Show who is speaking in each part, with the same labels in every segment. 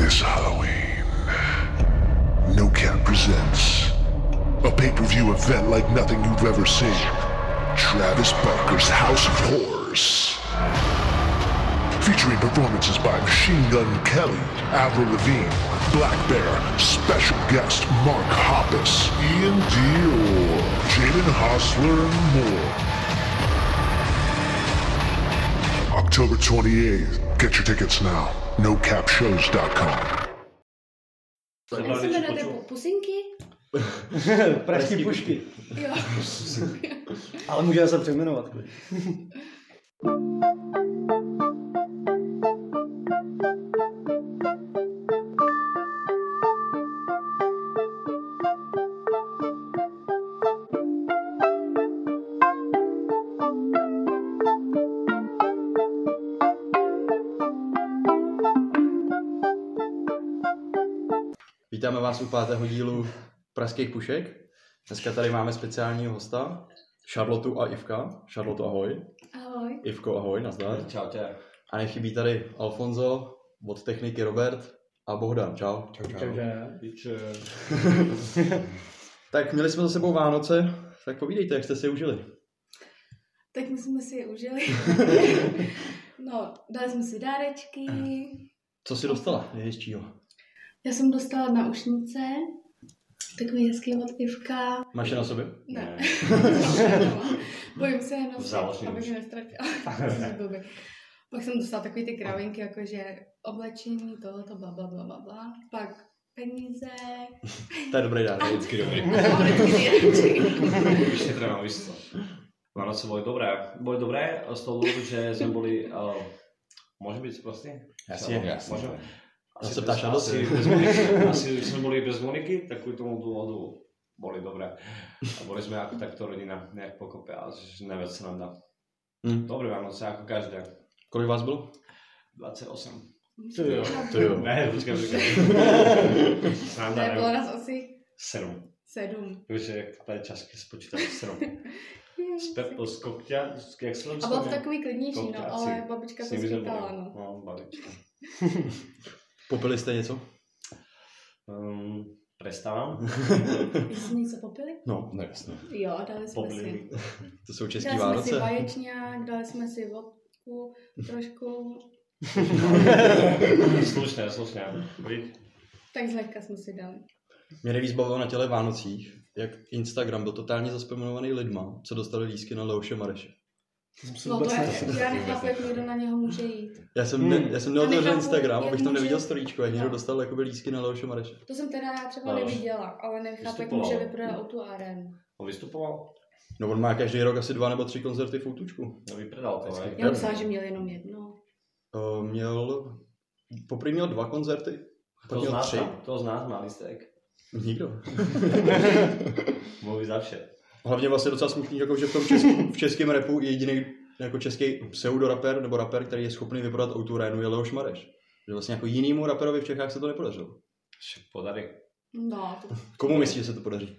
Speaker 1: this Halloween, No Cat presents a pay-per-view event like nothing you've ever seen. Travis Barker's House of Horrors. Featuring performances by Machine Gun Kelly, Avril Lavigne, Black Bear, special guest Mark Hoppus, Ian Dior, Jaden Hostler, and more. October 28th. Get your tickets now. NoCapShows.com.
Speaker 2: Jak se jmenujete? Pu- Pusinky?
Speaker 3: Pražský pušky.
Speaker 2: Jo.
Speaker 3: Ale můžeme se přejmenovat. klidně.
Speaker 4: Vítáme vás u pátého dílu Pražských pušek. Dneska tady máme speciálního hosta, Charlotu a Ivka. Charlotu, ahoj.
Speaker 2: Ahoj.
Speaker 4: Ivko, ahoj, nazdar.
Speaker 5: Čau tě.
Speaker 4: A nechybí tady Alfonso, od techniky Robert a Bohdan. Čau. Čau, čau.
Speaker 5: eh,
Speaker 4: Tak měli jsme za sebou Vánoce, tak povídejte, jak jste si je užili.
Speaker 2: Tak my jsme si je užili. no, dali jsme si dárečky.
Speaker 4: Co si dostala nejhezčího?
Speaker 2: Já jsem dostala na ušnice. Takový hezký od Ivka.
Speaker 4: Máš je na sobě?
Speaker 2: Ne. Bojím se jenom,
Speaker 5: Vzala si
Speaker 2: abych
Speaker 5: už.
Speaker 2: je nestratila. Jsi blbý. Pak jsem dostala takový ty kravinky, jakože oblečení, tohleto, bla, bla, bla, bla, bla. Pak peníze.
Speaker 4: To je dobrý dár.
Speaker 5: Vždycky dobrý. Už si trvám, víš co. Vánoce boli dobré. Boli dobré z toho důvodu, že jsme byli... Uh, může být prostě?
Speaker 4: Jasně.
Speaker 5: Můžeme.
Speaker 4: Já No se ptáš na dost.
Speaker 5: asi, bez Moniky, asi když jsme byli bez Moniky, tak kvůli tomu důvodu boli dobré. A byli jsme jako takto rodina, nějak pokope a nevím, co nám dá.
Speaker 4: Hm.
Speaker 5: Dobré Vánoce, jako každé.
Speaker 4: Kolik vás bylo?
Speaker 5: 28.
Speaker 3: Ty jo.
Speaker 4: To jo.
Speaker 5: Ne, počkej, počkej.
Speaker 2: To
Speaker 5: Sranda,
Speaker 2: je bylo
Speaker 5: ne?
Speaker 2: nás asi
Speaker 5: 7.
Speaker 2: sedm.
Speaker 5: Takže jak tady časky spočítám 7. Step z kopťa, jak se tam
Speaker 2: A bylo to
Speaker 5: stane?
Speaker 2: takový klidnější, no,
Speaker 5: Kompilaci.
Speaker 2: ale babička
Speaker 5: S
Speaker 2: to
Speaker 5: nimi jsme
Speaker 2: zpítala,
Speaker 5: byli.
Speaker 2: no.
Speaker 5: No, babička.
Speaker 4: Popili jste něco?
Speaker 5: Um, prestávám.
Speaker 2: Když jsme něco popili?
Speaker 4: No, ne, jasně.
Speaker 2: Jo, dali jsme si.
Speaker 5: Poblím.
Speaker 4: To jsou český
Speaker 2: Dali jsme si
Speaker 4: Vánoce.
Speaker 2: vaječňák, dali jsme si vodku, trošku,
Speaker 5: slušné, slušné. Pojď.
Speaker 2: tak zlehka jsme si dali.
Speaker 4: Mě nejvíc bavilo na těle Vánocích, jak Instagram byl totálně zaspeminovaný lidma, co dostali lísky na Leoše Mareše.
Speaker 2: No to
Speaker 3: vůbec
Speaker 2: já,
Speaker 3: ne-
Speaker 2: já nechápu, jak někdo na něho může jít.
Speaker 4: Já jsem,
Speaker 3: Hmm.
Speaker 4: hmm. ne, já jsem měl
Speaker 2: A nechápu,
Speaker 4: to Instagram,
Speaker 2: jak
Speaker 4: abych tam
Speaker 2: může-
Speaker 4: neviděl storíčko, jak někdo
Speaker 2: No.
Speaker 4: dostal jakoby lísky na Leoše Mareše.
Speaker 2: To jsem teda já třeba
Speaker 5: No,
Speaker 2: neviděla, ale nechápu, jak
Speaker 5: vystupoval.
Speaker 2: může vyprodat o tu arénu.
Speaker 5: On vystupoval?
Speaker 4: No on má každý rok asi dva nebo tři koncerty v útučku.
Speaker 5: No vypredal to, ne?
Speaker 2: Já myslela, že měl jenom jedno.
Speaker 4: Uh, měl, poprvé měl dva koncerty, pak
Speaker 5: To z
Speaker 4: měl
Speaker 5: nás,
Speaker 4: tři.
Speaker 5: to z nás má listek.
Speaker 4: Nikdo.
Speaker 5: Mluví za vše.
Speaker 4: Hlavně vlastně docela smutný, jako že v tom českém, v českém repu je jediný jako český pseudoraper nebo raper, který je schopný vyprodat autorenu, je Leoš Mareš. Že vlastně jako jinému raperovi v Čechách se to nepodařilo.
Speaker 5: Vše Podarek.
Speaker 2: No, to,
Speaker 4: Komu myslíš, že se to podaří?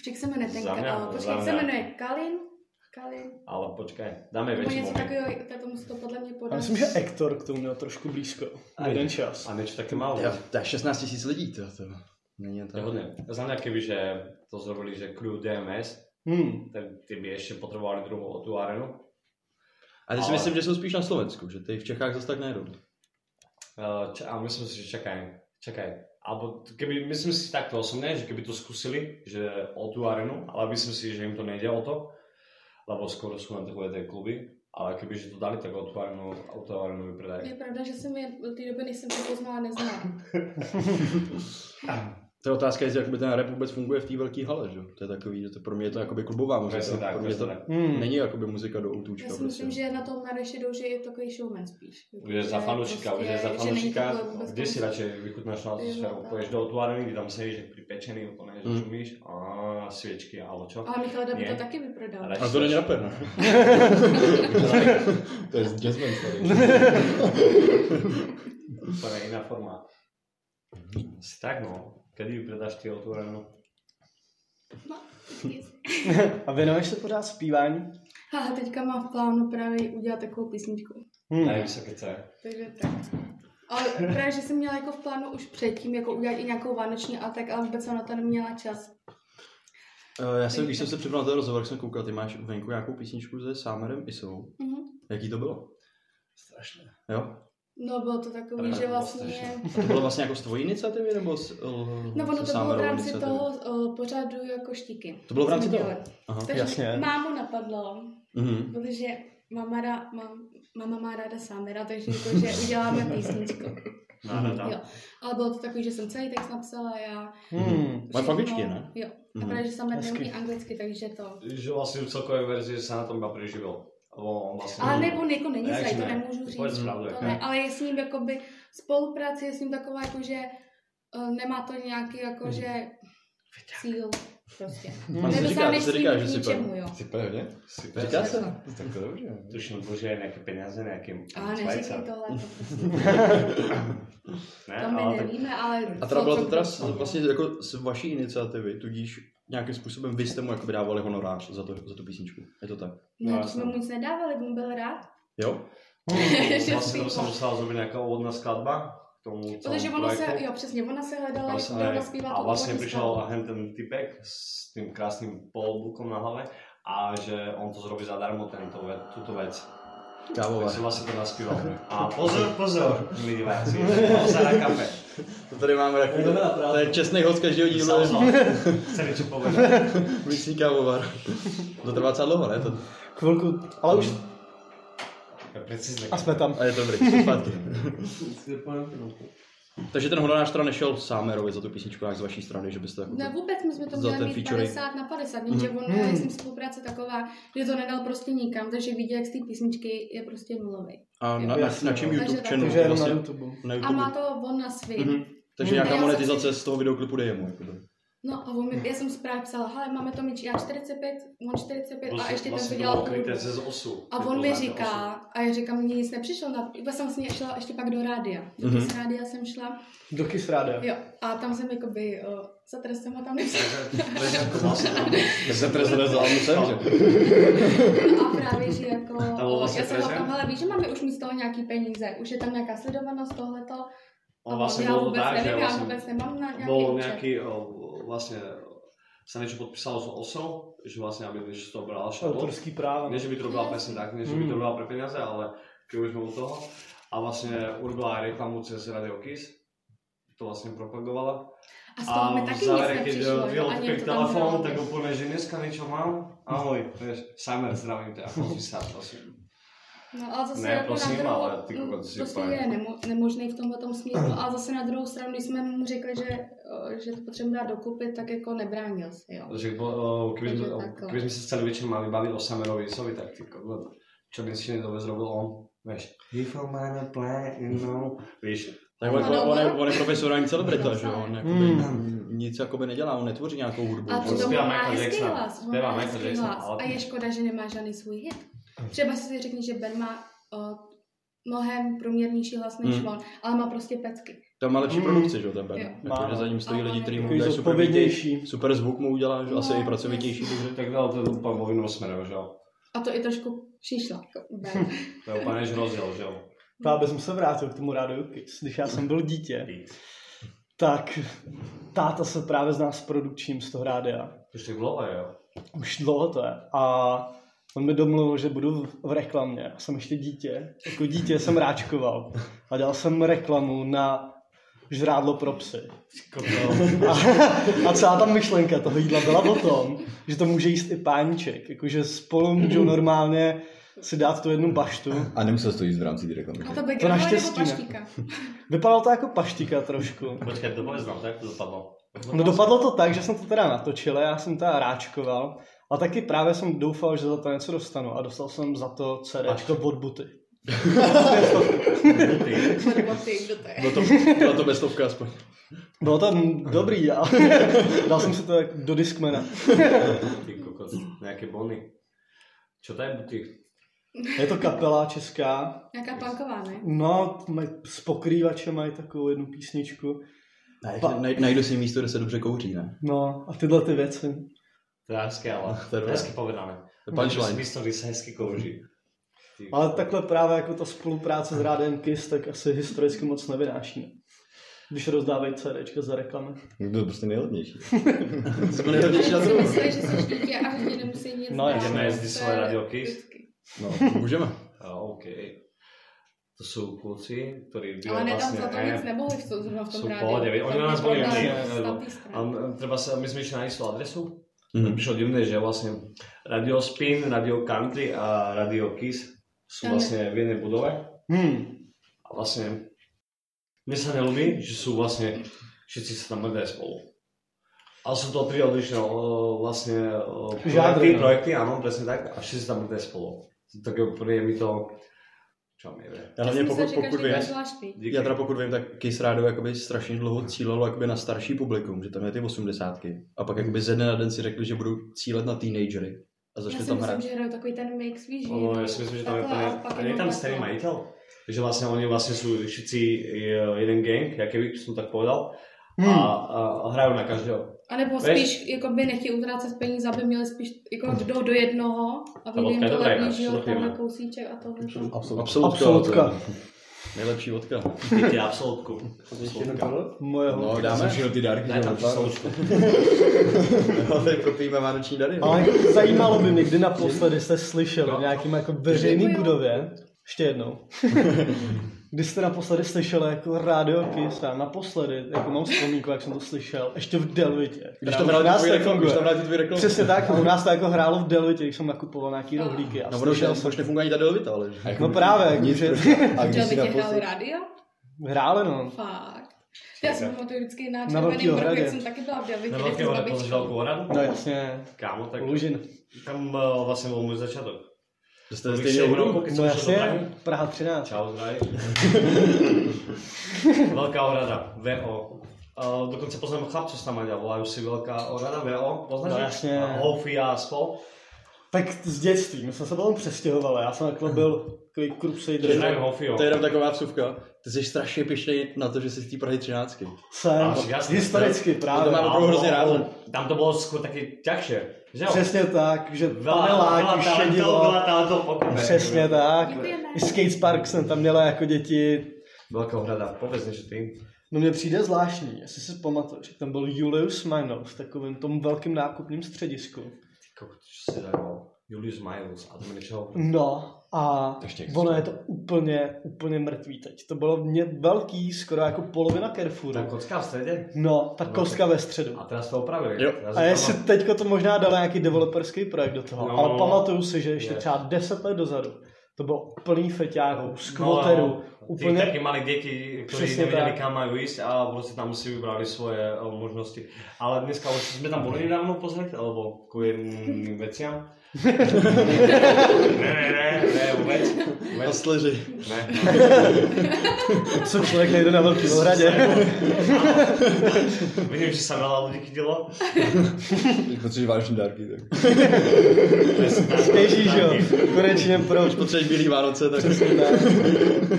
Speaker 2: však se jmenuje ten,
Speaker 5: Za mě,
Speaker 2: ka- a, počkej, jak
Speaker 5: za
Speaker 2: se
Speaker 5: mě.
Speaker 2: jmenuje Kalin? Kalin?
Speaker 5: Ale počkej, dáme
Speaker 2: Nebo
Speaker 5: větší
Speaker 2: něco
Speaker 5: moment.
Speaker 2: takového, tak tomu se to podle mě
Speaker 3: Já
Speaker 2: podaří.
Speaker 3: myslím, že Ektor k tomu měl trošku blízko.
Speaker 5: Aj.
Speaker 3: Jeden čas.
Speaker 5: A něco také málo.
Speaker 4: Jo, To je 16 000 lidí, to, to není jen
Speaker 5: To je
Speaker 4: tak.
Speaker 5: hodně. Já znám nějaký, že to zrobili, že crew DMS,
Speaker 3: Hmm.
Speaker 5: ten, ty by ještě potřebovali druhou tu arenu.
Speaker 4: A ty si
Speaker 5: Ale-
Speaker 4: myslím, že jsou spíš na Slovensku, že ty v Čechách zase tak nejdou.
Speaker 5: Eh, Č- a myslím si, že čakaj, čakaj. Alebo t- keby, myslím si takto osobně, že kdyby to zkusili, že o tu arenu, ale myslím si, že jim to nejde o to, lebo skoro jsou na takové ty kluby, ale keby, že to dali, tak o tu arenu, o tu arenu vypredají.
Speaker 2: Je pravda, že jsem je do té doby, než jsem to poznala, neznala.
Speaker 4: To je otázka, jestli jakoby ten rap vůbec funguje v té velké hale, že? jo? To je takový, že to pro mě je to jakoby klubová
Speaker 5: Přesně
Speaker 4: muzika.
Speaker 5: No, tak,
Speaker 4: Pro mě
Speaker 5: přesně
Speaker 4: to
Speaker 5: tak.
Speaker 3: Hmm.
Speaker 4: není jakoby muzika do outůčka.
Speaker 2: Já si
Speaker 4: prostě.
Speaker 2: myslím, že na tom Mareši Douži je takový showman spíš. prostě
Speaker 5: Budeš za fanoušika, budeš za fanoušika, kde si radši vychutnáš na atmosféru,
Speaker 2: Jo,
Speaker 5: poješ do tu areny, kdy tam sedíš, jak připečený, úplně, že
Speaker 4: Mm.
Speaker 5: čumíš, a svěčky, ale čo?
Speaker 2: Ale Michal Dab
Speaker 5: Ne.
Speaker 2: to taky vyprodal.
Speaker 5: Ale-
Speaker 4: Ale to není rapper, ne? to je jazzman
Speaker 5: Úplně jiná forma. Asi tak no, kedy vypredáš ty o tu arenu?
Speaker 2: No, yes.
Speaker 3: A věnuješ se pořád zpívání?
Speaker 2: Haha,
Speaker 5: Hm.
Speaker 2: teďka mám v plánu právě udělat takovou písničku.
Speaker 3: Hmm.
Speaker 5: Nevím, se kece.
Speaker 2: Takže tak. Ale právě, že jsem měla jako v plánu už předtím jako udělat i nějakou vánoční a tak, ale vůbec jsem na to neměla čas.
Speaker 4: Eh, Já jsem, když jsem se připravil na ten rozhovor, jak jsem koukal, ty máš venku nějakou písničku se Sámerem Isou.
Speaker 2: Mhm.
Speaker 4: Jaký to bylo?
Speaker 3: Strašné.
Speaker 4: Jo?
Speaker 2: No bylo to takový,
Speaker 5: Právě,
Speaker 2: že
Speaker 5: to bylo
Speaker 2: vlastně...
Speaker 5: strašné.
Speaker 4: To bylo vlastně jako z tvojí iniciativy, nebo z,
Speaker 2: No ono to bylo v
Speaker 4: Sámerovy
Speaker 2: rámci
Speaker 4: iniciativy?
Speaker 2: toho o, pořadu jako štiky.
Speaker 4: To bylo v rámci
Speaker 2: Jsme
Speaker 4: toho?
Speaker 2: dělali.
Speaker 4: Aha.
Speaker 2: Takže
Speaker 3: jasně.
Speaker 2: mámu napadlo,
Speaker 4: Mhm.
Speaker 2: protože mama, rá, mám, mama má ráda Samira, takže jako, že uděláme písničku.
Speaker 5: Nádhera.
Speaker 2: Jo. Ale bylo to takový, že jsem celý text napsala já.
Speaker 3: Hmm.
Speaker 4: Moje
Speaker 2: všechno-
Speaker 4: fabičky, ne?
Speaker 2: Jo. A
Speaker 4: Mhm.
Speaker 2: právě, že Samir
Speaker 3: Hezky.
Speaker 2: neumí anglicky, takže to.
Speaker 5: Že vlastně v celkové verzi že se na tom iba preživil. Lebo on vlastně...
Speaker 2: Ale nebo jako není
Speaker 5: Ne,
Speaker 2: zlej, to
Speaker 5: ne.
Speaker 2: nemůžu říct.
Speaker 5: Pojď pravdu,
Speaker 2: To
Speaker 5: jako.
Speaker 2: ne, ale je s ním jakoby spolupráce, je s ním taková jako, že eh, nemá to nějaký jako, že cíl prostě.
Speaker 4: A co se říká,
Speaker 2: Nedosáhneš
Speaker 4: Mhm. to se
Speaker 2: s
Speaker 4: říká,
Speaker 2: ním
Speaker 4: že
Speaker 2: k
Speaker 4: si
Speaker 2: ničemu, jo.
Speaker 5: Si pevně? Si No,
Speaker 4: Říká se?
Speaker 5: Tak to dobře. Tuším, že je nějaké peníze, nějakým
Speaker 2: A neříkej tohle, to prostě.
Speaker 5: Ne,
Speaker 2: to my
Speaker 5: ale tak...
Speaker 2: nevíme, ale...
Speaker 4: A teda
Speaker 2: co-
Speaker 4: byla
Speaker 2: co
Speaker 4: to teda
Speaker 2: kdo-
Speaker 4: z- vlastně jako z vaší iniciativy, tudíž nějakým způsobem vy jste mu jakoby dávali honorář za, to, za tu písničku. Je to tak?
Speaker 2: Ne,
Speaker 5: No,
Speaker 2: to jsme
Speaker 5: jasně.
Speaker 2: mu nic nedávali, on byl rád.
Speaker 4: Jo?
Speaker 2: Že
Speaker 5: Vlastně tam
Speaker 2: zpívá.
Speaker 5: se musela zrobit nějaká úvodná skladba k tomu celému
Speaker 2: Protože ona se,
Speaker 5: projektu.
Speaker 2: jo přesně, ona se hledala,
Speaker 5: Tam
Speaker 2: jak
Speaker 5: se-
Speaker 2: byla naspívá
Speaker 5: a
Speaker 2: tu
Speaker 5: vlastně
Speaker 2: úvodní
Speaker 5: přišel
Speaker 2: skladbu.
Speaker 5: hen ten typek s tím krásným poloblukom na hlavě a že on to zrobí zadarmo, tento, ve- tuto věc. Tak
Speaker 4: Kávové.
Speaker 5: si vlastně to naspíval. A pozor, pozor, milí diváci, pozor na kafe.
Speaker 4: To tady máme takový,
Speaker 5: To byla pravda.
Speaker 4: to je čestný host každého dílu,
Speaker 5: Samozřejmě, chce něco povedat.
Speaker 4: místní kávovar. To trvá docela dlouho, ne? To,
Speaker 3: Chvilku, ale už
Speaker 5: Ja, Precizně.
Speaker 3: a jsme tam.
Speaker 4: a je to dobrý, jsme zpátky. Takže ten honorář teda nešel Sámerovi za tu písničku, jak z vaší strany, že byste jako...
Speaker 2: Ne, vůbec my jsme to
Speaker 4: Za
Speaker 2: měli
Speaker 4: ten
Speaker 2: mít
Speaker 4: featuring.
Speaker 2: 50 na 50, jenže mm. on
Speaker 3: Mhm.
Speaker 2: je s ním spolupráce taková, že to nedal prostě nikam, takže výdělek z té písničky je prostě nulový.
Speaker 4: A na, na,
Speaker 3: Jasně,
Speaker 4: na čím
Speaker 3: no.
Speaker 4: YouTube
Speaker 2: Takže
Speaker 4: channel?
Speaker 2: tak.
Speaker 3: Takže jenom na
Speaker 4: vlastně?
Speaker 3: YouTube.
Speaker 4: Na
Speaker 2: A
Speaker 4: YouTube.
Speaker 2: má to on na svým.
Speaker 4: Mhm.
Speaker 2: Mhm.
Speaker 4: Takže nějaká
Speaker 2: Já jsem-
Speaker 4: monetizace z toho videoklipu jde jemu. Jako to.
Speaker 2: No a on, mi- já jsem zprávě psala, hele, máme to mít, já 45, on 45 a ještě ten to dělal.
Speaker 5: vlastně to bylo z osu.
Speaker 2: A on mi říká, a já říkám, mně nic nepřišlo, na, já jsem s ní šla ještě pak do rádia. Do
Speaker 4: Mhm.
Speaker 2: mm-hmm. rádia jsem šla,
Speaker 3: Do Kiss Radio.
Speaker 2: jo, a tam jsem jakoby, uh, za trest jsem ho tam nepsala.
Speaker 4: Tak jsem trest hledal, musím, že?
Speaker 2: A právě, že jako,
Speaker 5: Tam byl vlastně
Speaker 2: já jsem ho
Speaker 5: prezent?
Speaker 2: tam, hele, víš, že máme už mít z toho nějaký peníze, už je tam nějaká sledovanost, tohleto.
Speaker 5: On vlastně
Speaker 2: já
Speaker 5: byl
Speaker 2: vůbec
Speaker 5: tak, že
Speaker 2: nevím, já
Speaker 5: vlastně
Speaker 2: vůbec nemám na nějaký
Speaker 5: byl
Speaker 2: účet.
Speaker 5: nějaký, o, vlastně se něco podpísalo s osou, že vlastně, aby než to bral šablon.
Speaker 3: Autorský práva.
Speaker 5: Ne, že by to byla přesně tak, ne, že by to byla pro peníze, ale když už jsme u toho. A vlastně urobila reklamu cez Radio Kiss, to vlastně propagovala.
Speaker 2: A z toho
Speaker 5: A
Speaker 2: mi
Speaker 5: v
Speaker 2: taky nic
Speaker 5: závěre, keď
Speaker 2: nepřišlo, jo,
Speaker 5: vyjel
Speaker 2: ani
Speaker 5: typek
Speaker 2: to tam
Speaker 5: telefon,
Speaker 2: bylo.
Speaker 5: tak úplně, že dneska něco mám. Ahoj, vieš, Samer, zdravím tě, a konci sa, prosím.
Speaker 2: No ale zase
Speaker 5: Ne,
Speaker 2: jako
Speaker 5: prosím,
Speaker 2: na druhou,
Speaker 5: ale ty
Speaker 2: mm,
Speaker 5: kokot si
Speaker 2: prostě
Speaker 5: úplně-
Speaker 2: je nemo, nemožný v tomhle tom smyslu. A zase na druhou stranu, když jsme mu řekli, že, eh, že to potřebujeme dát dokupy, tak jako nebránil se, jo.
Speaker 5: Takže bo, keby,
Speaker 2: Takže takhle.
Speaker 5: keby jsme se celý večer mali bavit o Samerovi Isovi, tak ty kokot, čo by si nedově zrobil on, víš. Before my plan, you know. Víš,
Speaker 4: Tak on, on, on,
Speaker 2: no.
Speaker 4: je, on je profesionální celebrita, že jo? on jakoby,
Speaker 3: Hmm.
Speaker 4: nic jakoby nedělá, on netvoří nějakou hudbu.
Speaker 2: A
Speaker 4: že jo?
Speaker 2: přitom
Speaker 5: zpívá
Speaker 2: on má
Speaker 5: Michael
Speaker 2: hezký
Speaker 5: Prostě jako Jacksona.
Speaker 2: hlas, on
Speaker 5: Zpívá
Speaker 2: má
Speaker 5: Michael
Speaker 2: hezký
Speaker 5: Jacksona,
Speaker 2: hlas.
Speaker 5: ale-
Speaker 2: A je škoda, že nemá žádný svůj hit. Třeba si si řekni, že Ben má eh, mnohem průměrnější hlas než
Speaker 5: Hmm.
Speaker 4: Mm.
Speaker 2: on, ale má prostě pecky.
Speaker 4: Tam má
Speaker 6: Hmm.
Speaker 4: lepší
Speaker 3: Mm.
Speaker 4: produkci, že jo, ten Ben.
Speaker 2: Jo.
Speaker 4: Jako, že za ním stojí
Speaker 2: A
Speaker 4: lidi,
Speaker 2: on
Speaker 4: kteří
Speaker 2: je
Speaker 4: mu
Speaker 3: Takový
Speaker 4: udělají super beaty,
Speaker 3: zodpovědnější.
Speaker 4: super zvuk mu udělá, že asi
Speaker 2: No,
Speaker 4: i pracovitější.
Speaker 5: že tak dál to je úplně povinnou směrem, že jo.
Speaker 2: A to i trošku přišla. jako Ben.
Speaker 5: To je úplně než rozděl, že jo.
Speaker 3: Právě jsem se vrátil k tomu rádiu Kiss, když já jsem byl dítě. Tak táta se právě zná s produkčním z toho rádia.
Speaker 5: To ještě dlouho, jo.
Speaker 3: Už dlouho to je. A on mi domluvil, že budu v- v reklamě. A jsem ještě dítě. Jako dítě jsem ráčkoval. A dělal jsem reklamu na žrádlo pro psy. A, a celá ta myšlenka toho jídla byla o tom, že to může jíst i páníček. Jakože spolu můžou normálně si dát tu jednu baštu.
Speaker 6: A nemusel jsi to jíst v rámci té reklamy.
Speaker 2: A to by grála nebo
Speaker 3: naštěstí ne.
Speaker 2: paštíka.
Speaker 3: Vypadalo to jako paštika trošku.
Speaker 5: Počkej, to pověz nám, jak to dopadlo.
Speaker 3: No dopadlo to tak, že jsem to teda natočil, já jsem teda ráčkoval a taky právě jsem doufal, že za to něco dostanu a dostal jsem za to CDčko od buty.
Speaker 5: Ty.
Speaker 2: Nebo ty, kdo to je.
Speaker 4: Bylo to, bylo to bestovka aspoň.
Speaker 3: Bylo to dobrý, ale dal jsem si to jak do diskmena.
Speaker 5: Ty kokos, nějaké bony. Čo to je butik?
Speaker 3: Je to kapela česká,
Speaker 2: Nějaká panková, ne?
Speaker 3: no mají s pokrývačem mají takovou jednu písničku, Pa-
Speaker 4: Naj, najdu si místo, kde se dobře kouří, ne?
Speaker 3: no a tyhle ty věci.
Speaker 5: To je hezké, ale
Speaker 4: To je
Speaker 5: to je
Speaker 4: dobré.
Speaker 5: hezky povedané.
Speaker 4: To je punchline.
Speaker 5: Místo, kdy se hezky kouří. Ty
Speaker 3: Ale
Speaker 5: vole.
Speaker 3: takhle právě jako ta spolupráce s Rádem Kiss, tak asi historicky moc nevynášíme. Když rozdávají CDčka za reklamy.
Speaker 6: To je prostě nejlevnější.
Speaker 4: Jsme nejhodnější na
Speaker 2: si
Speaker 4: druhou.
Speaker 2: mysleli, že jsi dítě a že tě nemusí nic
Speaker 3: No,
Speaker 2: dát.
Speaker 5: jdeme jezdit svoje Radio Kiss.
Speaker 2: Vždycky.
Speaker 4: No, můžeme.
Speaker 5: A, OK. To jsou kluci, kteří byli
Speaker 2: Ale nedám
Speaker 5: vlastně...
Speaker 2: za to
Speaker 5: ne,
Speaker 2: nic, nemohli v tom zrovna v
Speaker 5: Jsou
Speaker 2: tom
Speaker 5: v
Speaker 2: rádiu.
Speaker 5: pohodě, vej, oni
Speaker 2: Tam
Speaker 5: nás volí
Speaker 2: neprodali
Speaker 3: lidi,
Speaker 2: statistika.
Speaker 5: A m, třeba se, my jsme išli na jistou adresu.
Speaker 4: Mhm.
Speaker 5: Mm. Přišlo divné, že vlastně Radio Spin, Radio Country a Radio Kiss jsou
Speaker 2: Tam je-
Speaker 5: vlastně v jedné budove.
Speaker 3: Hmm.
Speaker 5: A vlastně mně se nelubí, že jsou vlastně všichni se tam mrdají spolu. Ale jsou to tři odlišné o, vlastně o,
Speaker 3: Žádry,
Speaker 5: projekty,
Speaker 3: no.
Speaker 5: projekty, ano, přesně tak. A všichni se tam mrdají spolu. Tak je úplně mi to... Čo mi je?
Speaker 4: Já hlavně
Speaker 2: Myslím
Speaker 4: pokud,
Speaker 2: si, že
Speaker 4: pokud
Speaker 2: každý
Speaker 4: vím,
Speaker 2: byl zvláštní.
Speaker 5: Díky.
Speaker 4: já teda pokud vím, tak Kiss Radio jakoby strašně dlouho cílilo jakoby na starší publikum, že tam je ty osmdesátky. A pak jakoby ze dne na den si řekli, že budou cílet na teenagery. A
Speaker 2: Já
Speaker 4: začali
Speaker 2: si
Speaker 4: tam hrát.
Speaker 2: myslím, že hrajou takový ten mix, víš, že
Speaker 5: Ono,
Speaker 2: jednou
Speaker 5: já si myslím, že tam je
Speaker 2: takhle
Speaker 5: úplně,
Speaker 2: a pak
Speaker 5: a je
Speaker 2: jednou
Speaker 5: tam
Speaker 2: takhle.
Speaker 5: stejný majitel. Že vlastně oni vlastně jsou všichni eh, jeden gang, jaký bych jsem tak povedal.
Speaker 3: Hmm.
Speaker 5: A, a, a hrajou na každého.
Speaker 2: A nebo
Speaker 5: Víš?
Speaker 2: spíš, jako by nechtějí utrácet peníze, aby měli spíš, jako jdou do jednoho a
Speaker 5: vodka
Speaker 2: vyjde jim
Speaker 5: je
Speaker 2: to
Speaker 5: dobrá,
Speaker 2: levný,
Speaker 5: já
Speaker 2: že jo,
Speaker 5: absolutně
Speaker 2: tohle
Speaker 5: ne.
Speaker 2: kousíček a tohle. to.
Speaker 6: Absolutně.
Speaker 4: Absolutka.
Speaker 3: Absolutka.
Speaker 4: to je Nejlepší vodka.
Speaker 5: Díky absolutku.
Speaker 3: Mojeho.
Speaker 4: No, dáme.
Speaker 6: Všechno ty dárky,
Speaker 5: Daj
Speaker 6: že
Speaker 5: tam
Speaker 6: mám tak.
Speaker 5: absolutku.
Speaker 4: No, tady propijeme vánoční dary. no.
Speaker 3: Ale zajímalo by mě, kdy naposledy jste slyšeli v nějakým jako veřejný budově, ještě jednou, kdy jste naposledy slyšeli jako Radio Kiss, já naposledy, jako mám vzpomínku, jak jsem to slyšel, ještě v Delvitě.
Speaker 4: Když
Speaker 3: která
Speaker 4: tam
Speaker 3: už u
Speaker 4: hráli
Speaker 3: nás
Speaker 4: tvůj reklamu,
Speaker 3: nefunguje.
Speaker 4: když tam hráli tvůj reklamu.
Speaker 3: Přesně tak, u nás to jako hrálo v Delvitě, když jsem nakupoval nějaký rohlíky a
Speaker 4: No, ono už,
Speaker 3: slyšel
Speaker 4: ne-
Speaker 3: jsem.
Speaker 4: už nefunguje ani ta Delvita, ale že?
Speaker 3: No právě,
Speaker 6: Nic
Speaker 3: jakože
Speaker 6: proti-
Speaker 4: prostě.
Speaker 6: A
Speaker 2: Chtěl
Speaker 6: když
Speaker 2: by
Speaker 6: si
Speaker 2: tě hráli
Speaker 6: naposled...
Speaker 2: rádio?
Speaker 3: hráli no.
Speaker 2: Fakt. Já si pamatuju vždycky na Červeném
Speaker 3: Velkýho
Speaker 2: vrchu,
Speaker 3: Hradě.
Speaker 2: jak jsem taky byla v Delvitě,
Speaker 5: Na
Speaker 2: kde
Speaker 5: velké
Speaker 2: jsem s
Speaker 5: vody
Speaker 2: babičkou.
Speaker 5: pozděl velkou radu.
Speaker 3: No jasně,
Speaker 5: Kámo, tak
Speaker 3: Lužin.
Speaker 5: tam eh, vlastně byl můj začátek.
Speaker 4: Že jste
Speaker 5: Když
Speaker 4: stejně
Speaker 5: se budou-
Speaker 4: budou.
Speaker 5: Když
Speaker 3: No
Speaker 5: jsem šel do
Speaker 3: jasně,
Speaker 5: Prahy.
Speaker 3: Praha 13.
Speaker 5: Čau, zdraví. Velká orada, VO. Uh, dokonce poznám chlapce s náma, volají si Velká orada, VO, poznáš?
Speaker 3: No
Speaker 5: je?
Speaker 3: jasně.
Speaker 5: A Hofi a spol.
Speaker 3: Tak z dětství, my jsme se potom přestěhovali, já jsem takhle byl takový
Speaker 5: Zdravím
Speaker 3: crusader.
Speaker 5: Hofi, jo.
Speaker 4: To je jenom taková vsuvka. Ty jsi strašně pišnej na to, že jsi z té Prahy 13.
Speaker 3: Jsem,
Speaker 5: Až jasně.
Speaker 3: historicky
Speaker 4: No to
Speaker 3: právě.
Speaker 4: mám opravdu hrozně rád.
Speaker 5: Tam to bylo skoro taky ťažšie, že jo?
Speaker 3: Přesně tak, že
Speaker 5: byla
Speaker 3: paneláky šedilo.
Speaker 5: byla talentov pokope.
Speaker 3: Přesně tak.
Speaker 2: Děkujeme.
Speaker 3: I skatepark jsem tam měla jako děti.
Speaker 5: Velká ohrada, povedz něco ty.
Speaker 3: No mně přijde zvláštní, jestli si pamatuješ, jak tam byl Julius Minor v takovém tom velkém nákupním středisku.
Speaker 5: Ty koko, čo si zajímal? Julius Miles, a to mi nečeho.
Speaker 3: No a
Speaker 6: Ještě
Speaker 3: ono je to úplně, úplně mrtvý teď. To bylo mě velký, skoro jako polovina
Speaker 5: Ta
Speaker 3: Carrefouru.
Speaker 5: kocka v středě?
Speaker 3: No, ta kostka ve středu.
Speaker 5: A teraz to opravili.
Speaker 4: Jo.
Speaker 5: Teraz
Speaker 3: A
Speaker 5: je tam-
Speaker 3: jestli teďko to možná dal nějaký developerský projekt do toho,
Speaker 5: No.
Speaker 3: ale pamatuju si, že ještě
Speaker 5: Je.
Speaker 3: třeba 10 let dozadu to bylo plný feťáků,
Speaker 5: No,
Speaker 3: skvoterů,
Speaker 5: Úplně... Ty taky
Speaker 3: úplně...
Speaker 5: malí děti, kteří
Speaker 3: Přesně
Speaker 5: nevěděli,
Speaker 3: tak.
Speaker 5: kam mají jíst a prostě tam si vybrali svoje eh, možnosti. Ale dneska už jsme tam byli nedávno pozrieť, alebo kvůli mm, veciam. ne, ne, ne, ne, vůbec.
Speaker 4: A
Speaker 5: vůbec.
Speaker 4: sleři.
Speaker 5: Ne.
Speaker 3: Co člověk nejde na velký ohradě.
Speaker 5: Vidím, že se veľa ľudí chytilo.
Speaker 6: Když potřebuješ vánoční dárky, tak...
Speaker 3: Ježíš jo, konečně proč.
Speaker 4: No, Když potřebuješ bílý Vánoce, tak...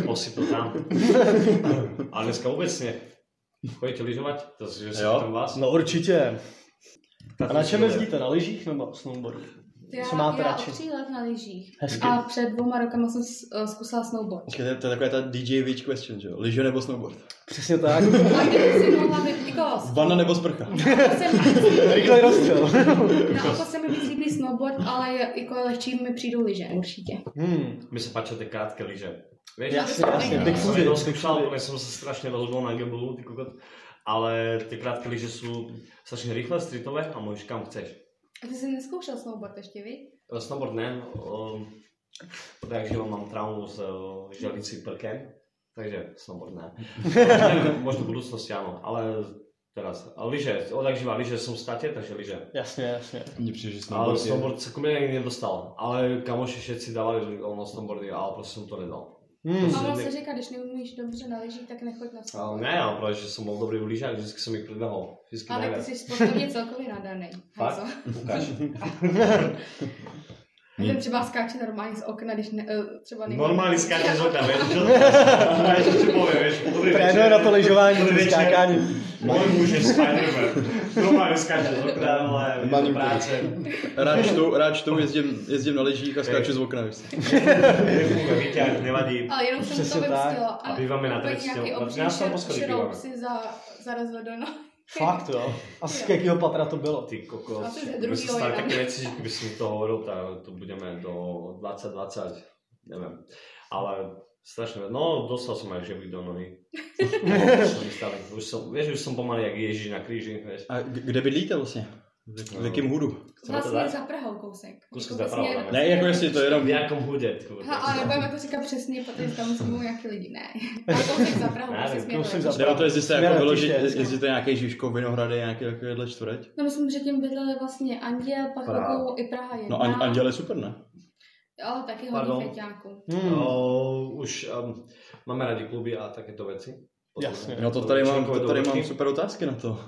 Speaker 5: Posyp to tam. Ale dneska vůbec ne. Chodíte lyžovat? To si, že se
Speaker 4: Jo.
Speaker 5: tam vás?
Speaker 3: No určitě. A na čem jezdíte? Na lyžích nebo snowboardu?
Speaker 2: Já,
Speaker 3: Co máte
Speaker 2: já
Speaker 3: radši?
Speaker 2: od tří let na lyžích.
Speaker 3: Hezky.
Speaker 2: A před dvouma rokama jsem s- eh, zkusila snowboard.
Speaker 4: To je, to je taková ta DJ Witch question, že jo? Lyže nebo snowboard?
Speaker 3: Přesně tak.
Speaker 2: A kdyby si mohla být jako
Speaker 4: Vana nebo sprcha?
Speaker 2: Já jsem-
Speaker 3: Rychlej rozstřel.
Speaker 2: Naoko se mi víc líbí snowboard, ale je- jako lehčí mi přijdou lyže, určitě.
Speaker 3: Hmm.
Speaker 5: Mi se páčí ty krátké lyže. Víš,
Speaker 3: Jasně, jasně,
Speaker 5: Já
Speaker 3: big
Speaker 5: jsem
Speaker 3: footy.
Speaker 5: jednou zkoušel, protože jsem se strašně rozbil na gamblu, ty kokot. Ale ty krátké lyže jsou strašně rychlé, streetové a můžeš kam chceš.
Speaker 2: A ty jsi neskoušel snowboard ještě, viď?
Speaker 5: Eh, Snowboard ne, um, takže mám traumu s eh, želicí prkem, takže snowboard ne. Možno- Možno v budoucnosti ano, ale teraz. A lyže, odak živa lyže jsou v statě, takže lyže.
Speaker 3: Jasně, jasně.
Speaker 6: Mně přijde, že
Speaker 5: Ale
Speaker 6: snowboard je...
Speaker 5: snowboard se ku mně nikdy nedostal, ale kamoši všetci dávali ono snowboardy, ale prostě jsem to nedal.
Speaker 3: Hmm.
Speaker 2: A ono
Speaker 5: ne-
Speaker 2: se říká, když neumíš dobře na lyžích, tak nechoď na
Speaker 5: Ale
Speaker 2: snowboard.
Speaker 5: ne, ale právě, že jsem byl dobrý v lyžách, vždycky jsem jich prodával. Vždycky
Speaker 2: Ale
Speaker 5: nejvíc.
Speaker 2: ty jsi sportovně celkově nadaný.
Speaker 5: Fakt?
Speaker 2: Hanzo.
Speaker 5: Ukáž.
Speaker 2: A ten třeba skáče normálně z okna, když ne, eh, třeba nejde.
Speaker 5: Normálně skáče z okna, vieš čo? Máš čo ti poviem, vieš? Dobrý
Speaker 3: Trénuje na to lyžování, to
Speaker 5: dobrý večer.
Speaker 3: skákání.
Speaker 5: Môj muž je Spider-Man. Normálně skáče z okna, ale je
Speaker 6: Malý
Speaker 5: to práce.
Speaker 4: Rád čtu, rád čtu jezdím, jezdím na ležích a skáču z okna. víš co.
Speaker 5: Nefunguje vyťah, nevadí.
Speaker 2: Ale jenom jsem
Speaker 3: Přesně
Speaker 2: to
Speaker 3: tak.
Speaker 2: vypustila. A
Speaker 5: býváme na
Speaker 2: úplně
Speaker 5: trestě.
Speaker 2: nějaký
Speaker 5: Na
Speaker 2: obří
Speaker 5: 13.
Speaker 2: šer-
Speaker 5: poschodí
Speaker 2: šroub
Speaker 5: býváme.
Speaker 2: si za, zarazil do nohy.
Speaker 3: Fakt jo. A z
Speaker 2: Jo.
Speaker 3: jakého patra to bylo?
Speaker 5: Ty
Speaker 2: A to
Speaker 5: kokos,
Speaker 2: je ze
Speaker 5: kdyby se
Speaker 2: druhýho
Speaker 5: stali
Speaker 2: jinak.
Speaker 5: také věci, že kdyby si mi to hovoril, tak to budeme do 2020, nevím. Ale strašně, no dostal jsem aj žebřík do nohy. To se mi stalo. už jsem, víš, už jsem pomalu jak Ježíš na kříži, víš.
Speaker 4: A k- kde bydlíte vlastně? V jakém hudu?
Speaker 5: Co to
Speaker 2: Vlastně
Speaker 5: dá?
Speaker 2: za Prahou kousek.
Speaker 5: Kousek
Speaker 2: Jako
Speaker 5: za Prahou,
Speaker 2: vlastně-
Speaker 4: Ne, jako jestli to je
Speaker 5: V
Speaker 4: jenom...
Speaker 5: jakom hudě, ty vole.
Speaker 2: Ha, ale nebudeme to říkat přesně, protože tam jsou nějaký lidi. Ne. A kousek za Prahou,
Speaker 5: Ne,
Speaker 2: kousek
Speaker 5: ne,
Speaker 2: směrem.
Speaker 3: kousek za-
Speaker 4: Nebo to jezdíte
Speaker 3: Směrem
Speaker 4: jako vyložit,
Speaker 3: tiště.
Speaker 4: jezdíte nějaký Žižkov, Vinohrady, nějaký takovýhle čtvrť?
Speaker 2: No myslím, že tím bydleli vlastně Anděl, pak
Speaker 5: Praha.
Speaker 2: Lukovo i Praha 1.
Speaker 4: No an, Anděl je super, ne?
Speaker 2: Ale taky
Speaker 5: Pardon.
Speaker 2: hodně feťáků.
Speaker 3: Hmm.
Speaker 5: No, už um, máme rádi kluby a takéto věci.
Speaker 3: Jasně.
Speaker 4: No to tady mám, to
Speaker 5: Členkové
Speaker 4: tady mám
Speaker 5: dovolenky.
Speaker 4: super otázky na to.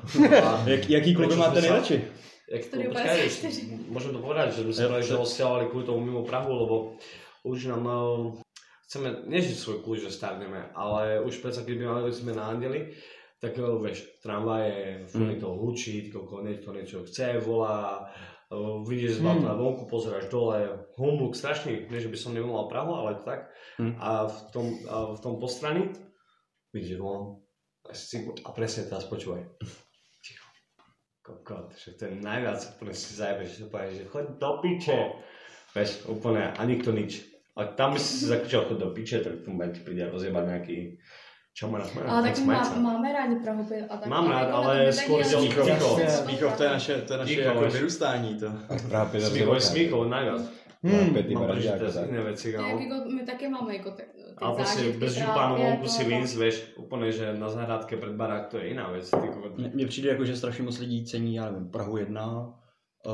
Speaker 5: A
Speaker 4: Jak, jaký kluby
Speaker 5: Prečo
Speaker 4: máte
Speaker 5: jsme se-
Speaker 4: nejradši?
Speaker 5: Jak to,
Speaker 2: Studio
Speaker 5: počkaj,
Speaker 2: 54.
Speaker 5: môžem to povedať, že sme sa
Speaker 4: Jo,
Speaker 5: povedali, že
Speaker 4: to-
Speaker 5: odstiahovali kvôli tomu mimo Prahu, lebo už nám eh, chceme, nežiť svoj kľúč, že starneme, ale už predsa keby mali sme na andeli, tak eh, vieš, tramvaje, furt
Speaker 4: Mm.
Speaker 5: to hučí, koľko niekto niečo chce, volá, eh, vidíš z na vonku, pozeráš dole, humluk strašný, nie že by som nevolal Prahu, ale tak.
Speaker 4: Mm.
Speaker 5: A v tom, a v tom postraní vidíš von, a si- a presne teraz počúvaj. Kokot, že to je najviac úplne si zajebeš, že to povieš, že choď do piče. Vieš, úplne, a nikto nič. A tam by si si zakričal choď do piče, tak v tom momente príde rozjebať nejaký čamara.
Speaker 2: Ale tak má, máme rádi Prahu. by- A tak,
Speaker 5: Mám rád,
Speaker 2: jako na
Speaker 5: ale
Speaker 2: tom bydlení,
Speaker 5: skoro
Speaker 2: ale-
Speaker 5: dělám
Speaker 2: Skoro
Speaker 5: Smíchov.
Speaker 2: dělám
Speaker 4: Smíchov, to je naše, to je naše
Speaker 5: Smíchov,
Speaker 4: jako
Speaker 5: víš.
Speaker 4: vyrůstání to.
Speaker 6: Právě
Speaker 5: Smíkov je smíkov, najviac.
Speaker 3: Hmm.
Speaker 6: Pětý
Speaker 5: Mám prežité
Speaker 6: baražák.
Speaker 5: z iné veci,
Speaker 2: To je
Speaker 5: kámo.
Speaker 2: jako- My taky máme jako ty, ty
Speaker 5: Ale proste
Speaker 2: zážitky
Speaker 5: prostě bez
Speaker 2: právě, jako
Speaker 5: župánu vonku
Speaker 2: to-
Speaker 5: si víc, vieš, úplne, že na zahrádke pred barák, to je iná vec. Ty kokot.
Speaker 4: Mně- Mně přijde jako, že strašně moc lidí cení, já nevím, Prahu 1,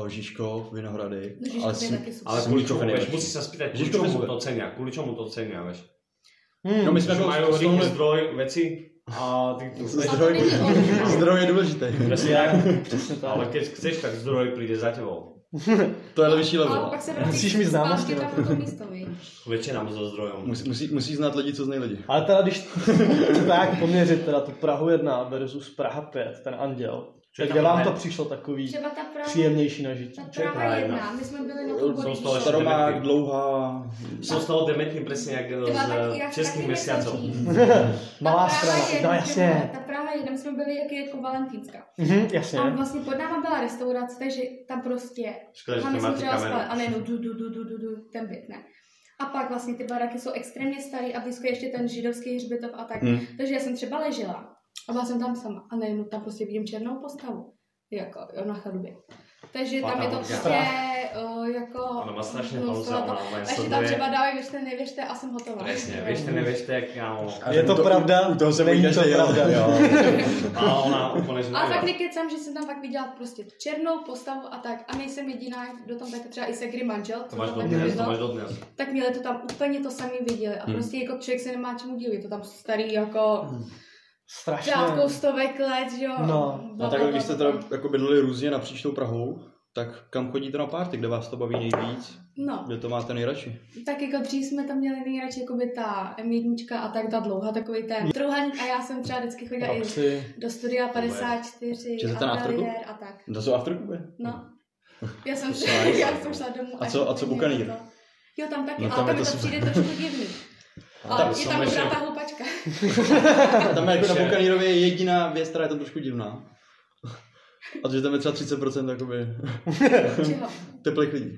Speaker 4: eh, Žižkov, Vinohrady,
Speaker 2: No, Žižkov
Speaker 4: ale
Speaker 2: je
Speaker 4: s-
Speaker 2: taky super.
Speaker 5: Ale
Speaker 4: s
Speaker 5: kvôli
Speaker 4: Smíchov
Speaker 5: čomu,
Speaker 4: je
Speaker 5: vieš,
Speaker 4: nejlepší.
Speaker 5: musíš sa spýtať, kvôli
Speaker 4: Smíchov
Speaker 5: čomu
Speaker 4: super.
Speaker 5: to cenia, kvôli čomu to cenia, vieš.
Speaker 3: hmm.
Speaker 4: No my jsme
Speaker 5: Že
Speaker 4: jako
Speaker 5: majú
Speaker 4: z
Speaker 5: rýchly
Speaker 4: tohle-
Speaker 5: zdroj veci a ty...
Speaker 4: zdroj,
Speaker 2: není ono.
Speaker 4: zdroj je důležitý.
Speaker 5: Presne tak.
Speaker 3: Přesně tak.
Speaker 5: Ale keď chceš, tak zdroj príde za tebou.
Speaker 4: To je vyšší
Speaker 2: Ale
Speaker 4: level.
Speaker 2: pak se vrátí
Speaker 3: Musíš mít známosti
Speaker 2: zpátky
Speaker 3: na
Speaker 2: tam na to místo, víš.
Speaker 5: Väčšina so zdrojom.
Speaker 4: Musí, musí, musí znát lidi, co znají lidi.
Speaker 3: Ale teda když to tak poměřit teda tu Prahu 1 versus Praha 5, ten anděl,
Speaker 5: Čo je
Speaker 3: tak
Speaker 5: tam
Speaker 3: kde vám
Speaker 5: Praha
Speaker 3: to
Speaker 5: jedna?
Speaker 3: přišlo takový
Speaker 2: Třeba ta Praha,
Speaker 3: příjemnější na žití?
Speaker 2: ta
Speaker 5: Čo je
Speaker 2: Praha
Speaker 5: Praha jedna?
Speaker 2: jedna, my jsme byli na tom
Speaker 5: Jsou
Speaker 2: bojišti.
Speaker 5: stále štědré.
Speaker 4: Staromák, dlouhá,
Speaker 5: Som z toho dementný presne jak
Speaker 2: Ty byla taky-
Speaker 5: z
Speaker 2: jako
Speaker 5: eh,
Speaker 2: já jsem
Speaker 5: českých
Speaker 2: taky
Speaker 5: mesiacov.
Speaker 2: nejstarší.
Speaker 3: Malá
Speaker 2: Ta Praha
Speaker 3: strana,
Speaker 2: jedna,
Speaker 3: no
Speaker 2: ty
Speaker 3: jasně.
Speaker 2: vole, Ta Praha jedna, my jsme byli jak je jako Valentínská.
Speaker 3: Mhm, jasně.
Speaker 2: A vlastně pod náma byla restaurace, takže tam prostě
Speaker 5: Škoda, že
Speaker 2: Máme
Speaker 5: nemáte
Speaker 2: třeba spát,
Speaker 5: kameru.
Speaker 2: ale no du, du, du, du, du, du, ten byt, ne. A pak vlastně ty baráky jsou extrémně starý a blízko je ještě ten židovský hřbitov a tak.
Speaker 4: Hmm.
Speaker 2: Takže já jsem třeba ležela a byla jsem tam sama a najednou tam prostě vidím černou postavu. Jako jo, na chalubě. Takže tam je to
Speaker 5: Fatamoga.
Speaker 2: prostě
Speaker 3: Strach.
Speaker 2: uh, jako...
Speaker 5: Ona má strašně
Speaker 2: no,
Speaker 5: pauza,
Speaker 2: na to-
Speaker 5: ona má
Speaker 2: A ještě tam
Speaker 5: sleduje.
Speaker 2: třeba dávají, věřte, nevěřte a jsem hotová. No.
Speaker 5: Presne, věřte, nevěřte, jak kámo.
Speaker 4: A
Speaker 3: Je to
Speaker 4: u-
Speaker 3: pravda?
Speaker 4: U toho se
Speaker 3: Není
Speaker 4: bojíte,
Speaker 3: to
Speaker 4: že jo.
Speaker 3: pravda.
Speaker 4: Jo.
Speaker 5: A ona úplně že
Speaker 2: Ale fakt
Speaker 5: nejde.
Speaker 2: nekecám, že jsem tam pak viděla prostě černou postavu a tak. A nejsem jediná, kdo tam tak třeba i segry manžel.
Speaker 5: To
Speaker 2: co
Speaker 5: máš
Speaker 2: tam
Speaker 5: do
Speaker 2: taky
Speaker 5: dnes, to
Speaker 2: bydlel.
Speaker 5: máš do dnes.
Speaker 2: tak měli to tam úplně to samý viděli a
Speaker 4: Hmm.
Speaker 2: prostě jako člověk se nemá čemu divit, to tam jsou starý jako
Speaker 3: Strašně.
Speaker 2: žádkou stovek let, že jo.
Speaker 3: Hmm. No.
Speaker 4: A
Speaker 2: Bla, bla,
Speaker 4: takhle, když
Speaker 2: bla,
Speaker 4: jste
Speaker 2: bla,
Speaker 4: teda
Speaker 2: bla.
Speaker 4: jako bydleli různě napříč tou Prahou, tak kam chodíte na párty, kde vás to baví nejvíc,
Speaker 2: No,
Speaker 4: kde to máte nejradši?
Speaker 2: tak jako dřív jsme tam měli nejradši jakoby ta M1 a tak ta dlouhá, takový
Speaker 4: Hmm.
Speaker 2: ten truhaň a já jsem třeba vždycky
Speaker 4: No,
Speaker 2: chodila i
Speaker 3: Praxi.
Speaker 2: do studia 54
Speaker 4: Že jste
Speaker 2: a
Speaker 4: tam na trhu?
Speaker 2: ateliér a tak.
Speaker 4: To jsou afterkuby.
Speaker 2: No. Já jsem,
Speaker 4: To je
Speaker 2: já
Speaker 4: nice.
Speaker 2: jsem šla domů.
Speaker 4: A co- a co
Speaker 2: jako
Speaker 4: Bukanýr?
Speaker 2: to- Jo, tam taky,
Speaker 4: No,
Speaker 2: ale
Speaker 4: tam
Speaker 2: tam
Speaker 4: je
Speaker 2: mi to
Speaker 4: to super.
Speaker 2: přijde trošku divný.
Speaker 5: A
Speaker 2: Ale
Speaker 5: tam
Speaker 2: je
Speaker 5: jsou
Speaker 2: tam
Speaker 5: ještě-
Speaker 2: dobrá ta houpačka.
Speaker 4: A tam je jako na
Speaker 5: Ještě.
Speaker 4: Bukanírově je jediná věc, která je tam trošku divná. A to, že tam je třeba 30% jakoby
Speaker 2: Čeho?
Speaker 4: teplých lidí.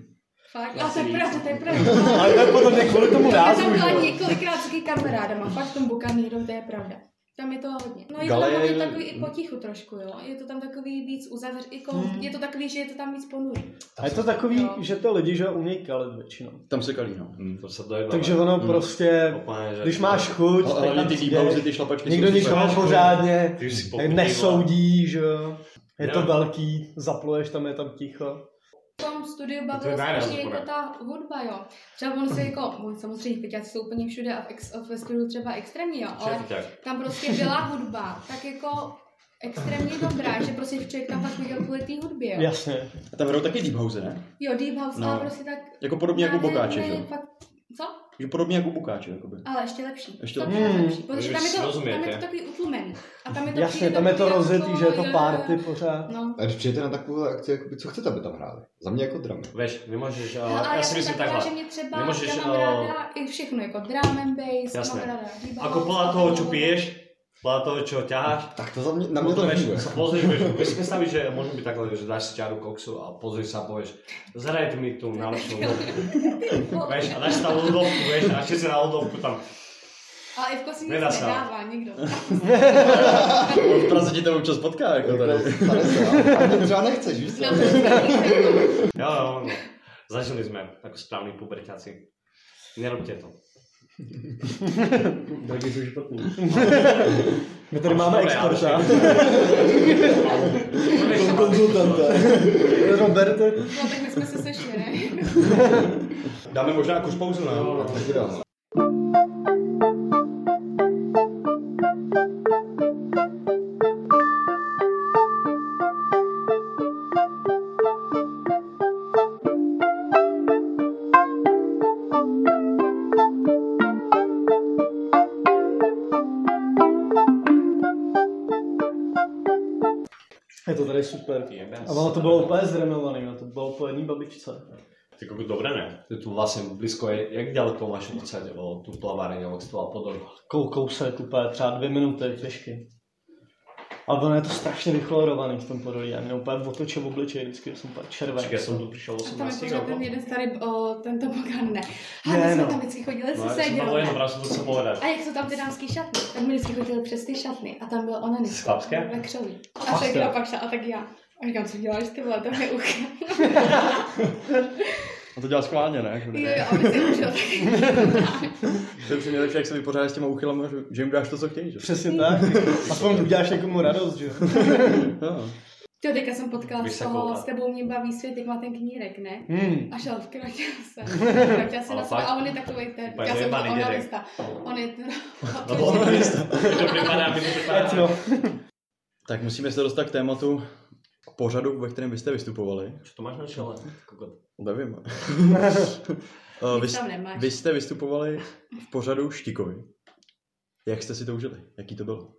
Speaker 2: Fakt?
Speaker 5: Já
Speaker 2: A to je
Speaker 5: si
Speaker 2: pravda, to je pravda.
Speaker 3: Ale to je podle mě kvůli tomu
Speaker 2: Já jsem
Speaker 3: názvu, že
Speaker 2: byla
Speaker 3: jo.
Speaker 2: několikrát s kamarádama, fakt v tom Bukanýru, to je pravda. Tam je to hodně. No je to tam
Speaker 4: Galerie-
Speaker 2: hodně takový i potichu trošku, jo. Je to tam takový víc uzavř, jako, je to takový, že je to tam víc ponurý.
Speaker 3: A je to takový,
Speaker 2: Jo.
Speaker 3: že to lidi, že jo, umějí kalit většinou.
Speaker 4: Tam se kalí, no.
Speaker 5: To se dojde.
Speaker 3: Takže ono
Speaker 5: Mm.
Speaker 3: prostě,
Speaker 5: Úplně, že-
Speaker 3: když máš chuť,
Speaker 4: Ale
Speaker 3: tak tam
Speaker 4: hlavně ty
Speaker 3: přijdeš,
Speaker 4: výbauzy, ty šlapačky
Speaker 3: nikdo
Speaker 4: jsou
Speaker 3: nic
Speaker 4: super.
Speaker 3: nemá pořádně,
Speaker 5: Ty už si
Speaker 3: tak
Speaker 5: poprvé,
Speaker 3: nesoudí, že jo. Je to
Speaker 5: Jo.
Speaker 3: velký, zapluješ, tam je tam ticho.
Speaker 2: V tom studiu
Speaker 5: To
Speaker 2: bavilo
Speaker 5: je náraz,
Speaker 2: strašně
Speaker 5: úplně.
Speaker 2: jako ta hudba, jo. Třeba on se jako, on samozřejmě pěťáci jsou úplně všude a v ex, ve studiu třeba extrémní, jo,
Speaker 5: vole.
Speaker 2: ale
Speaker 5: Všetky tak.
Speaker 2: tam prostě byla hudba, tak jako extrémně dobrá, že prostě člověk tam fakt chodil kvůli té hudbě. Jo,
Speaker 3: Jasně.
Speaker 4: A tam hrajou taky Deep House, ne?
Speaker 2: jo Deep House no.
Speaker 4: No.
Speaker 2: prostě tak...
Speaker 4: Jako podobně jako
Speaker 2: Já nevím,
Speaker 4: Bokáče,
Speaker 2: ne,
Speaker 4: že jo?
Speaker 2: fakt- Co?
Speaker 4: Že Podobně jako Bokáče, jakoby.
Speaker 2: Ale ještě lepší.
Speaker 4: Ještě
Speaker 2: Fakt
Speaker 3: lepší. Hmm.
Speaker 2: lepší. Protože tam je, to, tam je
Speaker 5: Rozumějte.
Speaker 2: to takový utlumený. A tam je to
Speaker 3: Jasně,
Speaker 2: přijde
Speaker 3: tam je to
Speaker 2: takový jako,
Speaker 3: rozjetý, že je to
Speaker 2: jo, jo, jo.
Speaker 3: party pořád.
Speaker 2: No.
Speaker 6: A když přijete na takovou akci, jakoby, co chcete, aby tam hráli? Za mě jako dramy.
Speaker 5: Veš, nemůžeš,
Speaker 2: Hele,
Speaker 5: já,
Speaker 2: ale
Speaker 5: já si myslím
Speaker 2: taková,
Speaker 5: takhle.
Speaker 2: že mě třeba,
Speaker 5: Nemůžeš,
Speaker 2: já mám
Speaker 5: eh,
Speaker 2: ráda i všechno, jako drum and bass,
Speaker 5: Jasné.
Speaker 2: mám ráda. hip
Speaker 5: Ako
Speaker 2: house,
Speaker 5: podľa
Speaker 2: mám
Speaker 5: toho,
Speaker 2: ráda-
Speaker 5: čo piješ, podľa toho, čo ťaháš,
Speaker 6: Tak to za mě, na
Speaker 4: No,
Speaker 6: mě to
Speaker 5: veš,
Speaker 6: nefunguje.
Speaker 5: sa pozrieš, vieš, vieš si predstaviť, že môžeme byť takhle, že dáš si ťaru koksu a pozrieš sa a povieš, zhrajte mi tú najlepšiu ľudovku,
Speaker 2: Jako-
Speaker 5: vieš, a dáš si tam ľudovku, vieš, a všetci na ľudovku tam.
Speaker 2: Ale Ivko si nic
Speaker 5: Nedá se.
Speaker 2: nedává, nikdo.
Speaker 4: V Praze tě to občas potká, jako
Speaker 6: Jako,
Speaker 4: tady.
Speaker 6: tady se, ale tam mě třeba nechceš, víš co?
Speaker 2: No, přesně.
Speaker 5: Jo, jo, no. Zažili sme, ako správni puberťáci. Nerobte to. Drogy sú špatný.
Speaker 3: My tady máme experta.
Speaker 6: Konzultanta.
Speaker 3: Roberte.
Speaker 2: No, tak my jsme se sešli, ne?
Speaker 4: Dáme možná kus pauzu, ne?
Speaker 6: Taky dám. no.
Speaker 3: Je to tady super. A ono to bylo úplně zrenovovaný, no to bylo po jedné babičce.
Speaker 5: Ty koko, dobre ne? To je tu vlastne blízko, je, jak ďaleko máš odsať o tú plaváreň, o a podobne.
Speaker 3: Kou, kousek úplně třeba dvě minuty pěšky. A ono je to strašně vychlorovaný v tom podolí. Já mě úplně otočil obličej vždycky, já jsem úplně červený.
Speaker 5: Čiže ja som tu prišiel
Speaker 2: A tam je
Speaker 5: 18
Speaker 2: pořád
Speaker 5: rokov.
Speaker 2: ten jeden starý, o, tento bokan, ne. A
Speaker 3: Ne,
Speaker 2: my jsme
Speaker 3: no.
Speaker 2: tam vždycky chodili
Speaker 5: No,
Speaker 2: se
Speaker 5: ja som tam bol
Speaker 2: seděli.
Speaker 5: jenom raz, to chcem povedať.
Speaker 2: A jak jsou tam ty dámský šatny, tak my vždycky chodili přes ty šatny a tam byl onen.
Speaker 5: Chlapské?
Speaker 2: Ve křoví. A
Speaker 3: Chlapské.
Speaker 2: tak já pak šla, a tak já. A říkám, co děláš ty vole, tam je ucha.
Speaker 4: A to dělá schválně, ne? Jako
Speaker 2: Jo,
Speaker 4: ne.
Speaker 2: jo, a my si užil
Speaker 4: To je přesně nejlepší, jak se vypořádáš s těma uchylama, že- že jim dáš to, co chtějí, že?
Speaker 3: Přesně tak. Aspoň uděláš někomu radost, že jo?
Speaker 4: No.
Speaker 2: Jo, teďka jsem potkala
Speaker 5: Víš,
Speaker 2: z
Speaker 5: jak
Speaker 2: toho,
Speaker 5: koukat.
Speaker 2: s tebou mě baví svět, jak má ten knírek, ne?
Speaker 3: Hmm.
Speaker 2: A no, šel v kroťa se. Kroťa se
Speaker 5: Ale
Speaker 2: na sebe
Speaker 5: fakt-
Speaker 2: a on je takový ten,
Speaker 5: úplně
Speaker 2: já jsem
Speaker 5: vyjebaný
Speaker 2: to
Speaker 5: dědek.
Speaker 2: analista. On je ten,
Speaker 5: No bolo to isto. To pripadá, mi to pripadá.
Speaker 3: Ať jo.
Speaker 4: Tak musíme se dostat k tématu, k pořadu, ve kterém vy jste vystupovali.
Speaker 5: Čo to máš na čele? Kokot.
Speaker 4: Nevím. Eh, vy,
Speaker 2: Nic tam nemáš.
Speaker 4: vy jste vystupovali v pořadu Štikovi. Jak jste si to užili? Jaký to bylo?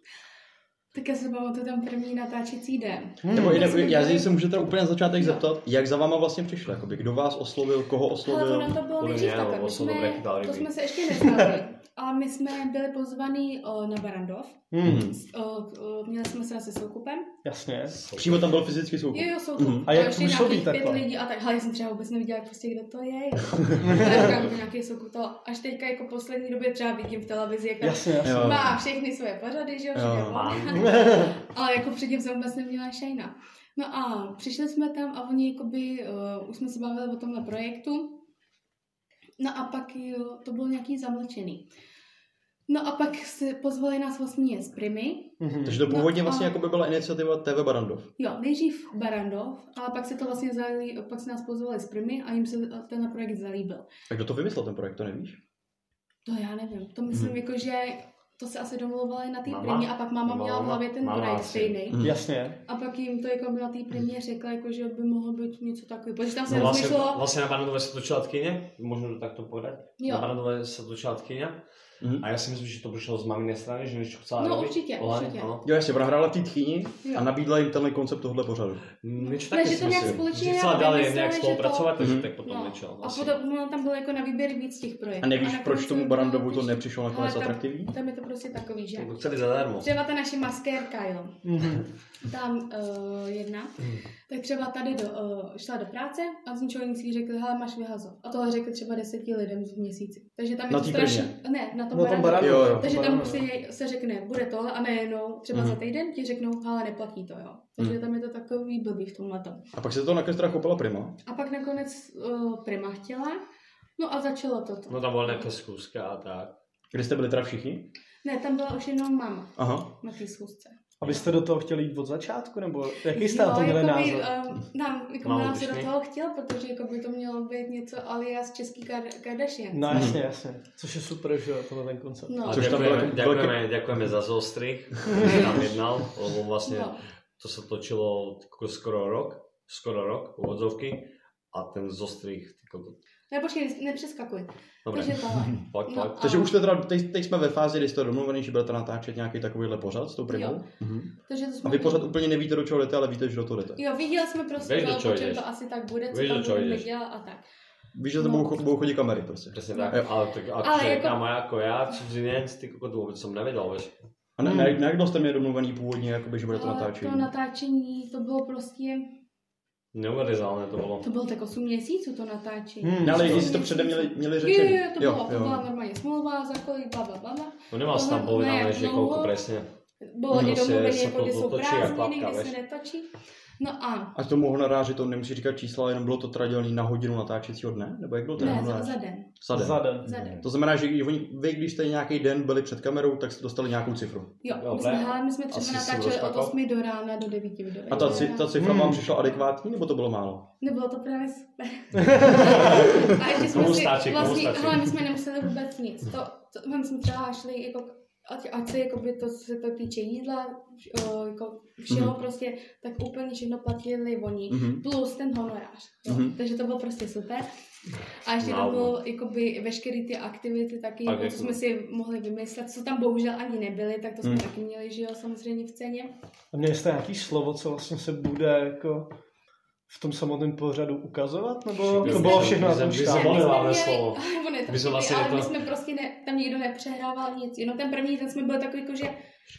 Speaker 2: tak já se pamatuju ten první natáčecí den.
Speaker 3: Hmm.
Speaker 4: Nebo
Speaker 2: My
Speaker 4: jinak,
Speaker 2: jsme
Speaker 4: já
Speaker 2: byli-
Speaker 4: si se můžete úplně na začátek
Speaker 2: No.
Speaker 4: zeptat, jak za váma vlastně přišlo, jakoby, kdo vás oslovil, koho
Speaker 2: Ale
Speaker 4: oslovil.
Speaker 2: ono to bylo
Speaker 5: podle
Speaker 2: nejdřív
Speaker 5: mě,
Speaker 2: takhle. My
Speaker 5: nebo jsou
Speaker 2: jsme,
Speaker 5: dobré chytálky.
Speaker 2: to jsme se ještě neznali. A my jsme byli pozvaní o, na Barandov.
Speaker 3: Hmm.
Speaker 2: S- O, o, měli jsme se na se soukupem.
Speaker 3: Jasně.
Speaker 4: Přímo tam byl fyzicky soukup.
Speaker 2: Jo, jo, soukup.
Speaker 4: Mhm.
Speaker 2: Mm.
Speaker 3: A jak působí
Speaker 2: pět
Speaker 3: takhle?
Speaker 2: lidí a tak. Hele, já jsem třeba vůbec neviděla, jak prostě kdo to je. Já říkám, to nějaký soukup. To až teďka jako poslední době třeba vidím v televizi, jak tam
Speaker 3: Jasně, jasně.
Speaker 4: Jo.
Speaker 2: má všechny svoje pořady, že jo, všude on.
Speaker 4: Jo.
Speaker 2: Ale jako předtím jsem vůbec neměla Shayna. No a přišli jsme tam a oni jakoby, uh, už jsme se bavili o tomhle projektu. No a pak jo, to bylo nějaký zamlčený. No a pak se pozvali nás vlastně z Primy.
Speaker 3: Mhm.
Speaker 4: Takže to původně
Speaker 2: No a-
Speaker 4: vlastně jako by byla iniciativa TV Barandov.
Speaker 2: Jo, nejdřív Barandov, ale pak se to vlastně zalí, pak se nás pozvali z Primy a jim se ten projekt zalíbil.
Speaker 4: A kdo to vymyslel ten projekt, to nevíš?
Speaker 2: To já nevím, to myslím
Speaker 4: Mhm.
Speaker 2: hmm. jako, že to se asi domluvovali na té
Speaker 5: Mama?
Speaker 2: primě a pak máma měla v
Speaker 5: Mama-
Speaker 2: hlavě ten
Speaker 5: mama
Speaker 2: projekt
Speaker 5: asi.
Speaker 2: stejný.
Speaker 3: Hmm.
Speaker 4: Mhm.
Speaker 3: Jasně.
Speaker 2: A pak jim to jako na té primě řekla, jako, že by mohlo být něco takového. Protože tam se
Speaker 5: No
Speaker 2: no,
Speaker 4: vlastně
Speaker 5: vlastne,
Speaker 2: rozmýšlelo,
Speaker 5: vlastne na Barnadove sa točila tkyne, možno to takto povedať.
Speaker 2: jo,
Speaker 5: Na Barnadove sa točila tkyňa
Speaker 4: Mhm.
Speaker 5: a ja si myslím, že to prišlo z maminej strany, že niečo chcela
Speaker 2: no
Speaker 5: robiť.
Speaker 2: určitě,
Speaker 5: Ohľadne,
Speaker 2: určitě.
Speaker 5: áno.
Speaker 4: Jo, jasně, ona hrála v té tchýni
Speaker 2: Jo.
Speaker 4: a nabídla jim tenhle koncept tohle pořadu.
Speaker 5: Niečo
Speaker 2: Ne,
Speaker 5: také
Speaker 2: že
Speaker 5: si
Speaker 2: to nejak
Speaker 5: myslím.
Speaker 2: spoločne
Speaker 5: Že chcela
Speaker 2: nejak
Speaker 5: ďalej
Speaker 2: vymysleli,
Speaker 5: nejak
Speaker 2: že to-
Speaker 5: spolupracovať, takže
Speaker 4: Mhm.
Speaker 5: tak potom
Speaker 2: No.
Speaker 5: niečo.
Speaker 2: A
Speaker 5: vlastne.
Speaker 2: potom no, tam bylo jako na výběr víc těch projektů.
Speaker 4: A nevíš,
Speaker 2: na
Speaker 4: proč
Speaker 2: konci
Speaker 4: tomu Barandovu to
Speaker 2: přišlo-
Speaker 4: nepřišlo nakonec
Speaker 2: Ale tam-
Speaker 4: atraktivní?
Speaker 2: Tam je to prostě takový, že?
Speaker 5: To by Chceli zadarmo.
Speaker 2: Třeba ta naše maskérka, jo.
Speaker 3: Mhm.
Speaker 2: tam uh, jedna, tak třeba tady do, uh, šla do práce a z ničeho nic jí řekli, hele, máš vyhazov. A tohle řekli třeba deseti lidem v měsíci. Takže tam je
Speaker 4: Na
Speaker 2: to
Speaker 4: té
Speaker 2: strašně... Ne, na tom,
Speaker 3: No tam
Speaker 2: baráku.
Speaker 3: baranu.
Speaker 4: Jo, jo.
Speaker 2: Takže tam
Speaker 3: baranu.
Speaker 2: prostě je- se řekne, bude tohle a nejenom třeba
Speaker 4: Mhm.
Speaker 2: za týden ti řeknou, hele, neplatí to, jo. Takže
Speaker 4: Mhm.
Speaker 2: tam je to takový blbý v tomhle.
Speaker 4: A pak se to nakonec teda chopila Prima.
Speaker 2: A pak nakonec uh, Prima chtěla, no a začalo to.
Speaker 5: No tam bola nejaká skúška a tak.
Speaker 4: Kde jste byli teda všichni?
Speaker 2: Ne, tam byla už jenom máma
Speaker 4: Aha.
Speaker 2: na té schůzce.
Speaker 3: A vy jste do toho chtěli jít od začátku, nebo jaký jste
Speaker 2: Jo,
Speaker 3: na to měli
Speaker 2: jakoby,
Speaker 3: názor?
Speaker 2: Um, nám, jako
Speaker 5: Málo
Speaker 2: nám se do
Speaker 5: odlišný.
Speaker 2: toho chtěl, protože jako by to mělo být něco alias český Kar- Kardashian.
Speaker 3: No jasně, jasně. Což je super, že jo, tenhle ten koncept.
Speaker 2: No.
Speaker 5: A
Speaker 4: Což tam
Speaker 5: ďakujeme,
Speaker 4: bylo-
Speaker 5: ďakujeme, ďakujeme za zostrih, že nám jednal, lebo vlastně- vlastne
Speaker 2: No.
Speaker 5: to sa točilo ako skoro rok, skoro rok, úvodzovky, a ten zostrih, jako ty kokot.
Speaker 2: Ne, počkej, nepřeskakuj.
Speaker 5: Dobre,
Speaker 2: Takže tohle.
Speaker 5: poď,
Speaker 2: no
Speaker 5: poď.
Speaker 2: a-
Speaker 4: Takže už to teda, teď, teď jsme ve fázi, kdy jste domluvený, že budete natáčet nějaký takovýhle pořad s tou primou.
Speaker 2: Takže to jsme...
Speaker 4: A vy pořád úplně nevíte, do čeho jdete, ale víte, že do toho jdete.
Speaker 2: Jo, viděli jsme prostě,
Speaker 5: Víš, do
Speaker 2: jo,
Speaker 5: čeho
Speaker 2: po čem
Speaker 5: jdeš.
Speaker 2: to asi tak bude, co
Speaker 5: Víš, do
Speaker 2: tam
Speaker 5: čeho
Speaker 2: budeme
Speaker 5: jdeš.
Speaker 2: dělat a tak.
Speaker 4: Víš, že to
Speaker 2: No.
Speaker 4: budou, cho- budou chodit kamery prostě.
Speaker 5: Presne tak,
Speaker 4: Jo.
Speaker 5: ale tak
Speaker 2: Ale jako-
Speaker 5: akože
Speaker 2: ako-
Speaker 5: kámo, ako ja, cudzinec, jako ty kokot, vôbec som nevedel, vieš.
Speaker 4: A na,
Speaker 3: Hmm.
Speaker 4: na, na jak dlouho jste měli domluvený původně, jakoby, že budete
Speaker 2: Ale
Speaker 4: natáčet?
Speaker 2: to natáčení, to bylo prostě,
Speaker 5: Neuveriteľné to bolo.
Speaker 2: to bylo tak 8 měsíců to natáčení.
Speaker 3: Hmm.
Speaker 4: Ne, ale
Speaker 2: Osm
Speaker 4: jestli to
Speaker 2: měsíců.
Speaker 4: předem měli, měli
Speaker 2: Jo,
Speaker 4: řečený.
Speaker 2: jo, jo, to bylo, to byla normálně smlouva, za kolik, bla, bla, bla, bla.
Speaker 5: No nemal si tam
Speaker 2: Ne, no.
Speaker 5: povedané, že
Speaker 2: dlouho.
Speaker 5: koľko presne.
Speaker 2: Bylo
Speaker 5: No,
Speaker 2: i domluvené,
Speaker 5: se-
Speaker 2: jako kdy
Speaker 5: se
Speaker 2: jsou
Speaker 5: točí a
Speaker 2: prázdniny,
Speaker 5: klapka,
Speaker 2: kdy se
Speaker 5: veš.
Speaker 2: netočí. No a
Speaker 4: A tomu honoráři to nemusí říkat čísla, jenom bylo to teda dělený na hodinu natáčecího dne? Nebo jak bylo ten
Speaker 2: ne, za,
Speaker 4: honorář?
Speaker 2: za den,
Speaker 4: Za den.
Speaker 3: Za den.
Speaker 2: za den.
Speaker 4: To znamená, že když oni, vy, když jste nějaký den byli před kamerou, tak jste dostali nějakou cifru.
Speaker 2: Jo,
Speaker 5: Jo,
Speaker 2: my jsme,
Speaker 5: bre.
Speaker 2: hele, my jsme
Speaker 5: Asi
Speaker 2: třeba
Speaker 5: si
Speaker 2: natáčeli od
Speaker 5: rozkakal.
Speaker 2: 8 do rána do 9 do 9.
Speaker 4: A ta, ci- ta cifra
Speaker 3: Hmm.
Speaker 4: vám přišla adekvátní, nebo to bylo málo?
Speaker 2: Nebylo to právě super. a ještě jsme
Speaker 5: Komu
Speaker 2: si
Speaker 5: stačí, komu
Speaker 2: vlastně,
Speaker 5: stačí.
Speaker 2: hele, my jsme nemuseli vůbec nic. To, to my jsme třeba šli jako Ať, ať se jakoby to, co se to týče jídla, vš- o, jako všeho
Speaker 4: Mhm.
Speaker 2: prostě, tak úplně všechno platili oni.
Speaker 4: Mhm.
Speaker 2: plus ten honorář. Jo.
Speaker 4: Mhm.
Speaker 2: Takže to bylo prostě super. A ještě
Speaker 5: Wow.
Speaker 2: tam bylo jakoby veškeré ty aktivity taky,
Speaker 5: Tak jako-
Speaker 2: jako,
Speaker 5: Mhm.
Speaker 2: co jsme si mohli vymyslet, co tam bohužel ani nebyly, tak to jsme
Speaker 4: Hmm.
Speaker 2: taky měli, že jo, samozřejmě v ceně.
Speaker 3: A měli jste nějaký slovo, co vlastně se bude jako v tom samotném pořadu ukazovat? Nebo
Speaker 5: My
Speaker 3: to
Speaker 5: jsme-
Speaker 3: bylo všechno na
Speaker 5: my
Speaker 3: tom
Speaker 5: jsme- my jsme-
Speaker 2: My
Speaker 3: štábu?
Speaker 5: Zavolali
Speaker 2: jsme
Speaker 5: vám
Speaker 2: měli-
Speaker 5: slovo.
Speaker 2: Nebo ne, to
Speaker 5: My jsme
Speaker 2: vtipný,
Speaker 5: vlastně
Speaker 2: ale
Speaker 5: jako-
Speaker 2: my jsme prostě ne, tam nikdo nepřehrával nic, jenom ten první den jsme byli takový, jako, že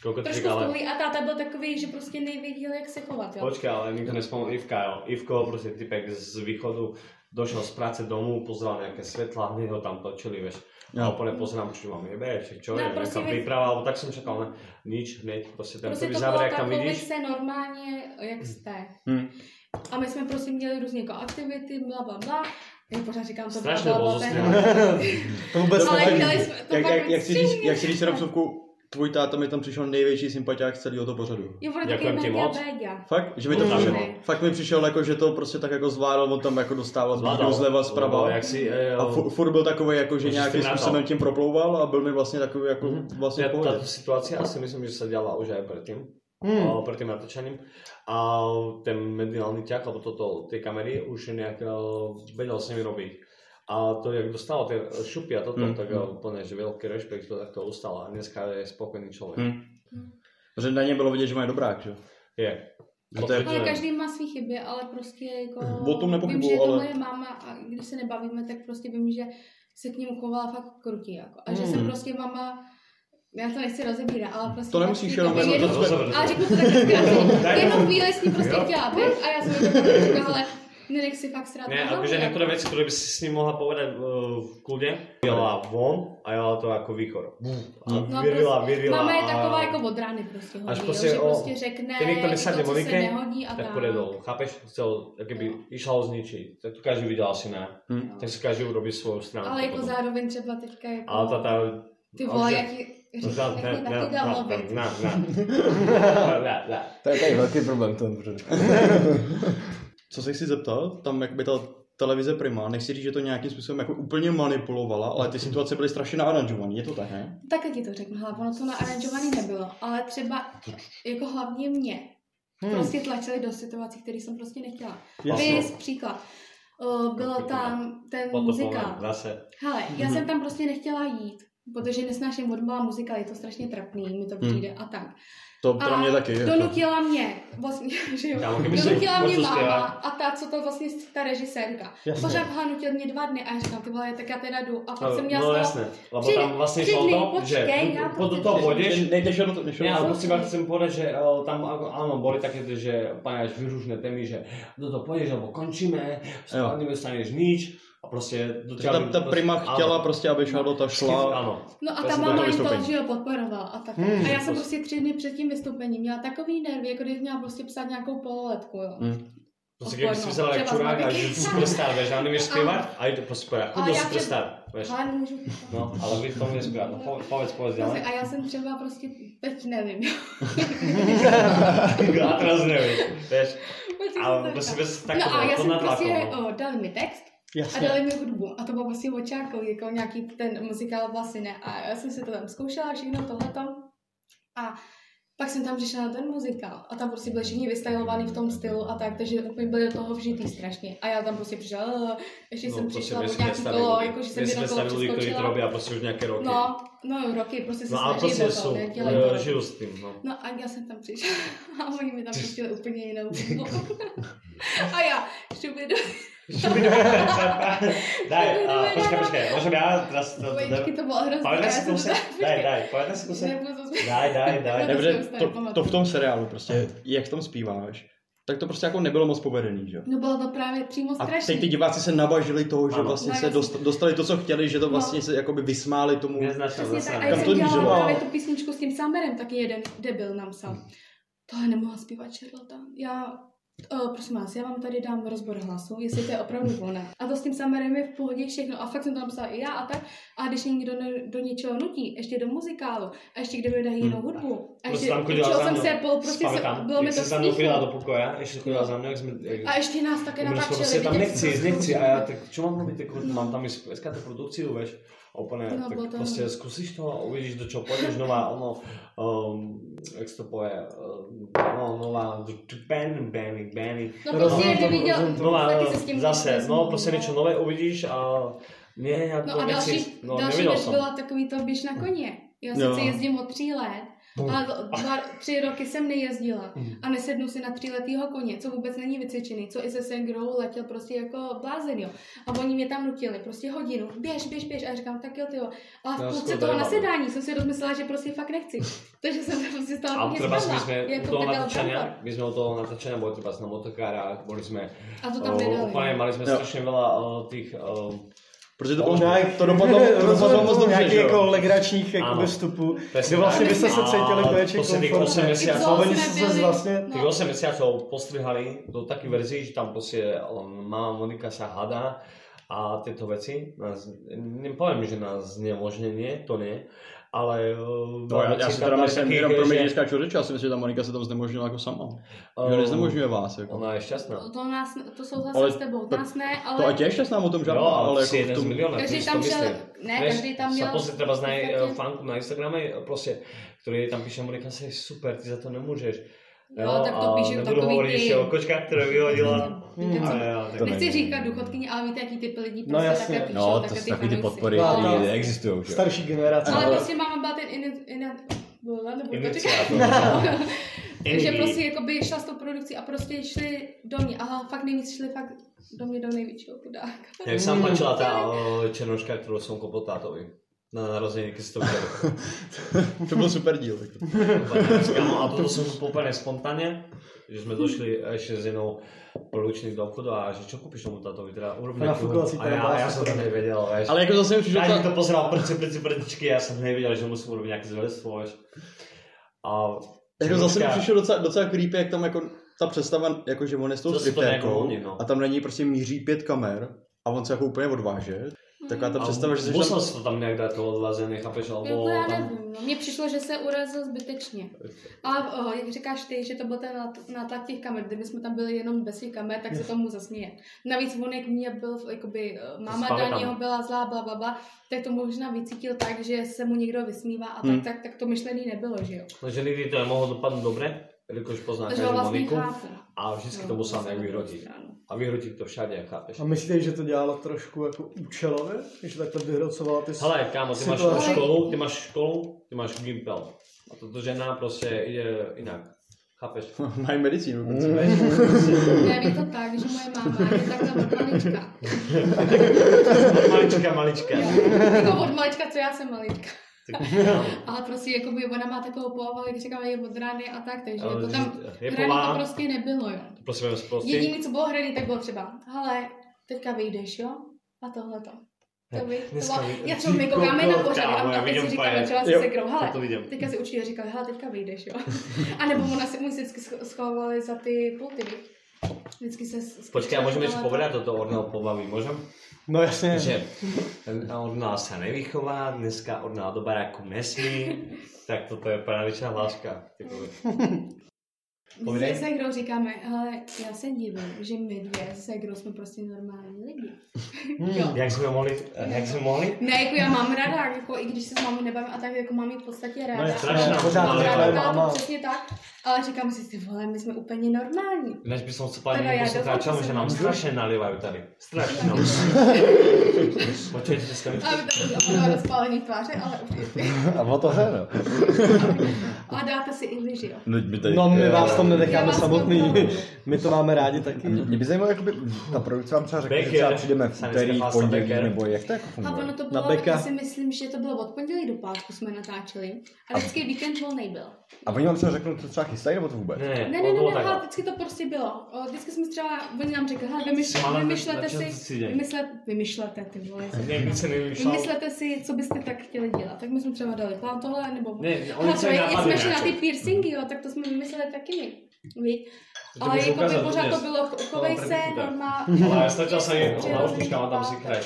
Speaker 5: Koľko
Speaker 2: trošku stůlí a táta byl takový, že prostě nevěděl, jak se chovat, jo.
Speaker 5: Počkaj, ale nikto nespomenul Ivka, jo. Ivko, proste typek z východu, došiel z práce domů, pozrel nejaké svetla, hneď ho tam točili, vieš.
Speaker 4: Jo.
Speaker 5: A úplne pozerám, či mám jebe, či čo
Speaker 2: No,
Speaker 5: je,
Speaker 2: prosím,
Speaker 5: nejaká
Speaker 2: vy-
Speaker 5: príprava, alebo tak som čakal, ne, nič, hneď, proste ten
Speaker 2: Prostě
Speaker 5: prvý
Speaker 2: to bylo
Speaker 5: záver, jak tam
Speaker 2: takový
Speaker 5: vidíš,
Speaker 2: se normálně, jak jste.
Speaker 4: Hmm.
Speaker 2: A my jsme prostě měli různé jako aktivity, bla, bla, bla. Já pořád říkám to
Speaker 5: strašně no.
Speaker 2: bla, bla,
Speaker 5: bol
Speaker 2: bla,
Speaker 5: zostrihal.
Speaker 2: bla.
Speaker 3: To vůbec
Speaker 2: No, Ale
Speaker 3: nevadí.
Speaker 2: chtěli jsme to
Speaker 4: jak,
Speaker 2: fakt
Speaker 4: jak, jak, si říct,
Speaker 2: extrémně.
Speaker 4: jak si říct rapsovku, tvůj táta mi tam přišel největší sympatiák z celého toho pořadu.
Speaker 2: Jo, ono takový
Speaker 5: Děkujem ti
Speaker 2: média,
Speaker 5: moc.
Speaker 2: média.
Speaker 4: Fakt? Že mi to
Speaker 3: Mm.
Speaker 4: přišel, fakt mi přišel jako, že to prostě tak jako zvládal, on tam jako dostával zvládal, zleva, zprava.
Speaker 5: Jak si, e,
Speaker 4: A fu- furt byl takový, jako, že
Speaker 5: Takže
Speaker 4: nějakým
Speaker 5: jste nadal.
Speaker 4: způsobem tím proplouval a byl mi vlastně takový, jako
Speaker 5: Mhm.
Speaker 4: vlastně v
Speaker 5: tá-
Speaker 4: pohodě.
Speaker 5: táto situácia, asi myslím, že sa diala už aj eh, predtým.
Speaker 3: Hmm.
Speaker 5: o, pred tým natáčaním. A ten mediálny ťah, alebo toto, tie kamery už eh, nejak o, vedel s nimi robiť. A to, jak dostal tie šupy a toto,
Speaker 4: Mm,
Speaker 5: mm. tak
Speaker 4: mm.
Speaker 5: mm. úplne, že veľký rešpekt to takto ustal a dneska je spokojný človek.
Speaker 4: Mm.
Speaker 5: Mm.
Speaker 4: Že na něm bylo vidět, že mají dobrák, že?
Speaker 5: Je.
Speaker 4: Že No to je-
Speaker 2: Ale každý má své chyby, ale prostě jako...
Speaker 4: O tom nepochybuju,
Speaker 2: Vím, že je to
Speaker 4: ale-
Speaker 2: moje máma a když se nebavíme, tak prostě vím, že se k němu chovala fakt krutě. Jako. A že se
Speaker 4: Hmm.
Speaker 2: prostě máma... Já to nechci rozebírat, ale prostě...
Speaker 4: To nemusíš jenom
Speaker 2: jakoby
Speaker 4: jenom
Speaker 2: jedu-
Speaker 4: to jsme-
Speaker 5: Rozhodne.
Speaker 2: A řeknu to takhle zkráceně.
Speaker 5: Daj
Speaker 2: Jednou
Speaker 5: mu-
Speaker 2: chvíli s ním prostě
Speaker 5: Jo.
Speaker 2: chtěla být a já jsem jí to takhle říkala, ale nenech si fakt srát.
Speaker 5: Ne,
Speaker 2: na hlavu,
Speaker 5: akože
Speaker 2: jako.
Speaker 5: niektoré veci, ktoré by si s ním mohla povedať uh, v kľude, jela von a jela to ako výchor. A
Speaker 2: No a
Speaker 5: vyrila,
Speaker 2: prostě
Speaker 5: vyrila.
Speaker 2: Mama je
Speaker 5: a-
Speaker 2: taková jako od rány prostě hodí,
Speaker 5: Až
Speaker 2: až
Speaker 5: prostě,
Speaker 2: prostě, že
Speaker 5: o,
Speaker 2: prostě řekne,
Speaker 5: keď niekto
Speaker 2: i
Speaker 5: nesadne
Speaker 2: to, co se
Speaker 5: Monike,
Speaker 2: nehodí a
Speaker 5: tak pôjde dolu, chápeš? Chcel, keby išla ho zničiť. Tak to každý videl asi ne.
Speaker 4: Hm.
Speaker 5: Tak si každý urobí svoju stranu.
Speaker 2: Ale jako
Speaker 5: potom.
Speaker 2: zároveň třeba teďka jako,
Speaker 5: Ale tá, tá...
Speaker 2: ty
Speaker 5: a
Speaker 2: vole,
Speaker 5: že-
Speaker 2: jak ji
Speaker 5: Ne,
Speaker 2: řekne,
Speaker 5: ne, ne,
Speaker 2: taky dám
Speaker 5: ne,
Speaker 2: lovit.
Speaker 5: ne, ne, ne, ne.
Speaker 6: To je tady velký problém v tom pořadu.
Speaker 4: Co se chci zeptat, tam jak by ta televize Prima, nechci říct, že to nějakým způsobem jako úplně manipulovala, ale ty situace byly strašně naaranžované, je to tak, ne?
Speaker 2: Taky ti to řeknu, hele, ono to naaranžovaný nebylo, ale třeba jako hlavně mě.
Speaker 3: Hmm.
Speaker 2: Prostě tlačili do situací, které jsem prostě nechtěla.
Speaker 3: Jasně.
Speaker 2: Vys, příklad. Uh, Bylo
Speaker 5: Taky to
Speaker 2: tam ten
Speaker 5: Potom
Speaker 2: muzikál.
Speaker 5: zase.
Speaker 2: Hele, já jsem tam prostě nechtěla jít, protože nesnáším hudba a muzika, je to strašně trapný, mi to přijde a tak.
Speaker 4: No, To pro
Speaker 2: A
Speaker 4: mě taky. jako- je to-
Speaker 2: donutila mě, vlastně, že jo,
Speaker 5: Kámo, kdyby si
Speaker 2: donutila mě
Speaker 5: počul zpěvat.
Speaker 2: máma a ta, co to vlastně ta režisérka.
Speaker 3: Jasně.
Speaker 2: Pořád ho nutil mě dva dny a já říkám, ty vole, tak já teda jdu. A pak jsem měla
Speaker 5: No
Speaker 2: z toho-
Speaker 5: jasné, lebo
Speaker 2: Přijde-
Speaker 5: tam vlastne
Speaker 2: přijde,
Speaker 5: išlo o to,
Speaker 2: počkej,
Speaker 5: že
Speaker 2: já to
Speaker 5: po do
Speaker 2: chci
Speaker 5: toho
Speaker 2: přečíst.
Speaker 5: půjdeš,
Speaker 4: Ne- Nejdeš jenom to, nejdeš
Speaker 5: Ne,
Speaker 4: jenom
Speaker 5: ale
Speaker 4: to.
Speaker 5: musím vám chcem povedať, že o, tam ako, áno, boli také, tie, že úplne až vyružné témy, že do toho pôjdeš, alebo končíme, spadne, dostaneš nič a proste do
Speaker 4: Takže ta, ta prima chtěla prostě, aby Charlotte šla.
Speaker 5: Áno.
Speaker 2: No a
Speaker 5: To
Speaker 2: ta
Speaker 5: jsem
Speaker 2: máma
Speaker 5: byla
Speaker 2: jim to
Speaker 4: vystoupení.
Speaker 2: že jo, podporovala a tak.
Speaker 3: Hmm.
Speaker 2: a já jsem prostě tři dny před tím vystoupením měla takový nervy, jako kdybych měla prostě psát nějakou pololetku, jo.
Speaker 4: Hm.
Speaker 5: Prostě kdyby jsi
Speaker 2: Odporno.
Speaker 5: vzal jak
Speaker 2: Třeba z
Speaker 5: čurák a
Speaker 2: Mabiky.
Speaker 5: že superstar, víš, já nemůžeš zpívat a jde po super,
Speaker 2: Ale
Speaker 5: do
Speaker 2: já
Speaker 5: superstar, víš.
Speaker 2: Ale můžu.
Speaker 5: No, ale bych to měl zpívat, no po- povedz, povedz,
Speaker 2: Zase,
Speaker 5: dělej.
Speaker 2: a já jsem třeba prostě, teď nevím.
Speaker 5: Já teraz nevím, víš.
Speaker 2: Prostě
Speaker 5: Ale
Speaker 2: jsem
Speaker 5: to si
Speaker 2: tak-
Speaker 5: bez
Speaker 2: No a
Speaker 5: takového,
Speaker 2: já
Speaker 5: to no.
Speaker 2: jsem prostě,
Speaker 5: natlakovalo.
Speaker 2: o, dali mi text a
Speaker 3: Jasně.
Speaker 2: dali mi hudbu. A to bylo prostě očákový, jako nějaký ten muzikál vlastně ne. A já jsem si to tam zkoušela, všechno tohleto. A pak jsem tam přišla na ten muzikál a tam prostě byli všichni vystylovaný v tom stylu a tak, takže úplně byli do toho vžitý strašně. A já tam prostě přišla, "Eh", ještě
Speaker 5: No,
Speaker 2: jsem
Speaker 5: prostě
Speaker 2: přišla o nějaký kolo, jako že jsem
Speaker 5: my
Speaker 2: jenom
Speaker 5: jsme
Speaker 2: kolo
Speaker 5: stavili lidi,
Speaker 2: přeskočila.
Speaker 5: robí a prostě už nějaké roky.
Speaker 2: No, no roky, prostě se
Speaker 5: no ale
Speaker 2: snažím
Speaker 5: prostě
Speaker 2: o to,
Speaker 5: jsou,
Speaker 2: nedělej
Speaker 5: eh,
Speaker 2: to.
Speaker 5: žiju s tím, no.
Speaker 2: No a já jsem tam přišla a oni mi tam pustili úplně jinou hudbu. a já šubi do...
Speaker 5: Daj, a, počkej, počkej, můžem já teraz to... No, to-
Speaker 2: Vejčky, to bylo hrozné.
Speaker 5: Pojďme
Speaker 2: já
Speaker 5: si
Speaker 2: jsem to
Speaker 5: kusek,
Speaker 2: tak-
Speaker 5: daj,
Speaker 2: počkej.
Speaker 5: daj, pojďme si kusek.
Speaker 2: Nebudu to zpívat.
Speaker 5: Daj, daj, daj.
Speaker 2: Nebudu
Speaker 4: Dobře,
Speaker 2: zpívat,
Speaker 4: to, to, v tom seriálu prostě, jak tam zpíváš, tak to prostě jako nebylo moc povedený, že jo?
Speaker 2: No bylo to právě přímo
Speaker 4: A
Speaker 2: strašný.
Speaker 4: teď ty diváci se nabažili toho, že
Speaker 5: Ano.
Speaker 4: vlastně
Speaker 2: No,
Speaker 4: se
Speaker 2: jasně.
Speaker 4: dost- dostali to, co chtěli,
Speaker 2: No.
Speaker 4: že to vlastně se jakoby vysmáli tomu.
Speaker 5: Neznačil
Speaker 2: Přesně tak. A
Speaker 5: zase.
Speaker 2: já
Speaker 4: Kam
Speaker 2: jsem
Speaker 4: to
Speaker 2: dělala
Speaker 4: mířilo?
Speaker 2: právě tu písničku s tím Samerem, taky jeden debil nám psal.
Speaker 5: Hm.
Speaker 2: Tohle nemohla zpívat Charlotte. Já, uh, prosím vás, já vám tady dám rozbor hlasu, jestli to je opravdu ona. A to s tím Samerem je v pohodě všechno. A fakt jsem tam psala i já a tak. A když někdo ne, do něčeho nutí, ještě do muzikálu, a ještě kde mi dají
Speaker 5: Hm.
Speaker 2: jinou hudbu, a ještě učil jsem se, pol, prostě se, bylo mi to
Speaker 5: se mnou chodila do
Speaker 2: smíchno.
Speaker 5: pokoje, ještě chodila za mnou, jak jsme... jak-
Speaker 2: A ještě nás také
Speaker 5: my jsme
Speaker 2: natáčeli.
Speaker 5: prostě tam
Speaker 2: vidět,
Speaker 5: nechci,
Speaker 2: co-
Speaker 5: nechci a já tak, čo mám mluvit, jako mám tam i skáte produkci, veš, úplně,
Speaker 2: No, bylo
Speaker 5: tak
Speaker 2: to-
Speaker 5: prostě zkusíš to a uvidíš, do čeho půjdeš, nová, ono, um, jak se to poje, um, no, nová, ben, ben, ben,
Speaker 2: No prostě,
Speaker 5: Rozumím
Speaker 2: kdyby
Speaker 5: tomu,
Speaker 2: viděl,
Speaker 5: rozumím tomu. No,
Speaker 2: taky
Speaker 5: ale
Speaker 2: se s tím
Speaker 5: zase, no,
Speaker 2: nezmíním,
Speaker 5: prostě něco nové uvidíš a ne, já to
Speaker 2: No a
Speaker 5: nechci,
Speaker 2: další,
Speaker 5: no,
Speaker 2: další
Speaker 5: neviděl
Speaker 2: věc
Speaker 5: jsem. Hm.
Speaker 2: byla takový to běž na koně. Já sice
Speaker 4: Jo.
Speaker 2: jezdím od tří let, ale dva, tři roky jsem nejezdila
Speaker 5: Hm.
Speaker 2: a nesednu si na tříletýho koně, co vůbec není vycvičený, co i se sengrou letěl prostě jako blázen, jo. A oni mě tam nutili prostě hodinu, běž, běž, běž a já říkám, tak jo, ty jo. A
Speaker 5: Já
Speaker 2: v půlce
Speaker 5: skoro
Speaker 2: toho
Speaker 5: tady mám.
Speaker 2: nasedání jsem si rozmyslela, že prostě fakt nechci. Takže jsem se prostě stala
Speaker 5: A
Speaker 2: úplně
Speaker 5: třeba my
Speaker 2: spadla,
Speaker 5: jsme u
Speaker 2: jako
Speaker 5: toho
Speaker 2: pekel
Speaker 5: natáčania,
Speaker 2: Trumpa.
Speaker 5: my jsme u toho natáčania boli třeba na motokárách, boli jsme,
Speaker 2: A to tam
Speaker 5: o, úplně,
Speaker 2: nedali.
Speaker 5: mali jsme
Speaker 4: Jo.
Speaker 5: strašně veľa eh, o, tých, o,
Speaker 4: Protože to
Speaker 5: No,
Speaker 4: bylo,
Speaker 3: nějak-
Speaker 4: to dopadlo, to dopadlo moc dobře,
Speaker 3: nějakých
Speaker 4: že
Speaker 3: jako
Speaker 4: jo?
Speaker 3: legračních
Speaker 5: Ano.
Speaker 3: jako vstupů,
Speaker 5: Presne
Speaker 3: kde vlastně
Speaker 5: tak.
Speaker 3: byste se
Speaker 5: A
Speaker 3: cítili konečně
Speaker 5: to si těch 8
Speaker 3: komfortně.
Speaker 2: I
Speaker 3: A
Speaker 5: mesiacov,
Speaker 2: co? jsme
Speaker 3: oni jste se
Speaker 2: byli- no,
Speaker 3: vlastně...
Speaker 5: tých 8 mesiacov postrihali do taký verzii, že tam prostě um, máma Monika sa hádá a tieto veci, nás, nepoviem, že na znemožnenie, to nie, ale... uh,
Speaker 4: No, já,
Speaker 5: veci
Speaker 4: já si
Speaker 5: tam
Speaker 4: teda
Speaker 5: dali
Speaker 4: myslím,
Speaker 5: takých,
Speaker 4: jenom pro mě
Speaker 5: že,
Speaker 4: dneska čořeče, já si myslím, že ta Monika se tam znemožnila jako sama.
Speaker 5: um,
Speaker 4: Že neznemožňuje vás, jako.
Speaker 5: Ona je šťastná.
Speaker 2: To, nás, to souhlasím
Speaker 4: Ale
Speaker 2: s tebou, to
Speaker 4: tak
Speaker 2: nás ne, ale...
Speaker 4: To ať je šťastná o tom žádná,
Speaker 5: Jo, ale
Speaker 4: ale
Speaker 5: jako
Speaker 4: jako v tom...
Speaker 5: milióna,
Speaker 2: Každý
Speaker 5: to
Speaker 2: tam
Speaker 5: si to
Speaker 2: šel,
Speaker 5: myslím.
Speaker 2: ne,
Speaker 5: Vieš,
Speaker 2: každý tam měl...
Speaker 5: Sa pozri treba znaj
Speaker 2: v
Speaker 5: eh,
Speaker 2: podstatě-
Speaker 5: fanku na Instagrame, eh, prostě, ktorý tam píše Monika, si super, ty za to nemůžeš. eh,
Speaker 2: Jo, tak to píše
Speaker 5: nebudu
Speaker 2: takový
Speaker 5: hovoriť
Speaker 2: ty-
Speaker 5: ešte o kočkách, ktoré vyhodila.
Speaker 2: Víte co?
Speaker 5: jako- Hmm, Ale jo, tak
Speaker 4: To
Speaker 2: Nechci
Speaker 6: není.
Speaker 2: říkat důchodkyně, ale víte, jaký typy lidí
Speaker 3: No
Speaker 2: prostě
Speaker 3: jasně.
Speaker 2: také píšou,
Speaker 6: No, to
Speaker 2: také
Speaker 6: jsou takový ty
Speaker 2: fanoušci.
Speaker 6: podpory,
Speaker 3: No, no.
Speaker 6: které existují. že jo?
Speaker 3: Starší generace.
Speaker 2: Ale prostě máma byla ten in, in, byla, nebo to říká.
Speaker 5: Iniciátor.
Speaker 2: Takže
Speaker 5: Iniciátor.
Speaker 2: prostě jakoby šla s tou produkcí a prostě šli do mě. Aha, fakt nejvíc šli fakt do mě do největšího chudáka.
Speaker 5: Jak sa vám páčila tá eh, černoška, ktorú som kopol tátovi? Na narození, keď si to videl.
Speaker 4: To byl super díl. Jako.
Speaker 5: Kámo, a toto som kúpil úplne spontánne, že sme došli ešte s jednou produkčných do obchodu a že čo kúpiš tomu tátovi, teda urob
Speaker 3: Ona
Speaker 5: nejakú-
Speaker 3: fúkala si
Speaker 5: a
Speaker 3: teda
Speaker 5: ja,
Speaker 3: bola
Speaker 5: ja som to
Speaker 3: super.
Speaker 5: nevedel, vieš.
Speaker 4: Ale jako zase mi přišlo
Speaker 5: Ani to
Speaker 4: ta...
Speaker 5: pozeral prci, prci, prtičky, já jsem nevěděl, že musím urobiť nejaké zvedectvo, vieš. A
Speaker 4: Jako zase mi přišlo docela, docela creepy, jak tam jako ta představa, jako že on je s tou
Speaker 5: To si to nejako
Speaker 4: striptérkou
Speaker 5: oni, no.
Speaker 4: a tam na něj prostě míří pět kamer a on se jako úplně odváže. Taková ta
Speaker 5: a
Speaker 4: představa, že jsi
Speaker 5: Musel
Speaker 4: tam...
Speaker 5: si to tam nějak dát toho odvazený, chápeš,
Speaker 2: Jako
Speaker 5: alebo
Speaker 2: já
Speaker 5: tam...
Speaker 2: nevím, no. mně přišlo, že se urazil zbytečně. A o, jak říkáš ty, že to byl ten nat- nátlak těch kamer, kdyby jsme tam byli jenom bez těch kamer, tak se tomu zasměje. Navíc on jak mě byl, jakoby, eh, máma
Speaker 5: Spali tam.
Speaker 2: Daního byla zlá, bla, bla, bla, tak to možná vycítil tak, že se mu někdo vysmívá a tak,
Speaker 4: Hmm.
Speaker 2: tak, tak to myšlený nebylo, že jo.
Speaker 5: No, že nikdy to nemohlo dopadnout dobře, jelikož pozná
Speaker 2: Takže
Speaker 5: každý
Speaker 2: ho vlastně
Speaker 5: Moniku
Speaker 2: chápu.
Speaker 5: a
Speaker 2: No,
Speaker 5: vždycky to musel nějak vyhrotit.
Speaker 2: prostě.
Speaker 5: A vyhrotit to všade, chápeš.
Speaker 3: A myslíte, že to dělala trošku jako účelově? Že takhle vyhrocovala ty...
Speaker 5: Hele, kámo, ty máš
Speaker 3: Situace.
Speaker 5: školu, ty máš školu, ty máš gimpel. A tato žena prostě jde jinak. Chápeš?
Speaker 4: Mají medicínu. dokonce.
Speaker 2: No, Já bych to tak, že moje máma je takhle od malička.
Speaker 5: Malička, malička.
Speaker 2: Jo. Jako od malička, co já jsem malička. Ale prostě jakoby ona má takovou povahu, jak říkám, je od rány a tak, takže
Speaker 5: Ale
Speaker 2: to tam
Speaker 5: je
Speaker 2: hraný to
Speaker 5: pomáhá.
Speaker 2: prostě nebylo, jo.
Speaker 5: Prosím, jenom prostě.
Speaker 2: Jediný, co bylo hraný, tak bylo třeba, hele, teďka vyjdeš, jo? A tohleto. To by, to
Speaker 5: Dneska
Speaker 2: bylo,
Speaker 5: vy-
Speaker 2: já třeba my
Speaker 5: Ty
Speaker 2: koukáme na
Speaker 5: kokos,
Speaker 2: pořady
Speaker 5: kámo, já
Speaker 2: a teď si
Speaker 5: vidím
Speaker 2: říkáme
Speaker 5: pár-
Speaker 2: třeba se
Speaker 4: Jo,
Speaker 2: sekrou,
Speaker 5: Já
Speaker 2: hele,
Speaker 5: to vidím.
Speaker 2: teďka si určitě říkali, hele, teďka vyjdeš, jo? A nebo ona se, my se vždycky scho- schovávali za ty pulty, viď? Vždycky se... s-
Speaker 5: Počkej, a môžeme ešte povedať toto Ornel pobaví, môžem?
Speaker 3: No jasně.
Speaker 5: Že Ornel sa nevychová, dneska Ornel do baráku nesmí, tak toto je pravičná hláška. Typu,
Speaker 2: My
Speaker 5: Povídej.
Speaker 2: se Segrou říkáme, ale já se divím, že my dvě se Segrou jsme prostě normální lidi. jo.
Speaker 5: Jak jsme mohli? Jak jsme mohli?
Speaker 2: Ne, jako já mám ráda, jako i když se s mámou nebavím a tak, jako mám jít v podstatě ráda.
Speaker 3: No je strašná,
Speaker 2: Mám
Speaker 5: pořád
Speaker 2: ráda,
Speaker 5: tvoje
Speaker 2: to,
Speaker 3: máma.
Speaker 2: Přesně tak, ale říkám si, ty vole, my jsme úplně normální.
Speaker 5: Než by som chcel
Speaker 2: Teda
Speaker 5: pani
Speaker 2: ja
Speaker 5: poslucháčom,
Speaker 2: dovolím,
Speaker 5: že
Speaker 2: že
Speaker 5: nám
Speaker 2: som-
Speaker 5: strašne nalievajú tady. Strašne. Počujete dneska mi
Speaker 2: A my tam máme rozpálený tváře, ale už je
Speaker 6: A o to hra, no.
Speaker 2: A dáte si i lyži, jo.
Speaker 4: No, my tady,
Speaker 3: No my vás tam
Speaker 2: Já
Speaker 3: nenecháme
Speaker 2: vás
Speaker 3: samotný.
Speaker 2: kontroluji.
Speaker 3: My to máme rádi taky.
Speaker 6: Mě, mě by zajímalo, jakoby, ta produkce vám třeba řekla, že
Speaker 5: Becker.
Speaker 6: třeba přijdeme v
Speaker 5: Jsem
Speaker 6: úterý,
Speaker 5: dneska
Speaker 6: v
Speaker 5: pasta
Speaker 6: pondělí,
Speaker 5: Becker.
Speaker 6: nebo jak to jako
Speaker 2: A ono
Speaker 6: funguje?
Speaker 2: to
Speaker 3: Na
Speaker 2: bylo,
Speaker 3: beka.
Speaker 2: já si myslím, že to bylo od pondělí do pátku jsme natáčeli. A vždycky víkend volnej byl.
Speaker 6: A oni vám třeba řeknou, co třeba chystají, nebo to vůbec?
Speaker 5: Ne,
Speaker 2: Ne, ne, ne, ne, hele, vždycky to prostě bylo. O, Vždycky jsme třeba, oni nám řekli, hele, vymyšle,
Speaker 5: Máme
Speaker 2: vymyšlete
Speaker 5: začát
Speaker 2: si,
Speaker 5: si dělat.
Speaker 2: vymyslet, vymyšlete, ty vole.
Speaker 5: Někdy se nevymýšlel.
Speaker 2: Vymyslete si, co byste tak chtěli dělat. Tak my jsme třeba dali plán tohle, nebo...
Speaker 5: Ne, oni
Speaker 2: Hele,
Speaker 5: se
Speaker 2: třeba jak
Speaker 5: napadli
Speaker 2: jsme šli na
Speaker 5: nějaké.
Speaker 2: ty piercingy, jo, tak to jsme vymysleli taky my. Víš?
Speaker 5: To
Speaker 2: Ale
Speaker 5: bych
Speaker 2: jako by
Speaker 5: ukázal,
Speaker 2: pořád to
Speaker 5: dnes.
Speaker 2: bylo, chovej
Speaker 5: No,
Speaker 2: se,
Speaker 5: první tak.
Speaker 2: normálně.
Speaker 5: Ale stačil sa im náušničkám a tam si kraj.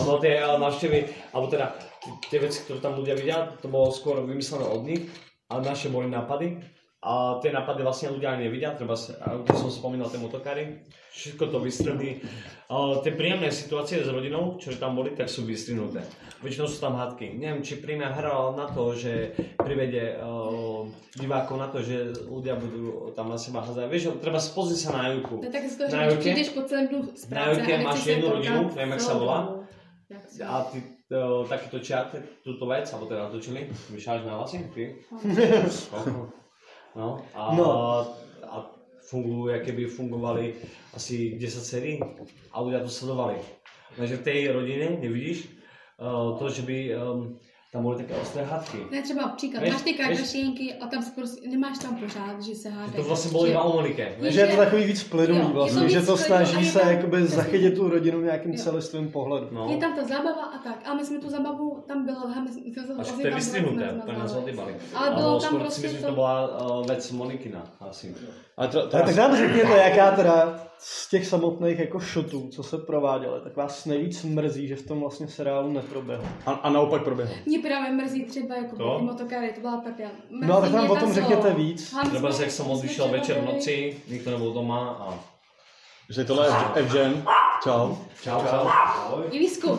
Speaker 5: Ono tie eh, návštevy, alebo teda t- tie veci, ktoré tam ľudia vidia, to bolo skôr vymyslené od nich, ale naše boli nápady. A tie nápady vlastne ľudia ani nevidia, treba sa, ako som spomínal, tie motokári, všetko to vystrelí. Ale tie príjemné situácie s rodinou, čo tam boli, tak sú vystrinuté. Väčšinou sú tam hádky. Neviem, či príjme hra na to, že privede uh, divákov na to, že ľudia budú tam na seba házať. Vieš, treba spozrieť sa na Juku.
Speaker 2: No tak si to
Speaker 5: Na
Speaker 2: říkáš,
Speaker 5: Jutě?
Speaker 2: přijdeš po celém dnu z
Speaker 5: Na
Speaker 2: práce
Speaker 5: Jutě
Speaker 2: a nechceš
Speaker 5: máš
Speaker 2: se
Speaker 5: jednu
Speaker 2: koukat
Speaker 5: rodinu, nevím, jak se
Speaker 2: celou
Speaker 5: volá.
Speaker 2: dobu. Jak se
Speaker 5: A ty to, takýto čát, tuto vec, alebo teda točili, myšáš na hlasy, ty? No, a,
Speaker 3: No.
Speaker 5: a fungujú, aké by fungovali asi 10 sérií a ľudia to sledovali. Takže v tej rodine nevidíš uh, to, že by um, tam boli také ostré hádky.
Speaker 2: Ne, třeba příklad,
Speaker 5: Víš,
Speaker 2: máš ty
Speaker 5: víš-
Speaker 2: Kardashianky a tam se prostě, nemáš tam pořád, že se
Speaker 5: Že
Speaker 2: hádají.
Speaker 5: to vlastně vlastne bolo
Speaker 2: Že-
Speaker 5: iba o Monike.
Speaker 2: No, Je,
Speaker 5: vieš?
Speaker 3: Že je to
Speaker 2: že-
Speaker 3: takový víc
Speaker 2: Jo,
Speaker 3: plynulý
Speaker 2: je
Speaker 3: vlastně,
Speaker 2: to
Speaker 3: že
Speaker 2: víc
Speaker 3: to
Speaker 2: plynulý a
Speaker 3: snaží
Speaker 2: je
Speaker 3: se
Speaker 2: tam-
Speaker 3: jakoby
Speaker 2: přesně.
Speaker 3: zachytit tu rodinu v nějakém
Speaker 2: Jo.
Speaker 3: celistvém pohledu.
Speaker 5: No.
Speaker 2: Je tam ta zábava a tak. A my jsme tu zábavu, tam bylo, hele, my jsme my jsme to
Speaker 5: Až
Speaker 2: vlastně
Speaker 5: to je
Speaker 2: tam
Speaker 5: vystrinuté,
Speaker 2: jsme- jsme
Speaker 5: to je nás
Speaker 2: zvládli.
Speaker 5: odjebali.
Speaker 2: no. Ale bylo tam
Speaker 5: skôr si
Speaker 2: prostě
Speaker 5: myslím, že
Speaker 2: to- No.
Speaker 5: to bola uh, vec Monikina asi.
Speaker 4: Ale tra,
Speaker 3: Ale
Speaker 4: tra,
Speaker 3: tak nám řekněte, jaká teda z těch samotných jako šotů, co se prováděly, tak vás nejvíc mrzí, že v tom vlastně seriálu neproběhlo.
Speaker 4: a, a, naopak proběhl.
Speaker 2: Mě právě mrzí třeba jako
Speaker 5: To?
Speaker 2: ty motokáry, to byla prdel. Mrzí
Speaker 3: No a tak
Speaker 2: mě
Speaker 3: nám
Speaker 2: ta
Speaker 3: o tom
Speaker 2: zlo.
Speaker 3: řekněte víc.
Speaker 2: Ale my
Speaker 5: Treba
Speaker 2: jsme-
Speaker 5: jak som
Speaker 2: my jsme
Speaker 5: odišiel
Speaker 2: třeba
Speaker 5: večer v
Speaker 2: byli-
Speaker 5: noci, nikto nebol doma a...
Speaker 4: Že tohle je Evžen. Čau.
Speaker 5: Čau, čau.
Speaker 2: Jivisku,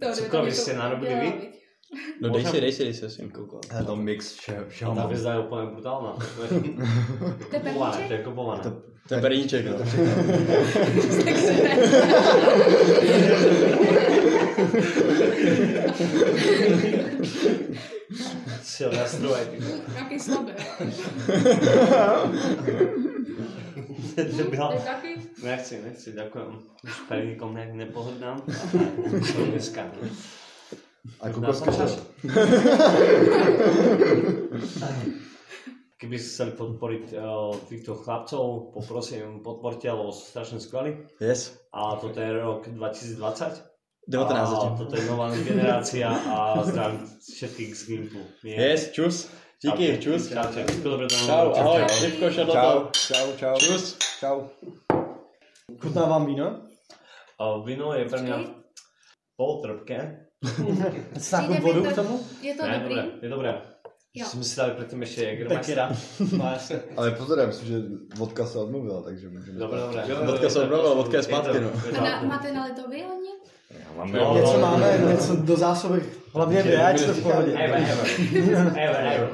Speaker 2: to
Speaker 5: Co to
Speaker 2: kdyby tam
Speaker 5: vy
Speaker 2: něco
Speaker 5: jste narobili
Speaker 2: udělala,
Speaker 5: vy?
Speaker 2: viď?
Speaker 4: No dej
Speaker 5: Možná-
Speaker 4: si, dej si, dej si, já jsem koukal.
Speaker 6: To mix všeho, všeho
Speaker 5: A ta
Speaker 6: mám.
Speaker 5: hvězda je úplně brutálna. To je
Speaker 2: To je
Speaker 5: kupované, to
Speaker 2: perníček?
Speaker 5: je jako kupované.
Speaker 4: To je perníček, no.
Speaker 2: Tak se ne.
Speaker 5: Silné stroje, ty.
Speaker 2: Jaký slabý.
Speaker 5: Debila.
Speaker 2: To je taky.
Speaker 5: Nechci, nechci, ďakujem. Už perníkom nejak nepohodnám. To je dneska.
Speaker 6: A kukovské
Speaker 5: Dá sa
Speaker 6: čas.
Speaker 5: Keby ste chceli podporiť uh, týchto chlapcov, poprosím, podporte, lebo sú strašne skvelí.
Speaker 4: Yes.
Speaker 5: A toto je rok 2020.
Speaker 4: 19
Speaker 5: A
Speaker 4: zatím.
Speaker 5: toto je nová generácia a zdravím všetkých z Gimpu. Je.
Speaker 4: Yes, čus. Díky, čus.
Speaker 5: Čau, čau. Všetko dobré do
Speaker 4: Čau,
Speaker 5: nového
Speaker 4: ahoj.
Speaker 5: roka.
Speaker 4: Živko,
Speaker 6: Čau,
Speaker 4: šarlota.
Speaker 6: čau, čau.
Speaker 4: Čus.
Speaker 6: Čau.
Speaker 3: Chutná vám víno?
Speaker 5: A Vino je pre mňa
Speaker 2: Počkej.
Speaker 5: poltrpké,
Speaker 3: Snad
Speaker 2: Přijde mi
Speaker 3: vodu
Speaker 2: to-
Speaker 3: k tomu?
Speaker 2: Je to
Speaker 5: Ne,
Speaker 2: dobrý?
Speaker 5: dobré, je dobré.
Speaker 2: Jo.
Speaker 5: Jo. Jsme si dali předtím ještě Jägermeistera.
Speaker 6: Ale pozor, já myslím, že vodka se odmluvila, takže můžeme...
Speaker 5: Dobré, dobré.
Speaker 4: Vodka se obnovila, vodka je zpátky, no.
Speaker 5: Je to-
Speaker 2: A na, máte nalitový hodně?
Speaker 6: Já mám
Speaker 5: No,
Speaker 6: jo.
Speaker 3: Něco máme, něco do zásoby. Hlavně vy, ať jste v
Speaker 5: Ever,
Speaker 3: pohodě.
Speaker 5: ever. Ever, ever.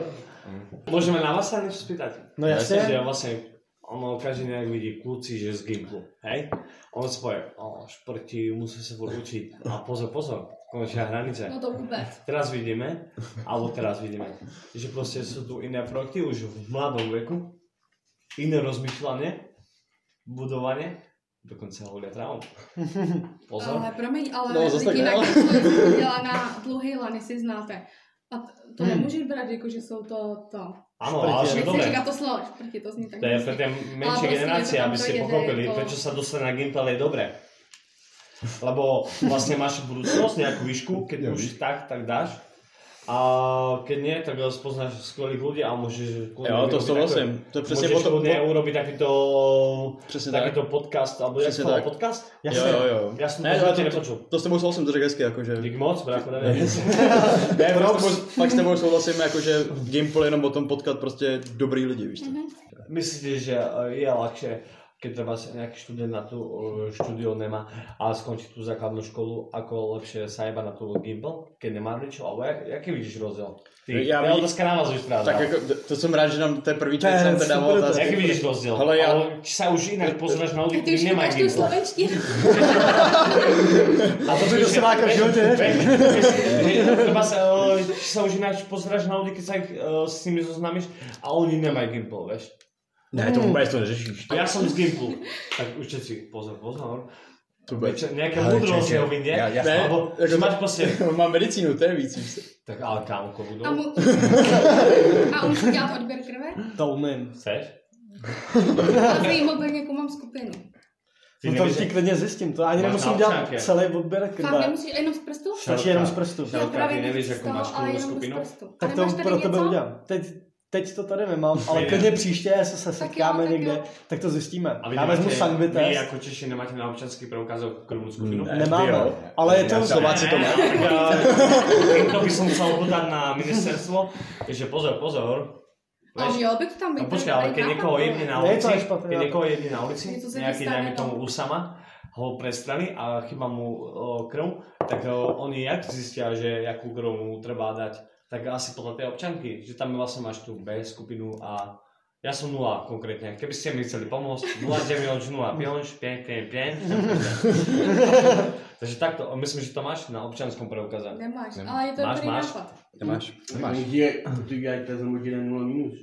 Speaker 5: Můžeme na vás se něco spýtat?
Speaker 3: No jasně.
Speaker 5: Že vlastně ono každý nějak vidí kluci, že z Gimplu, hej? On se poje, o, šprti, musí se furt učit. A pozor, pozor, konečná hranice.
Speaker 2: No to vůbec.
Speaker 5: Teraz vidíme, alebo teraz vidíme, že proste sú tu iné projekty už v mladom veku, iné rozmýšľanie, budovanie do konce Holiday Town.
Speaker 2: Pozor.
Speaker 5: Pozor.
Speaker 2: Ale promiň, ale
Speaker 4: No,
Speaker 2: no,
Speaker 4: zas
Speaker 2: lidi
Speaker 4: tak ne.
Speaker 2: nakreslují dělá na dlouhý lan, jestli znáte. A t- to
Speaker 3: Hmm.
Speaker 2: hmm. nemůžeš brát, jako že jsou to to.
Speaker 5: Áno,
Speaker 3: šprte.
Speaker 5: ale
Speaker 3: Že
Speaker 5: sú
Speaker 2: Nechci
Speaker 5: dobré.
Speaker 2: říkat to slovo, šprti, to zní tak.
Speaker 5: To je pre
Speaker 2: hnusně.
Speaker 5: tie menšie
Speaker 2: Ale proste
Speaker 5: generácie,
Speaker 2: je to tam
Speaker 5: aby
Speaker 2: to
Speaker 5: ste
Speaker 2: jede
Speaker 5: pochopili,
Speaker 2: ako-
Speaker 5: prečo sa dostať na Gimpel je dobré. Lebo vlastne máš budúcnosť, nejakú výšku, keď
Speaker 6: Jo.
Speaker 5: už tak, tak dáš. A keď nie, tak spoznáš skvelých ľudí a môžeš... kľudne
Speaker 4: Jo, to
Speaker 5: urobiť takové-
Speaker 4: souhlasím. To je přesně
Speaker 5: Môžeš potom,
Speaker 4: potom.
Speaker 5: kľudne urobiť takýto,
Speaker 4: Přesně tak.
Speaker 5: takýto podcast, alebo jak
Speaker 4: Presne
Speaker 5: to volá,
Speaker 4: tak.
Speaker 5: podcast?
Speaker 4: Jo, jo, jo.
Speaker 5: Ja som to
Speaker 4: Ne, ale
Speaker 5: zatiaľ
Speaker 4: to,
Speaker 5: nepočul.
Speaker 4: to, to s tebou souhlasím, to řekl hezky, jako jakože...
Speaker 5: Dík moc, brácho, neviem.
Speaker 4: Ne, fakt s tebou- fakt s tebou souhlasím, jakože gameplay jenom o tom potkat prostě dobrý lidi, víš
Speaker 3: Mhm.
Speaker 4: co?
Speaker 5: Myslíte, že e, je ľahšie, keď treba si nejaký študent na tú e, štúdio nemá a skončí tú základnú školu, ako lepšie sa jeba na tú gimbal, keď nemá nič, alebo jak, jaký vidíš rozdiel? Ty,
Speaker 4: Ja
Speaker 5: ja to je
Speaker 4: vidím-
Speaker 5: otázka na vás už teraz.
Speaker 4: Tak
Speaker 5: dám.
Speaker 4: jako, to jsem rád, že nám to je první
Speaker 3: To je
Speaker 4: čas, jsem to
Speaker 3: super,
Speaker 4: dával
Speaker 3: to je-
Speaker 5: Jaký
Speaker 4: otázky.
Speaker 5: vidíš rozdiel?
Speaker 4: Hele, ja-
Speaker 5: Ale či sa už inak pozeráš na ľudí,
Speaker 2: Ty už
Speaker 5: ktorí nemajú
Speaker 2: máš tu
Speaker 5: gimbal.
Speaker 2: slovenštinu.
Speaker 5: A to
Speaker 3: by to sa láka v živote, ne?
Speaker 5: Treba sa, e, či sa už ináč pozeráš na ľudí, keď sa ich, e, s nimi zoznámiš a oni nemajú gimbal, vieš.
Speaker 4: Ne,
Speaker 3: Mhm.
Speaker 4: to vůbec to neřešíš.
Speaker 5: Ja som z gimbal. Tak už všetci, pozor, pozor.
Speaker 4: To vůbec.
Speaker 5: Večer, nejaká
Speaker 6: Ale
Speaker 5: múdrosť
Speaker 6: čekaj,
Speaker 5: jeho vyjde,
Speaker 6: ja- ja-
Speaker 5: alebo
Speaker 4: Ne,
Speaker 5: že
Speaker 4: ako-
Speaker 5: máš proste...
Speaker 4: On má medicínu, to je víc, víš co?
Speaker 5: Tak ale kámo, komu
Speaker 2: A,
Speaker 5: dolu?
Speaker 2: mu... a umíš si dělat odběr krve?
Speaker 3: To umím.
Speaker 5: Chceš?
Speaker 2: Ale prý mobilně jako mám skupinu.
Speaker 5: Ty
Speaker 3: No to
Speaker 5: nevíš,
Speaker 3: ti
Speaker 5: že-
Speaker 3: klidně zjistím, to ani
Speaker 5: Máš
Speaker 3: nemusím
Speaker 5: na
Speaker 3: dělat
Speaker 5: občánky.
Speaker 3: celý odběr
Speaker 2: Fakt
Speaker 3: krve.
Speaker 2: nemusíš jenom z prstu?
Speaker 3: Stačí jenom z prstu.
Speaker 5: Šarotka, ty nevíš,
Speaker 2: nic z
Speaker 5: jakou
Speaker 2: toho,
Speaker 5: máš
Speaker 2: ale
Speaker 5: tu
Speaker 2: jenom bez
Speaker 5: skupinu?
Speaker 2: prstu. A
Speaker 3: Tak to
Speaker 2: nemáš tady
Speaker 3: pro tebe
Speaker 2: něco?
Speaker 3: udělám. Teď, teď to tady nemám, ale
Speaker 5: Ne.
Speaker 3: klidně příště se, se
Speaker 2: Tak jo,
Speaker 3: setkáme
Speaker 2: tak jo.
Speaker 3: někde, tak to zjistíme.
Speaker 5: A vy
Speaker 3: Já vezmu
Speaker 5: nemáte- Vy
Speaker 3: sangvitest,
Speaker 5: jako Češi nemáte na občanský preukázov krvnú skupinu?
Speaker 4: Ne. Ty
Speaker 3: nemáme,
Speaker 4: jo.
Speaker 3: ale je
Speaker 5: jako
Speaker 3: to...
Speaker 6: Já Slováci
Speaker 5: to má. To by som chcel podať na ministerstvo, že pozor, pozor.
Speaker 2: A
Speaker 5: Vieš,
Speaker 2: mělo by to tam být.
Speaker 5: no počkej,
Speaker 2: tady
Speaker 5: ale keď
Speaker 2: nápad,
Speaker 5: niekoho
Speaker 2: ne?
Speaker 5: jebne na
Speaker 3: Ne, to
Speaker 5: ulici,
Speaker 3: je špatné,
Speaker 5: keď
Speaker 3: ale-
Speaker 5: niekoho jebne na ulici,
Speaker 2: Něco se ti
Speaker 5: nejaký,
Speaker 2: stane,
Speaker 5: dajme
Speaker 2: no.
Speaker 5: tomu Usama, ho prestreli a chýba mu o, krv, tak o, oni jak zistia, že jakú krv mu treba dať? Tak asi podľa tej občanky, že tam vlastne máš tú B skupinu a ja som nula konkrétne. Keby ste mi chceli pomôcť, 09, 05, 5, 5, 5. Takže takto, myslím, že to máš na občanskom preukaze.
Speaker 2: Nemáš,
Speaker 6: Nemá.
Speaker 2: ale je to
Speaker 5: Máš,
Speaker 2: dobrý
Speaker 5: máš.
Speaker 2: nápad.
Speaker 6: Nemáš? Nemáš.
Speaker 7: Je, ty já jsem hodil 0 minus.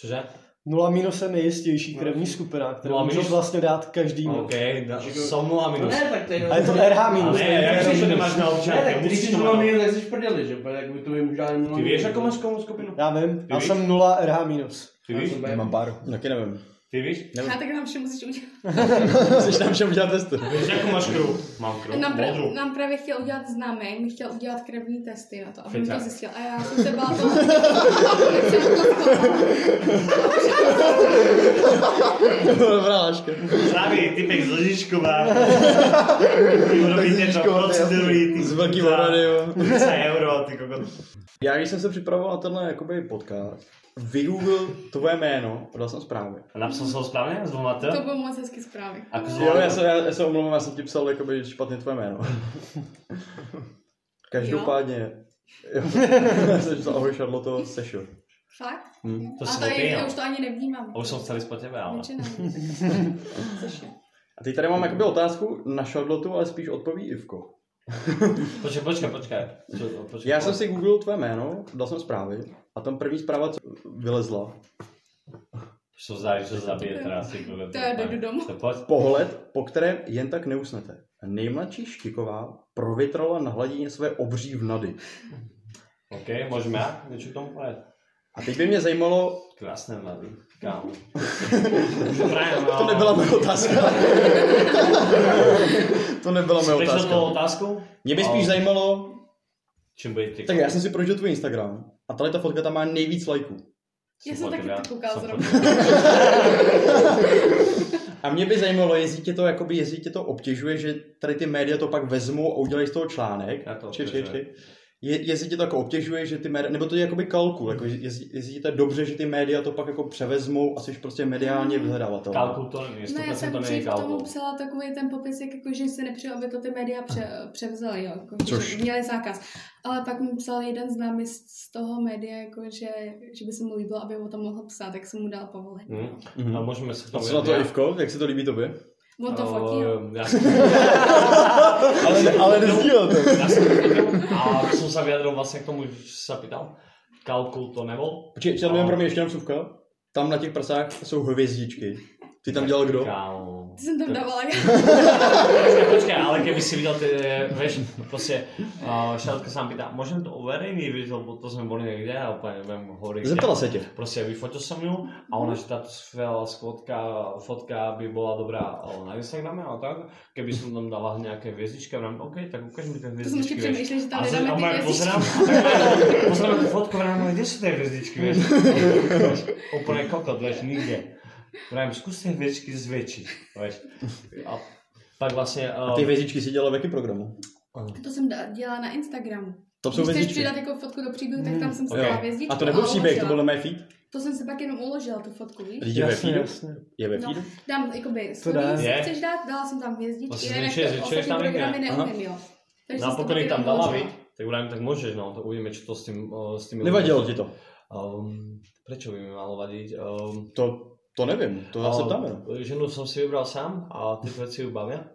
Speaker 5: Čože?
Speaker 3: Nula minus je nejistější krevní skupina, kterou
Speaker 5: Nula
Speaker 3: můžeš
Speaker 5: minus?
Speaker 3: vlastně dát každýmu.
Speaker 5: OK, da, som 0
Speaker 7: No
Speaker 5: minus.
Speaker 7: ne, tak to je...
Speaker 3: A je to RH
Speaker 5: A
Speaker 3: minus.
Speaker 5: Ne, jak
Speaker 3: to
Speaker 5: si to
Speaker 3: minus.
Speaker 5: nemáš na
Speaker 7: Ne,
Speaker 5: občanke,
Speaker 7: tak když
Speaker 5: musíš
Speaker 7: jsi
Speaker 5: to mít.
Speaker 7: 0 minus, tak jsi v prdeli, že? Tak by to by mu žádný 0
Speaker 5: Ty víš, jakou máš komu skupinu?
Speaker 3: Já vím, já
Speaker 5: víš?
Speaker 3: jsem 0 RH minus.
Speaker 5: Ty víš?
Speaker 6: Nemám pár.
Speaker 4: Taky nevím.
Speaker 5: Ty víš?
Speaker 4: Nevím.
Speaker 2: A tak nám vše musíš udělat.
Speaker 4: Chceš tam všem udělat testy.
Speaker 5: Víš, jakou máš krv? Mám krv,
Speaker 2: Nám, pra,
Speaker 5: modrou.
Speaker 2: nám právě chtěl udělat známý, mi chtěl udělat krevní testy na to, aby mi to
Speaker 5: Feťák.
Speaker 2: zjistil. A já jsem se bála toho, že jsem to schovala.
Speaker 4: Dobrá láška.
Speaker 5: Právě typek z Lžižkova. Ty urobíte to
Speaker 6: Lžižkova,
Speaker 5: procedury. ty
Speaker 4: Z velký
Speaker 5: za
Speaker 4: horady, jo.
Speaker 5: 30 euro, ty kokot.
Speaker 4: Já když jsem se připravoval na tenhle jakoby podcast, vygooglil tvoje jméno a dal jsem správně.
Speaker 5: A napsal jsem ho správně? Zvolna
Speaker 2: To
Speaker 5: to?
Speaker 2: bylo moc hezky zprávy.
Speaker 5: Ako
Speaker 4: Jo,
Speaker 5: zvolna
Speaker 4: já se, já, já se omlouvám, já jsem ti psal jakoby špatně tvoje jméno. Každopádně, jo. já jsem psal, ahoj Charlotte, sešel.
Speaker 2: Fakt?
Speaker 4: Hm.
Speaker 5: Hmm, To
Speaker 2: a
Speaker 5: si
Speaker 2: to je,
Speaker 5: opinil.
Speaker 2: já už to ani nevnímám.
Speaker 5: A už jsem chcel jít po tebe, ale.
Speaker 2: Většina. Což je.
Speaker 4: A teď tady mám jakoby otázku na Charlotte, ale spíš odpoví Ivko.
Speaker 5: Počkej, počkej, počkej. Čo- počkej.
Speaker 4: Já jsem si googlil tvé jméno, dal jsem zprávy a tam první zpráva, co vylezla,
Speaker 5: Co září, co zabije teraz. ty kokot.
Speaker 2: To já jdu domů.
Speaker 5: To pojď.
Speaker 4: Pohled, po kterém jen tak neusnete. Nejmladší štiková provětrala na hladině své obří vnady.
Speaker 5: OK, můžeme já něco k tomu povedat?
Speaker 4: A teď by mě zajímalo,
Speaker 5: Krásné mladý, kámo. To právě, no.
Speaker 4: to nebyla moje otázka. to nebyla moje
Speaker 5: Přišel s
Speaker 4: otázka.
Speaker 5: tou otázkou?
Speaker 4: Mě by
Speaker 5: Ale-
Speaker 4: spíš zajímalo,
Speaker 5: Čím budete?
Speaker 4: tak já jsem si prožil tvůj Instagram a tady ta fotka tam má nejvíc lajků.
Speaker 2: Já jsem taky to koukal
Speaker 5: Jsem
Speaker 2: zrovna.
Speaker 4: A mě by zajímalo, jestli tě to, jakoby, jestli tě to obtěžuje, že tady ty média to pak vezmou a udělají z toho článek.
Speaker 5: Já to
Speaker 4: Čekej, čekej,
Speaker 5: obtěžuje.
Speaker 4: čekej. Je, jestli tě to jako obtěžuje, že ty média, nebo to je jakoby kalkul, jako, že- jestli, jestli ti to je dobře, že ty média to pak jako převezmou a jsi prostě mediálně vyhledávatel.
Speaker 5: Kalkul to není,
Speaker 2: No já
Speaker 5: 100%
Speaker 2: jsem
Speaker 5: to není
Speaker 2: dřív k tomu
Speaker 5: kalkul.
Speaker 2: psala takový ten popisek, jako, že se nepřeju, aby to ty média pře, převzaly, jo, jako,
Speaker 4: Což?
Speaker 2: že měli zákaz. Ale pak mi psal jeden známý z, z toho média, jako, že, že by se mu líbilo, aby o tom mohl psát, tak jsem mu dal povolení.
Speaker 5: Hm?
Speaker 4: Mhm.
Speaker 5: No můžeme se
Speaker 4: A co na to,
Speaker 5: já-
Speaker 4: Ivko? Jak se to líbí tobě?
Speaker 2: On to
Speaker 5: Eh,
Speaker 2: fotí, jo.
Speaker 5: já jsem-
Speaker 4: Ale, ale nezdílel to.
Speaker 5: já jsem to fotil A jsem se vyjadril vlastně k tomu, že se pýtal. Kalkul to nebyl.
Speaker 4: Počkej, ještě tam jenom pro mě ještě jenom vsuvka. Tam na těch prsách jsou hvězdičky. Ty tam dělal kdo?
Speaker 5: Kámo.
Speaker 2: Ty jsem tam dávala.
Speaker 5: Počkej, počkej, ale keby si videl, ty, vieš, proste, uh, šatka sa ma pýta, môžem to overejný, vieš, lebo to sme boli niekde a úplne neviem, hovorí. kde.
Speaker 4: Zeptala se tě.
Speaker 5: Proste Prostě vyfotil som ju a ona, že táto skvelá fotka, fotka by bola dobrá o, na Instagrame a tak, keby som tam dala nejaké hviezdičky a vrám, OK, tak ukáž mi tie
Speaker 2: To jsem
Speaker 5: hviezdičky,
Speaker 2: ještě
Speaker 5: vieš.
Speaker 2: přemýšlela, že tam
Speaker 5: A som
Speaker 2: nedáme
Speaker 5: tam
Speaker 2: ty
Speaker 5: aj
Speaker 2: hvězdičky.
Speaker 5: pozerám, pozerám tú fotku, vrám, ale kde sú tie hviezdičky, vieš? Vieš, Úplne kokot, vieš, nikde. Vrám, skús tie hviezdičky zväčšiť, vieš. A tak vlastně, eh, vlastne...
Speaker 4: A ty hvězdičky si dělal v jakém programu?
Speaker 2: To jsem dá- dělala na Instagramu.
Speaker 4: Tam
Speaker 2: Když
Speaker 4: jsou
Speaker 2: chceš
Speaker 4: hvězdičky.
Speaker 2: přidat jako fotku do příběhu, tak tam jsem si
Speaker 4: ok.
Speaker 2: dala hvězdičku.
Speaker 4: A to nebyl
Speaker 2: a
Speaker 4: příběh, to Hm.
Speaker 2: uložila.
Speaker 4: byl mé feed?
Speaker 2: To jsem si pak jenom uložila, tu fotku, víš?
Speaker 4: Teď je ve
Speaker 3: Jasně,
Speaker 4: feedu?
Speaker 3: jasně.
Speaker 4: Je ve
Speaker 2: No,
Speaker 4: feedu?
Speaker 2: dám jakoby
Speaker 3: dá.
Speaker 2: stories,
Speaker 5: Je.
Speaker 2: chceš dát, dala jsem tam hvězdičky,
Speaker 5: To si
Speaker 2: nevím, jak
Speaker 5: zvětšuješ,
Speaker 2: to
Speaker 5: zvětšuješ
Speaker 2: ostatní
Speaker 5: tam někde.
Speaker 2: programy
Speaker 4: Aha. No
Speaker 2: neumím, jo. Takže jsem si to
Speaker 5: Napokon
Speaker 2: pak
Speaker 5: jim tam
Speaker 2: jenom
Speaker 5: dala,
Speaker 2: uložila.
Speaker 5: viď? Tak vrajím, tak můžeš, no, to uvidíme, čo to s tým, uh, s tými...
Speaker 4: Nevadilo ti to?
Speaker 5: Um, prečo by mi malo vadiť? Um,
Speaker 4: To, to nevím, to
Speaker 5: No.
Speaker 4: zase ptáme.
Speaker 5: Ženu som si vybral sám a ty veci ju bavia.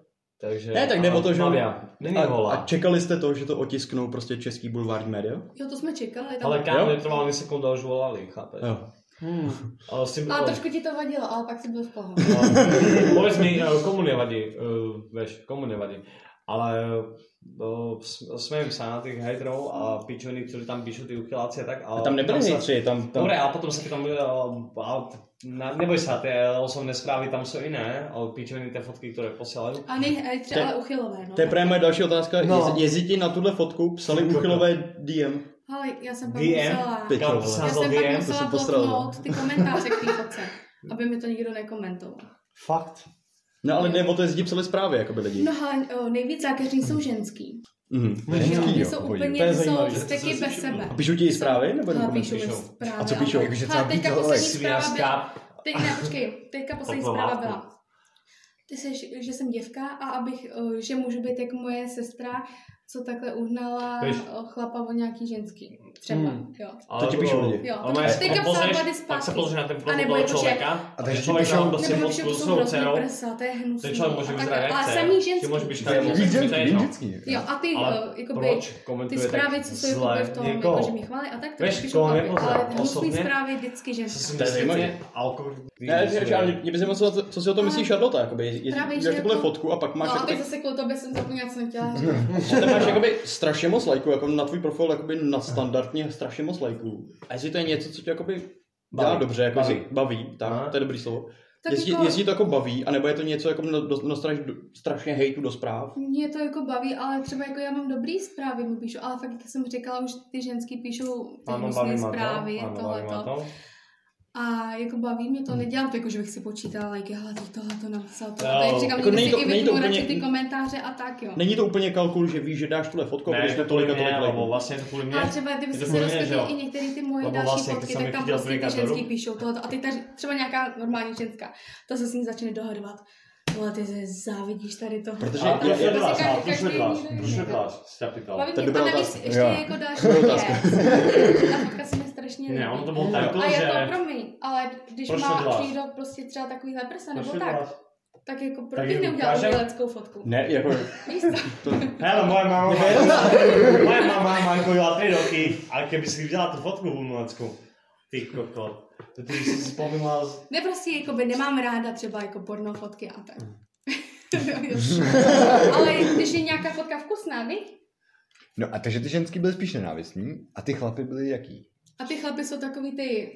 Speaker 5: Takže...
Speaker 4: Ne, tak jde
Speaker 5: a
Speaker 4: o to, že-
Speaker 5: Bavia, není
Speaker 4: A,
Speaker 5: hola.
Speaker 4: a čekali jste to, že to otisknou prostě český bulvární média?
Speaker 2: Jo, to jsme čekali, ale tam...
Speaker 5: Ale kámo,
Speaker 4: Jo?
Speaker 5: netrvalo ani sekundu a už volali, chápeš?
Speaker 4: Jo.
Speaker 3: Hmm.
Speaker 5: Ale s tým...
Speaker 2: A
Speaker 5: o-
Speaker 2: trošku ti to vadilo, ale pak jsi byl v pohodě.
Speaker 5: No, Povedz mi, eh, komu nevadí, eh, vieš, komu nevadí. Ale no, sm- smejem sa na tých hejtrov a pičovní, ktorí tam píšu tí uchyláci a tak. Ale
Speaker 4: Tam nebyli
Speaker 5: sa-
Speaker 4: hejtři, tam, tam...
Speaker 5: Dobre, ale potom sa pýtam, eh, a na, neboj sa, tie osobné správy tam sú iné, ale pičoviny tie fotky, ktoré posielajú.
Speaker 2: A nej,
Speaker 4: To je-
Speaker 2: třeba ale uchylové, no.
Speaker 4: To je právě moje další otázka.
Speaker 3: No.
Speaker 4: No. Jezi ti na tuhle fotku psali uchylové DM.
Speaker 2: Hele, já jsem pak
Speaker 5: DM,
Speaker 2: musela...
Speaker 4: Ty
Speaker 5: Kam
Speaker 4: vole.
Speaker 5: to sa
Speaker 2: Já
Speaker 5: nazval
Speaker 2: jsem pak
Speaker 5: DM?
Speaker 4: jsem
Speaker 2: musela
Speaker 4: posral, no.
Speaker 2: bloknout ty komentáře k té fotce, aby mi to nikdo nekomentoval.
Speaker 3: Fakt.
Speaker 4: No ale ne, o to jezdí psali zprávy, jakoby lidi.
Speaker 2: No ale o, nejvíc zákeřní jsou ženský.
Speaker 4: Mhm.
Speaker 2: jo,
Speaker 6: Ženský,
Speaker 2: ty
Speaker 6: jo,
Speaker 2: jsou
Speaker 6: obojí.
Speaker 2: úplně,
Speaker 3: To je
Speaker 2: ty jsou
Speaker 3: zajímavý.
Speaker 2: steky bez sebe.
Speaker 4: A píšou ti i zprávy? Nebo
Speaker 2: Ale
Speaker 4: jenom
Speaker 2: píšou mi
Speaker 5: píšou?
Speaker 2: zprávy.
Speaker 4: A co píšou?
Speaker 2: ale-
Speaker 4: Jakože
Speaker 2: Hele, teďka poslední zpráva byla...
Speaker 5: Sviazka.
Speaker 2: Teď, ne, počkej, teďka poslední
Speaker 5: Taková
Speaker 2: zpráva
Speaker 5: látka.
Speaker 2: byla. Ty jsi, že jsem děvka a abych, eh, že můžu být jak moje sestra, co takhle uhnala
Speaker 5: Víš.
Speaker 2: eh, chlapa o nějaký ženský. Třeba,
Speaker 3: Hmm.
Speaker 2: jo.
Speaker 5: Ale-
Speaker 4: ti píšou lidi.
Speaker 2: Jo,
Speaker 5: Ale
Speaker 2: to
Speaker 5: má-
Speaker 2: už teďka
Speaker 5: pak
Speaker 2: psala
Speaker 5: pozrieš-
Speaker 2: vady zpátky.
Speaker 5: Pak se položí na ten
Speaker 2: A
Speaker 5: profil
Speaker 2: nebo
Speaker 5: toho
Speaker 2: jakože-
Speaker 5: člověka.
Speaker 6: A takže ti
Speaker 5: člověk
Speaker 6: píšou-
Speaker 5: tam prostě
Speaker 2: Nebo
Speaker 5: pod
Speaker 2: že to jsou
Speaker 5: svou
Speaker 2: hrozný
Speaker 5: dcerou.
Speaker 2: prsa, to je hnusný.
Speaker 5: Ten člověk může
Speaker 2: A
Speaker 5: vyzrát
Speaker 2: takhle,
Speaker 5: jak
Speaker 2: Ale
Speaker 5: chce.
Speaker 2: samý
Speaker 5: Ty
Speaker 2: ženský.
Speaker 5: můžeš být
Speaker 6: To je
Speaker 5: každý
Speaker 6: vždycky-
Speaker 5: to je jedno.
Speaker 6: vždycky.
Speaker 2: Jo, a ty,
Speaker 5: Ale
Speaker 2: eh, jakoby,
Speaker 5: Proč
Speaker 2: ty
Speaker 5: komentuje
Speaker 2: zprávy, co jsou jakoby v tom, jako, že mě chválí a tak, to
Speaker 5: Víš,
Speaker 2: taky
Speaker 5: koho
Speaker 2: žoufám,
Speaker 5: nepoznám
Speaker 2: ale hnusný
Speaker 5: osobně?
Speaker 2: zprávy vždycky
Speaker 5: Co
Speaker 2: ženský.
Speaker 5: si
Speaker 4: To je zajímavé.
Speaker 5: myslíte? Alkohol.
Speaker 4: Ne, ne, ne, ale mě- mě by zajímalo, co, co si o tom myslí
Speaker 2: Ale-
Speaker 4: Charlotte, jakoby, je- je-
Speaker 2: Právě,
Speaker 4: děláš
Speaker 2: že
Speaker 4: takovou
Speaker 2: jako-
Speaker 4: fotku a pak máš,
Speaker 2: No a
Speaker 4: jakoby,
Speaker 2: teď zase kvůli tobě jsem zapomněla, co jsem chtěla říct.
Speaker 5: Mhm.
Speaker 4: že tam máš jakoby strašně moc lajků, jako na tvůj profil jakoby nadstandardně strašně moc lajků. A jestli to je něco, co tě jakoby dělá
Speaker 5: Baví.
Speaker 4: dobře, jako
Speaker 5: Baví.
Speaker 4: baví, baví tak,
Speaker 5: Aha.
Speaker 4: to je dobrý slovo.
Speaker 2: Tak
Speaker 4: Jestli,
Speaker 2: jako-
Speaker 4: jestli to jako baví, anebo je to něco jako no, do, no straš, do, strašně hejtu do zpráv.
Speaker 2: Mě to jako baví, ale třeba jako já mám dobrý zprávy, mi píšu, ale fakt, jak jsem říkala, už ty ženský píšou ty
Speaker 5: Ano,
Speaker 2: hnusné
Speaker 5: baví ma
Speaker 2: zprávy,
Speaker 5: to. Ano, baví ma
Speaker 2: tohleto.
Speaker 5: to. Mhm.
Speaker 2: A jako baví mě to, nedělám to, jako že bych si počítala, lajky, hele, teď tohle to napsal, to,
Speaker 5: Jo.
Speaker 2: to jak říkám,
Speaker 4: Jako
Speaker 2: někdy
Speaker 4: není
Speaker 2: si
Speaker 4: to-
Speaker 2: i
Speaker 4: není to
Speaker 2: vypnu radši
Speaker 4: úplně-
Speaker 2: ty komentáře a tak, jo.
Speaker 4: Není to úplně kalkul, že víš, že dáš tuhle fotku,
Speaker 5: Ne,
Speaker 4: když
Speaker 5: je
Speaker 4: to
Speaker 5: to
Speaker 4: tolik a
Speaker 5: kvůli
Speaker 4: tolik
Speaker 5: mě, lebo
Speaker 4: lajků.
Speaker 5: vlastně je to kvůli mě.
Speaker 2: Ale třeba kdyby
Speaker 5: Je
Speaker 2: se
Speaker 5: to kvůli mě, že
Speaker 2: rozkvětly
Speaker 5: jo.
Speaker 2: i některé ty moje
Speaker 5: Lebo
Speaker 2: další
Speaker 5: vlastně, když
Speaker 2: fotky,
Speaker 5: jsem
Speaker 2: tak tam
Speaker 5: viděl
Speaker 2: prostě ty
Speaker 5: Brigádu.
Speaker 2: ženský píšou tohle. A ty tady, třeba nějaká normální ženská, ta se s ní začne dohadovat. Vole, ty se závidíš tady to. prostě
Speaker 4: Protože
Speaker 5: A
Speaker 4: já-
Speaker 5: proč
Speaker 4: já-
Speaker 5: je
Speaker 4: já-
Speaker 5: dláš, a
Speaker 2: každý-
Speaker 5: proč je
Speaker 2: každý
Speaker 5: dláš,
Speaker 2: jiný
Speaker 5: proč je
Speaker 2: jiný.
Speaker 5: dláš, si tě ptal.
Speaker 2: Baví
Speaker 4: To je
Speaker 2: mě,
Speaker 4: dobrá
Speaker 2: a navíc
Speaker 4: otázka.
Speaker 2: ještě
Speaker 6: Jo.
Speaker 2: jako další
Speaker 4: Dobrá
Speaker 2: věc.
Speaker 4: otázka.
Speaker 2: Ta fotka se mi strašně
Speaker 5: Ne,
Speaker 2: líbí.
Speaker 5: ono to bylo tak,
Speaker 2: A
Speaker 5: že...
Speaker 2: já to promiň, ale když
Speaker 5: Proč to
Speaker 2: má
Speaker 5: děláš?
Speaker 2: někdo prostě třeba takovýhle prsa nebo
Speaker 5: Proč je
Speaker 2: tak,
Speaker 5: dláš?
Speaker 2: tak jako proč
Speaker 5: Tak
Speaker 2: bych
Speaker 5: ji
Speaker 2: neudělal
Speaker 5: ukážem?
Speaker 2: uměleckou fotku?
Speaker 4: Ne, jako,
Speaker 2: Víš co?
Speaker 5: Hele, moje mama, má- moje mama má kojila 3 roky a keby si videla tú fotku v umelecku, ty kokot, to ty by si si spomínala z...
Speaker 2: Ne, prostě jakoby nemám ráda třeba jako porno fotky a tak. ale když je nějaká fotka vkusná, víš?
Speaker 6: No a takže ty ženský byly spíš nenávistní a ty chlapy byly jaký?
Speaker 2: A ty chlapy jsou takový ty,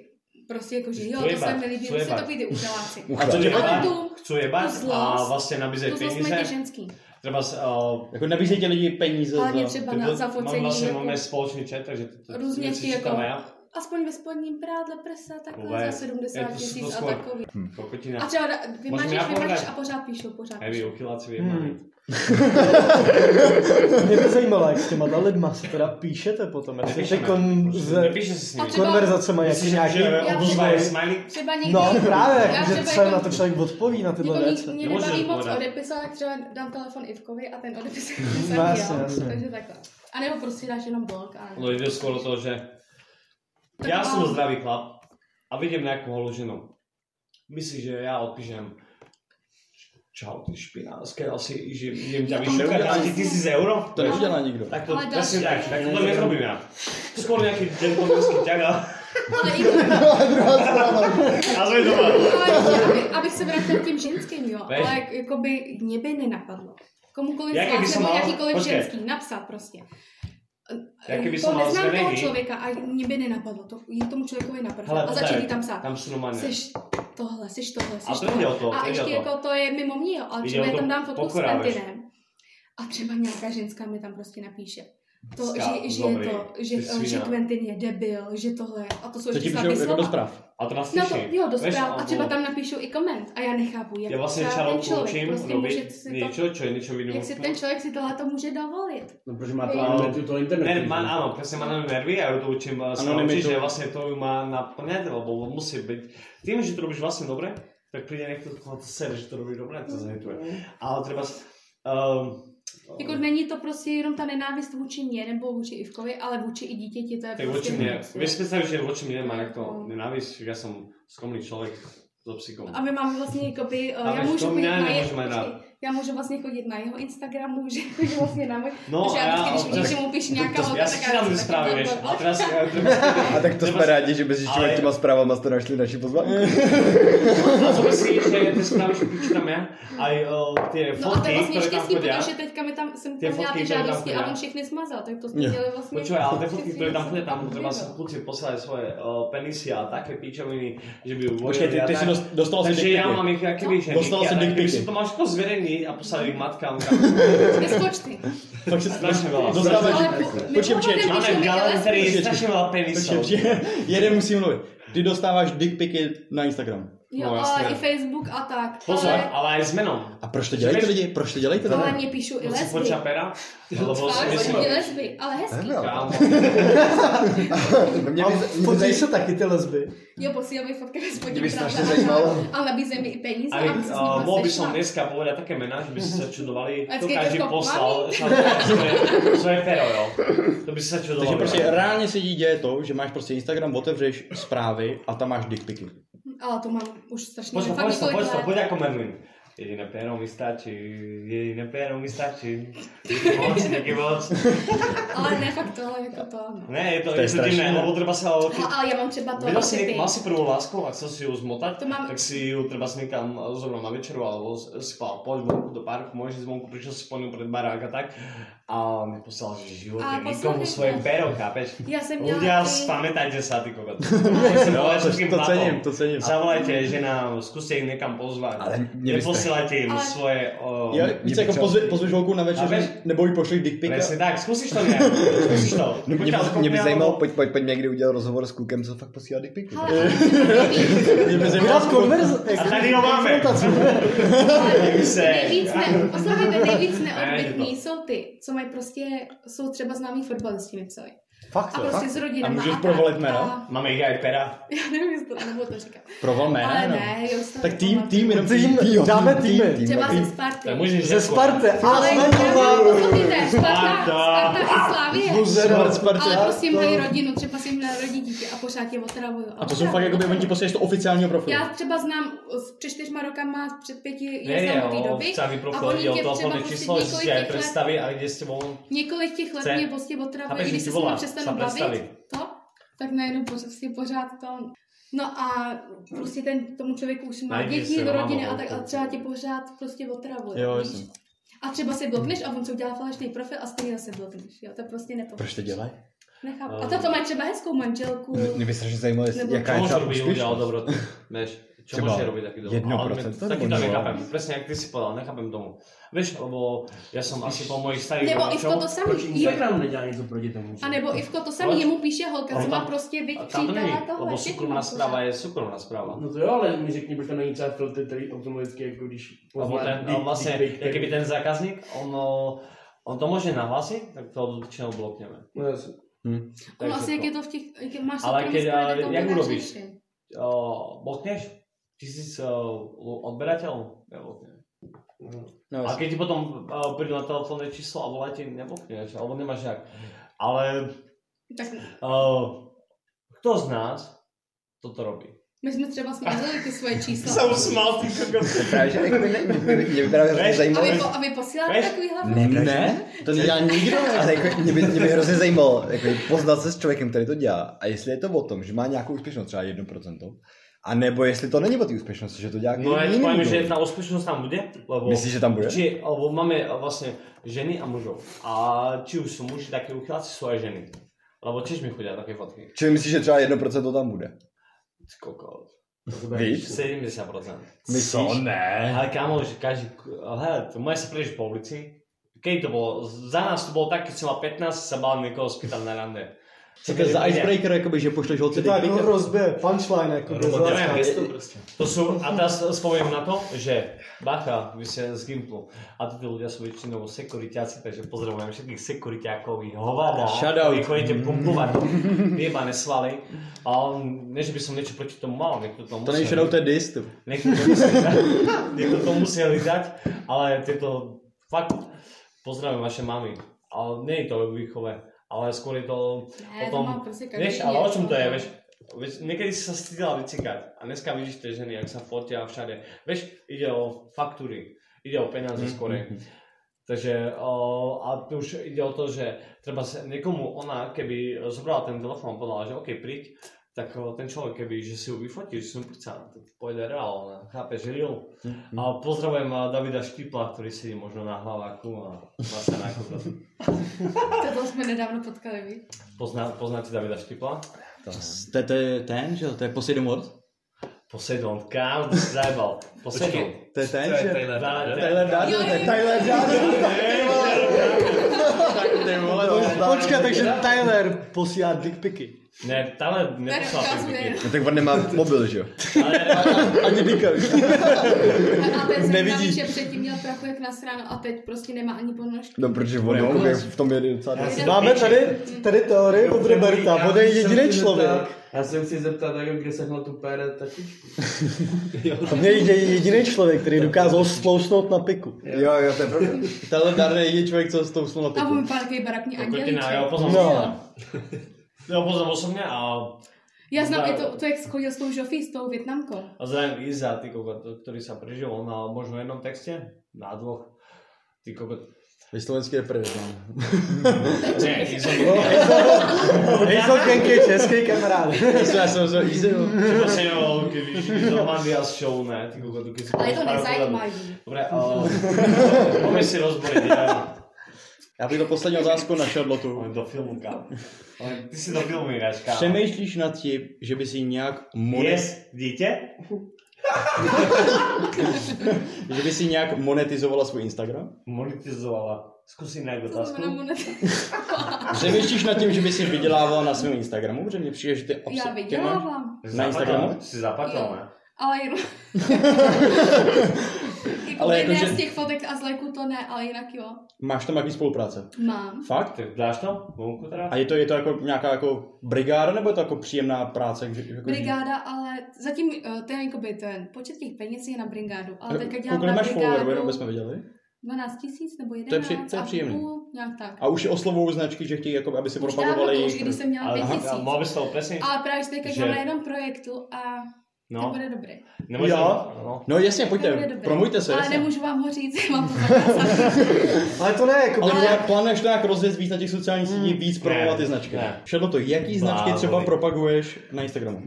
Speaker 2: prostě jako, že jo, to
Speaker 5: Cujebať,
Speaker 2: se mi líbí, jsou
Speaker 5: cujebať.
Speaker 2: takový ty uchyláci.
Speaker 4: a co tě
Speaker 2: Ale
Speaker 4: vadí?
Speaker 2: tu-
Speaker 5: chcú jebať
Speaker 2: tu
Speaker 5: a
Speaker 2: zlost,
Speaker 5: vlastne nabízej
Speaker 2: To zase
Speaker 5: peníze.
Speaker 2: mají ty ženský.
Speaker 5: Treba sa... Uh,
Speaker 4: Jako nabízejí ti lidi peníze
Speaker 2: Hlavně
Speaker 4: za...
Speaker 2: třeba na
Speaker 5: máme
Speaker 2: zafocení.
Speaker 5: vlastne máme
Speaker 2: Jako,
Speaker 5: spoločný chat, takže to, to,
Speaker 2: Různě
Speaker 5: veci
Speaker 2: ti
Speaker 5: čítame
Speaker 2: jako-
Speaker 5: ja.
Speaker 2: aspoň ve spodním prádle prsa, takhle
Speaker 5: Vůbec.
Speaker 2: za 70
Speaker 5: Je to- to
Speaker 2: tisíc a
Speaker 5: skoro.
Speaker 2: takový.
Speaker 4: Hmm.
Speaker 5: Kokotina.
Speaker 2: A třeba da-
Speaker 5: Možná já
Speaker 2: vymažeš, vymažeš
Speaker 5: povrať.
Speaker 2: a pořád píšou, pořád
Speaker 5: Heavy,
Speaker 2: píšou.
Speaker 5: uchyláci
Speaker 3: Hmm.
Speaker 5: vyjebali.
Speaker 3: Mě by zajímalo, jak s těma lidma se teda píšete potom. Jak jste
Speaker 5: Nepíšeme.
Speaker 3: kon... z...
Speaker 5: Nepíše si s
Speaker 2: A
Speaker 5: nimi.
Speaker 2: třeba-
Speaker 3: konverzacema jaký
Speaker 5: Myslíš, že
Speaker 3: nějaký...
Speaker 4: Jako-
Speaker 2: třeba-
Speaker 5: odozva je smiley?
Speaker 2: Třeba někdy...
Speaker 3: No právě,
Speaker 2: já
Speaker 3: že
Speaker 2: třeba
Speaker 3: se
Speaker 2: jako-
Speaker 3: na to člověk odpoví na tyhle
Speaker 2: jako
Speaker 3: věci.
Speaker 2: mě- Mě
Speaker 5: Nemůžeš
Speaker 2: nebaví moc
Speaker 5: odpovídat.
Speaker 2: odepisovat, tak třeba dám telefon Ivkovi a ten odepisuje.
Speaker 3: No, jasně, jasně.
Speaker 2: Takže takhle. A nebo prostě dáš jenom blok. A...
Speaker 5: No jde skoro to, že já
Speaker 2: Tak
Speaker 5: jsem
Speaker 2: mám.
Speaker 5: zdravý chlap a vidím nějakou holou ženu. Myslíš, že já odpíšem Čau, ty špinavá, skvěl si, že idem ťa
Speaker 2: Ja to
Speaker 5: vyšukat,
Speaker 4: neudělám.
Speaker 5: dám ti tisíc euro?
Speaker 4: To neudělá nikdo.
Speaker 5: Tak to
Speaker 2: Ale
Speaker 5: presne
Speaker 2: další
Speaker 5: tak,
Speaker 2: je-
Speaker 5: tak to nerobím ja. Skôr nejaký gentlemanský ťah a
Speaker 2: Ale i to,
Speaker 6: Ale druhá strana.
Speaker 5: A jsme doma.
Speaker 2: ale ještě, aby, abych se vrátila k těm ženským, jo.
Speaker 5: Veš.
Speaker 2: Ale jak- jakoby mě by nenapadlo. Komukoliv
Speaker 5: Jaký
Speaker 2: z
Speaker 5: by
Speaker 2: vás
Speaker 5: se
Speaker 2: nebo
Speaker 5: mal-
Speaker 2: jakýkoliv
Speaker 5: počkej.
Speaker 2: ženský napsat prostě.
Speaker 5: Jaký by se
Speaker 2: to
Speaker 5: mal
Speaker 2: neznám toho
Speaker 5: zvedení?
Speaker 2: člověka a mě by nenapadlo. To, je tomu člověkovi naprvé.
Speaker 5: Hele,
Speaker 2: A začít
Speaker 5: tak,
Speaker 2: jí tam psát.
Speaker 5: Tam se normálně.
Speaker 2: Seš tohle, seš tohle, seš
Speaker 5: A to
Speaker 2: tohle.
Speaker 5: jde o to,
Speaker 2: a
Speaker 5: to jde
Speaker 2: ještě
Speaker 5: o to.
Speaker 2: jako to je mimo mě, jo, ale
Speaker 5: Jde
Speaker 2: třeba
Speaker 5: o
Speaker 2: já
Speaker 5: to
Speaker 2: tam dám fotku s
Speaker 5: pokora, veš.
Speaker 2: pentinem. A třeba nějaká ženská mi tam prostě napíše. To,
Speaker 5: Ská,
Speaker 2: že, že,
Speaker 5: dobrý,
Speaker 2: je to,
Speaker 5: ty
Speaker 2: že,
Speaker 5: svina.
Speaker 2: že Quentin je debil, že tohle, a to jsou
Speaker 4: Co
Speaker 2: ještě
Speaker 4: ti
Speaker 2: slabý
Speaker 4: píšou jako
Speaker 2: slova.
Speaker 4: do zpráv?
Speaker 5: A to nás
Speaker 2: Na
Speaker 5: slyší.
Speaker 2: No to, jo, do
Speaker 5: Veš,
Speaker 2: zpráv. A
Speaker 5: alebo-
Speaker 2: třeba tam napíšu i koment. A já nechápu, jak
Speaker 5: Ja vlastne
Speaker 2: třeba
Speaker 5: čarom
Speaker 2: ten člověk
Speaker 5: kľúčim
Speaker 2: prostě může
Speaker 5: robiť
Speaker 2: si to,
Speaker 5: niečo, čo je niečo
Speaker 2: jak
Speaker 5: minulé.
Speaker 2: si ten člověk si tohle to může dovolit.
Speaker 7: No, protože má to
Speaker 2: Jo.
Speaker 7: anonymitu toho internetu.
Speaker 5: Ne,
Speaker 7: že?
Speaker 5: má, áno, presne má na mňa nervy a ju to učím sa
Speaker 4: Anonymitu.
Speaker 5: naučiť, že vlastne to ju má naplňať, lebo musí byť, tým, že to robíš vlastne dobre, tak príde niekto, koho to sere, že to robí dobre, a to zhejtuje. Ale treba... s- Um,
Speaker 2: Mhm. Jako není to prostě jenom ta nenávist vůči mě nebo vůči Ivkovi, ale vůči i dítěti, to je
Speaker 5: tak
Speaker 2: prostě
Speaker 5: voči mne,
Speaker 2: hnus, jo.
Speaker 5: vieš predstaviť, že voči mne má
Speaker 2: No.
Speaker 5: niekto nenávisť, ja som skromný člověk so psíkom.
Speaker 2: A my máme vlastně jakoby, eh,
Speaker 5: A
Speaker 2: já
Speaker 5: my v
Speaker 2: můžu
Speaker 5: tom
Speaker 2: chodit
Speaker 5: ne,
Speaker 2: na jeho,
Speaker 5: nemůžeme
Speaker 2: počkej,
Speaker 5: dát.
Speaker 2: já můžu vlastně chodit na jeho Instagram, můžu chodit vlastně na můj,
Speaker 5: No
Speaker 2: protože
Speaker 5: a
Speaker 2: já
Speaker 5: já-
Speaker 2: vždycky, když
Speaker 5: tak-
Speaker 2: vidím, že mu píše nějaká holka,
Speaker 5: Ja si
Speaker 2: Jako- tak já
Speaker 5: čítam tie
Speaker 2: vždycky
Speaker 5: správy,
Speaker 2: tak
Speaker 5: vieš,
Speaker 2: blablabla.
Speaker 5: a teraz...
Speaker 6: A tak to jsme
Speaker 5: Treba-
Speaker 6: rádi, že mezi
Speaker 5: Ale-
Speaker 6: těma těma zprávama jste našli naši
Speaker 4: Eh,
Speaker 6: pozvánku.
Speaker 5: A co myslíš, že ty správy špičí tam ja? Aj o, tie
Speaker 2: No a to
Speaker 5: eh, fotky,
Speaker 2: je vlastně
Speaker 5: ktoré tam
Speaker 2: štěstí,
Speaker 5: chodia.
Speaker 2: protože teďka mi tam, jsem
Speaker 5: Ty
Speaker 2: tam měla
Speaker 5: fotky,
Speaker 2: ty
Speaker 5: které tam
Speaker 2: žádosti
Speaker 5: chodia.
Speaker 2: a on všechny smazal, tak to jsme
Speaker 4: Jo.
Speaker 2: dělali vlastně.
Speaker 5: Počúvaj, ale tie fotky,
Speaker 2: Vždycky
Speaker 5: ktoré tam
Speaker 2: jsem
Speaker 5: chodia, tam
Speaker 2: to
Speaker 5: treba sa
Speaker 2: viděla.
Speaker 5: kluci poslali svoje o, penisy a také pičoviny, že by ju
Speaker 4: Počkej, ty,
Speaker 5: a
Speaker 4: ty
Speaker 5: tak.
Speaker 4: si dost, dostal si
Speaker 5: Takže
Speaker 4: dick
Speaker 5: ja
Speaker 4: picy.
Speaker 5: mám ich keby že
Speaker 4: Dostal
Speaker 5: niky a
Speaker 4: si
Speaker 5: tak,
Speaker 4: dick
Speaker 5: keby
Speaker 4: picy.
Speaker 5: som to mal všetko zverejniť a poslali ich matkám. kam-
Speaker 2: Neskoč ty.
Speaker 4: Fakt se
Speaker 5: Strašne veľa.
Speaker 4: Dostávaš-
Speaker 2: Ale
Speaker 4: Počkej,
Speaker 2: po- mimochodem,
Speaker 4: počkej, počkej,
Speaker 2: když
Speaker 5: Máme
Speaker 2: je
Speaker 5: v
Speaker 2: mi
Speaker 5: galanterii
Speaker 2: dělali-
Speaker 4: Počkej,
Speaker 5: strašne veľa penisov.
Speaker 4: Počkej, jeden musí mluvit. Ty dostáváš dick piky na Instagram.
Speaker 2: Jo,
Speaker 5: No,
Speaker 2: ale i
Speaker 5: jasně.
Speaker 2: Facebook a tak.
Speaker 5: Pozor,
Speaker 2: Ale,
Speaker 5: ale aj s menom.
Speaker 4: A proč to dělají ty lidi? Proč to dělají ty
Speaker 2: ale
Speaker 4: lidi?
Speaker 2: mě píšu i
Speaker 5: Moc si
Speaker 2: lesby.
Speaker 5: poča pera, lebo si
Speaker 2: Fakt,
Speaker 5: myslím...
Speaker 2: i lesby, ale hezky.
Speaker 5: Kámo,
Speaker 6: Mě
Speaker 3: A
Speaker 6: by, mě by
Speaker 3: fotí
Speaker 6: zajímalo,
Speaker 3: No, se taky ty lesby.
Speaker 2: Jo, posílám mi fotky s
Speaker 6: Mě by strašně
Speaker 2: a-
Speaker 6: zajímalo.
Speaker 2: Ale nabízejí mi i peníze.
Speaker 5: A
Speaker 2: A, musím s nima
Speaker 5: mohol by som
Speaker 2: sešla.
Speaker 5: dneska povedať také mená, že by ste sa čudovali,
Speaker 2: A
Speaker 5: to
Speaker 2: keď
Speaker 5: každý
Speaker 2: to
Speaker 5: poslal,
Speaker 2: mami?
Speaker 5: svoje- svoje pero, jo. To by ste sa čudovali.
Speaker 4: Takže prostě reálně se jí děje to, že máš prostě Instagram, otevřeš zprávy a tam máš dick piky.
Speaker 2: Ale to mám už strašně.
Speaker 5: Počkaj,
Speaker 2: fakt
Speaker 5: poď to,
Speaker 2: několik
Speaker 5: poď to,
Speaker 2: let.
Speaker 5: poď ako Merlin. Jediné pero mi stačí, jediné pero mi stačí. Díky moc, díky moc.
Speaker 2: Ale ne, fakt tohle jako to. no.
Speaker 5: Ne, je to,
Speaker 4: To je
Speaker 5: je to divné,
Speaker 4: strašné.
Speaker 5: lebo treba sa... o-
Speaker 2: Ale- Ale já mám třeba to.
Speaker 5: Vedel si, nek- mal si prvú lásku a chcel si ju zmotať,
Speaker 2: To mám-
Speaker 5: tak si ju treba s niekam zobral na večeru alebo s- si povedal, poď vonku do parku, môžeš ísť vonku, prišiel si po ňu pred barák a tak. A neposlal že v živote
Speaker 2: A
Speaker 5: nikomu
Speaker 2: posledný
Speaker 5: svoje
Speaker 2: krát.
Speaker 5: pero, chápeš?
Speaker 2: Já jsem měla
Speaker 5: Ľudia,
Speaker 2: i-
Speaker 5: spamätajte sa, ty kokot.
Speaker 4: to- to cením, to cením.
Speaker 5: Zavolajte ženám, skúste ich niekam pozvať.
Speaker 6: Ale mě by
Speaker 5: Neposielajte im
Speaker 2: Ale-
Speaker 5: svoje... O... no
Speaker 4: Já víc jako pozve, pozveš holku na večeři,
Speaker 5: Chápeš?
Speaker 4: nebo jí pošleš dick piky.
Speaker 5: Presne tak, skúsiš to nejak. Skúsiš to.
Speaker 6: mě,
Speaker 5: Buď ťa
Speaker 6: by- mě by
Speaker 5: odkopne,
Speaker 6: zajímalo,
Speaker 5: alebo-
Speaker 6: pojď, pojď, pojď někdy udělat rozhovor s klukem, co fakt posílá dick pic.
Speaker 2: Ale, ale
Speaker 4: Mě by zajímalo,
Speaker 3: Udělat konverz...
Speaker 5: A tady ho máme.
Speaker 2: Ale
Speaker 5: se.
Speaker 2: nejvíc ne, poslouchejte, nejvíc
Speaker 5: Ne, je
Speaker 2: neodbitní jsou ty, co mají prostě, jsou třeba známí fotbalisti mi psali.
Speaker 3: Fakt
Speaker 2: A
Speaker 3: jo.
Speaker 2: prostě s rodinama.
Speaker 4: A můžeš
Speaker 2: tak.
Speaker 4: provalit jméno?
Speaker 2: A-
Speaker 5: Máme ich aj pera.
Speaker 2: Já nevím, jestli to nebudu to říkat.
Speaker 4: Proval
Speaker 2: Ale
Speaker 4: jména. no.
Speaker 2: ne, jo, to
Speaker 4: Tak tým,
Speaker 2: nepamatuju.
Speaker 4: tým, jenom
Speaker 3: Tým, dáme týmy.
Speaker 2: Třeba ze Sparty.
Speaker 5: Tak můžeš
Speaker 3: Ze Sparty. A
Speaker 2: Ale já nevím, poslouchejte, Sparta,
Speaker 5: Sparta.
Speaker 2: Sparta i Slávie.
Speaker 4: Smrt, Sparta.
Speaker 2: Ale prostě mají rodinu, třeba si jim narodí dítě a pořád je otravuju.
Speaker 4: A to jsou fakt jakoby, oni ti posílají to oficiálního profilu.
Speaker 2: Já třeba znám uh, před čtyřma rokama, před pěti,
Speaker 5: Ne,
Speaker 2: je
Speaker 5: ne,
Speaker 2: znám od té
Speaker 5: on
Speaker 2: doby.
Speaker 5: chce mi
Speaker 2: a
Speaker 5: profil,
Speaker 2: oni tě
Speaker 5: jeho telefónne
Speaker 2: třeba
Speaker 5: číslo,
Speaker 2: prostě
Speaker 5: jestli si aj
Speaker 2: několik let-
Speaker 5: predstaví a kde s tebou...
Speaker 2: Několik těch let
Speaker 5: Chce.
Speaker 2: mě prostě otravuje,
Speaker 5: Chápeš,
Speaker 2: když
Speaker 5: že ti
Speaker 2: se s ním
Speaker 5: volá,
Speaker 2: přestanu
Speaker 5: se představí.
Speaker 2: bavit, to, tak najednou prostě pořád to. No a prostě ten, tomu člověku už má
Speaker 5: Najdi
Speaker 2: děti
Speaker 5: si
Speaker 2: do
Speaker 5: ho,
Speaker 2: rodiny a
Speaker 5: mámo,
Speaker 2: tak a
Speaker 5: to-
Speaker 2: třeba tě pořád prostě otravuje.
Speaker 4: Jo,
Speaker 2: víš?
Speaker 4: jasně.
Speaker 2: a třeba si blokneš a on se udělá falešný profil a stejně zase blokneš. Jo, to prostě nepovedeš.
Speaker 4: Proč to dělají?
Speaker 2: Nechápu. A to, to má třeba hezkou manželku.
Speaker 6: Mě by strašně zajímalo, jestli-
Speaker 2: Nebo-
Speaker 5: Čo
Speaker 6: jaká je
Speaker 5: môže
Speaker 6: ta
Speaker 5: robiť ľudia
Speaker 6: úspěšnost.
Speaker 5: dobro? Vieš, čo
Speaker 6: Třeba
Speaker 5: môže robiť taký dobro?
Speaker 6: jedno
Speaker 5: Ale
Speaker 6: procento,
Speaker 5: mne- Taký
Speaker 6: nebo
Speaker 5: to
Speaker 6: nula?
Speaker 5: nechápem, presne jak ty si povedal, nechápem tomu. Vieš, lebo ja som asi po mojich starých
Speaker 2: Nebo Ivko to
Speaker 7: Proč
Speaker 2: samý. Jo,
Speaker 7: Instagram nedělá něco proti tomu? že?
Speaker 2: A nebo Ivko to samý,
Speaker 5: Ale-
Speaker 2: jemu píše holka,
Speaker 5: ale
Speaker 2: co má
Speaker 5: tam-
Speaker 2: prostě vyť
Speaker 5: A tam to není,
Speaker 2: přítela tohle.
Speaker 5: lebo
Speaker 2: všechno prostě.
Speaker 5: súkromná
Speaker 2: má
Speaker 5: správa
Speaker 2: pořád.
Speaker 5: je súkromná správa.
Speaker 7: No to jo, ale mi řekni, proč tam není třeba filtr, který automaticky jako když
Speaker 6: no,
Speaker 5: Lebo ten,
Speaker 7: dick-
Speaker 5: a vlastně- vlastne,
Speaker 7: dick pic, který-
Speaker 5: keby ten zákazník, on, o, on to môže nahlásiť, tak to väčšinou blokneme.
Speaker 7: No jasně.
Speaker 2: On
Speaker 5: Takže
Speaker 2: asi Jako vlastně, jak
Speaker 5: to-
Speaker 2: je to v těch, jak je- máš
Speaker 5: Ale
Speaker 2: soukromý
Speaker 5: keď,
Speaker 2: zprávy,
Speaker 5: ale
Speaker 2: to
Speaker 5: jak
Speaker 2: nedáš
Speaker 5: urobíš?
Speaker 2: řešit.
Speaker 5: O, blokneš? Tisíc o, odberateľov? Neblokneš.
Speaker 4: No,
Speaker 5: A
Speaker 6: vlastně
Speaker 4: jasně.
Speaker 5: keď ti potom uh, príde na telefónne číslo a volá ti, neblokneš, alebo nemáš jak. Ale
Speaker 2: Tak
Speaker 5: uh, kto z nás toto robí?
Speaker 2: My jsme třeba smazali ty svoje čísla.
Speaker 5: usmál, ty kokos.
Speaker 6: Právě, že jako ne, mě by právě hrozně
Speaker 5: Veš,
Speaker 2: A
Speaker 6: zajímalo.
Speaker 2: vy, po, a vy posíláte
Speaker 5: Veš?
Speaker 2: takový hlavy?
Speaker 6: Ne, právě, že
Speaker 4: Ne, to nedělá nikdo.
Speaker 6: Ale jako, mě, by, mě by hrozně zajímalo, jako poznat se s člověkem, který to dělá. A jestli je to o tom, že má nějakou úspěšnost, třeba 1%, a nebo jestli to není o té úspěšnosti, že to dělá
Speaker 5: No ja ti
Speaker 6: někdo.
Speaker 5: poviem, že tá úspešnosť tam bude, lebo...
Speaker 6: Myslíš, že tam bude?
Speaker 5: Či, lebo máme vlastne ženy a mužov. A či už sú muži takí uchyláci, sú aj ženy. Lebo tiež mi chodia také fotky.
Speaker 6: Čili myslíš, že třeba 1% tam bude?
Speaker 5: Ty kokot.
Speaker 6: Víš?
Speaker 5: 70%.
Speaker 6: Myslíš?
Speaker 5: Ne. Ale kámo, že každý... Hele, to moje sa prejdeš po ulici. Keď to bolo? Za nás to bolo tak, keď som mal 15, sa bál niekoho spýtam na rande.
Speaker 4: Čekaj, Jako za icebreaker, jakoby, že pošleš holce
Speaker 3: Že to jako rozbije, punchline jako bez
Speaker 5: Roboty,
Speaker 3: láska.
Speaker 5: ne,
Speaker 4: prostě.
Speaker 5: To sú, a teraz spomínam na to, že bacha, vy ste z Gimplu a títo ľudia sú väčšinou sekuritáci, takže pozdravujem všetkých sekuritákov, ich hovada, jako
Speaker 4: Shout out.
Speaker 5: ktorí
Speaker 4: Mm.
Speaker 5: chodíte pumpovať jebané svaly. A on, ne, že by som niečo proti tomu mal, niekto to musí.
Speaker 4: To není shadow, to je dis, ty.
Speaker 5: Niekto to musí dať, niekto to museli dať, ale tieto, fakt, pozdravujem vaše mamy. Ale nie je to o výchove, ale skôr je to
Speaker 2: Ne, to
Speaker 5: Potom-
Speaker 2: mám prostě každý
Speaker 5: Vieš, ale o čom to je,
Speaker 2: jiný.
Speaker 5: vieš? vieš niekedy si sa stydila vycikať a dneska vidíš tie ženy, jak sa fotia všade. Vieš, ide o faktúry, ide o peniaze mm. skorej. Takže o, a tu už ide o to, že treba sa niekomu, ona keby zobrala ten telefón a povedala, že OK, príď, tak o, ten človek keby, že si ju vyfotí, že si ju prca, tak pojde reálne, chápe, že real.
Speaker 4: Mhm.
Speaker 5: A pozdravujem a Davida Štipla, ktorý sedí možno na hlaváku a má sa na jako- kokos.
Speaker 2: Toto jsme nedávno potkali, víš?
Speaker 5: Pozná, poznáte Davida Štipla?
Speaker 4: To je- To je ten, že jo, to je Poseidon World.
Speaker 5: Poseidon, kámo, to si zajebal. Poseidon.
Speaker 4: To je ten, že?
Speaker 5: Dále,
Speaker 4: Tyler
Speaker 2: Jo,
Speaker 4: Darden,
Speaker 2: jo,
Speaker 4: to je
Speaker 2: jo.
Speaker 4: Tyler Darden. Ty vole, no.
Speaker 3: Počkej, takže Tyler posílá dick piky.
Speaker 5: Ne, Tyler
Speaker 2: Tak
Speaker 5: neposlal ty
Speaker 2: ukazuje.
Speaker 5: biky.
Speaker 6: No tak on nemá mobil, že jo?
Speaker 4: Ani dýka už.
Speaker 2: A- A ten
Speaker 4: Nevidí.
Speaker 2: nevidí. že předtím měl prachu jak nasráno a teď prostě nemá ani ponožky.
Speaker 6: No protože on jako je v tom je docela dost.
Speaker 3: Máme tady, tady teorii od Roberta, on je jediný člověk.
Speaker 7: Já se chci zeptat, jako kde sehnal tu pére tatičku.
Speaker 3: On je jediný člověk, který dokázal stlousnout na piku.
Speaker 6: Jo, jo, to je pravda.
Speaker 4: Tyler Darden je jediný člověk, co s tou slou na
Speaker 2: A
Speaker 4: piku.
Speaker 2: on pár barakní andělíček.
Speaker 5: Kokotina, já ho poznám
Speaker 3: No.
Speaker 5: osobně. Já ho poznám osobně a,
Speaker 2: Já znám i to, to, jak schodil s tou Joffy, s tou větnamkou.
Speaker 5: a zdravím Iza, ty kokot, který se prežil, on na možno jednom textě, na dvoch. Ty kokot.
Speaker 4: Vy slovenský no. reprezent.
Speaker 5: Ne, Iza,
Speaker 3: Hejzel Kenky, český kamarád.
Speaker 4: Já jsem se easy, no.
Speaker 5: to se vlastně jo, když Iza Mandia z show, ne, ty kokot, když
Speaker 2: Ale je to nezajímá jí.
Speaker 5: Dobre, ale poďme eh, si rozboriť, ja.
Speaker 4: Já bych to poslední otázku na
Speaker 5: Ale
Speaker 4: Charlotu.
Speaker 5: do filmu, kámo. Ale Ty si do filmu ináč, kámo.
Speaker 4: Přemýšlíš nad tím, že by si nějak monet...
Speaker 5: Yes, dítě?
Speaker 4: že by si nějak monetizovala svůj Instagram?
Speaker 5: Monetizovala. Zkus jinak
Speaker 2: To znamená
Speaker 5: otázku.
Speaker 2: monet.
Speaker 4: Přemýšlíš nad tím, že by si vydělávala na svém Instagramu? Protože mně přijde, že ty obs-
Speaker 2: Já
Speaker 4: ty máš...
Speaker 2: vydělávám.
Speaker 5: Zapatala?
Speaker 4: Instagramu?
Speaker 5: Si zapatil,
Speaker 2: Jo.
Speaker 5: ne?
Speaker 2: Ale jen... jako
Speaker 4: Ale
Speaker 2: ale
Speaker 4: jako,
Speaker 2: jako,
Speaker 4: že-
Speaker 2: z těch fotek a z lajků to ne, ale jinak jo.
Speaker 4: máš tam nějaký spolupráce.
Speaker 2: Mám.
Speaker 4: Fakt?
Speaker 5: Tak dáš to? Vonku teda?
Speaker 4: A je to, je to jako nějaká jako brigáda, nebo je to jako příjemná práce? Že, jako,
Speaker 2: Brigáda, ale zatím eh, to je jakoby ten počet těch peněz je na brigádu, ale teďka dělám
Speaker 4: jako- Kolik
Speaker 2: na
Speaker 4: máš followerů, jenom
Speaker 2: brigádu
Speaker 4: abychom viděli?
Speaker 2: 12 tisíc nebo 11
Speaker 4: je při- to je
Speaker 2: a
Speaker 4: příjemný.
Speaker 2: půl, nějak tak.
Speaker 4: A už je oslovou značky, že chtějí, jako, aby si
Speaker 2: Už dávno, to
Speaker 4: propagovali
Speaker 2: už když jsem měla
Speaker 5: Ale
Speaker 2: 5
Speaker 5: aha,
Speaker 2: tisíc.
Speaker 5: mohl bys to přesně?
Speaker 2: Ale právě že teďka
Speaker 5: Že-
Speaker 2: dělám na jednom projektu a no. to
Speaker 5: No,
Speaker 2: bude dobrý.
Speaker 5: nemůžu.
Speaker 4: Jo.
Speaker 5: No.
Speaker 4: No jasně,
Speaker 2: To bude
Speaker 4: pojďte,
Speaker 2: dobrý.
Speaker 4: promlujte se,
Speaker 2: Ale
Speaker 4: jasně.
Speaker 2: nemůžu vám ho říct, mám to zakázat.
Speaker 3: Ale to ne, jako
Speaker 4: Ale
Speaker 3: by
Speaker 4: plá-
Speaker 3: nějak...
Speaker 4: plánuješ to nějak rozjet víc na těch sociálních sítích, víc promovat
Speaker 5: Hmm. Ne,
Speaker 4: ty značky.
Speaker 5: ne.
Speaker 4: Šedlo to, jaký značky
Speaker 5: Blábovi.
Speaker 4: třeba propaguješ na Instagramu?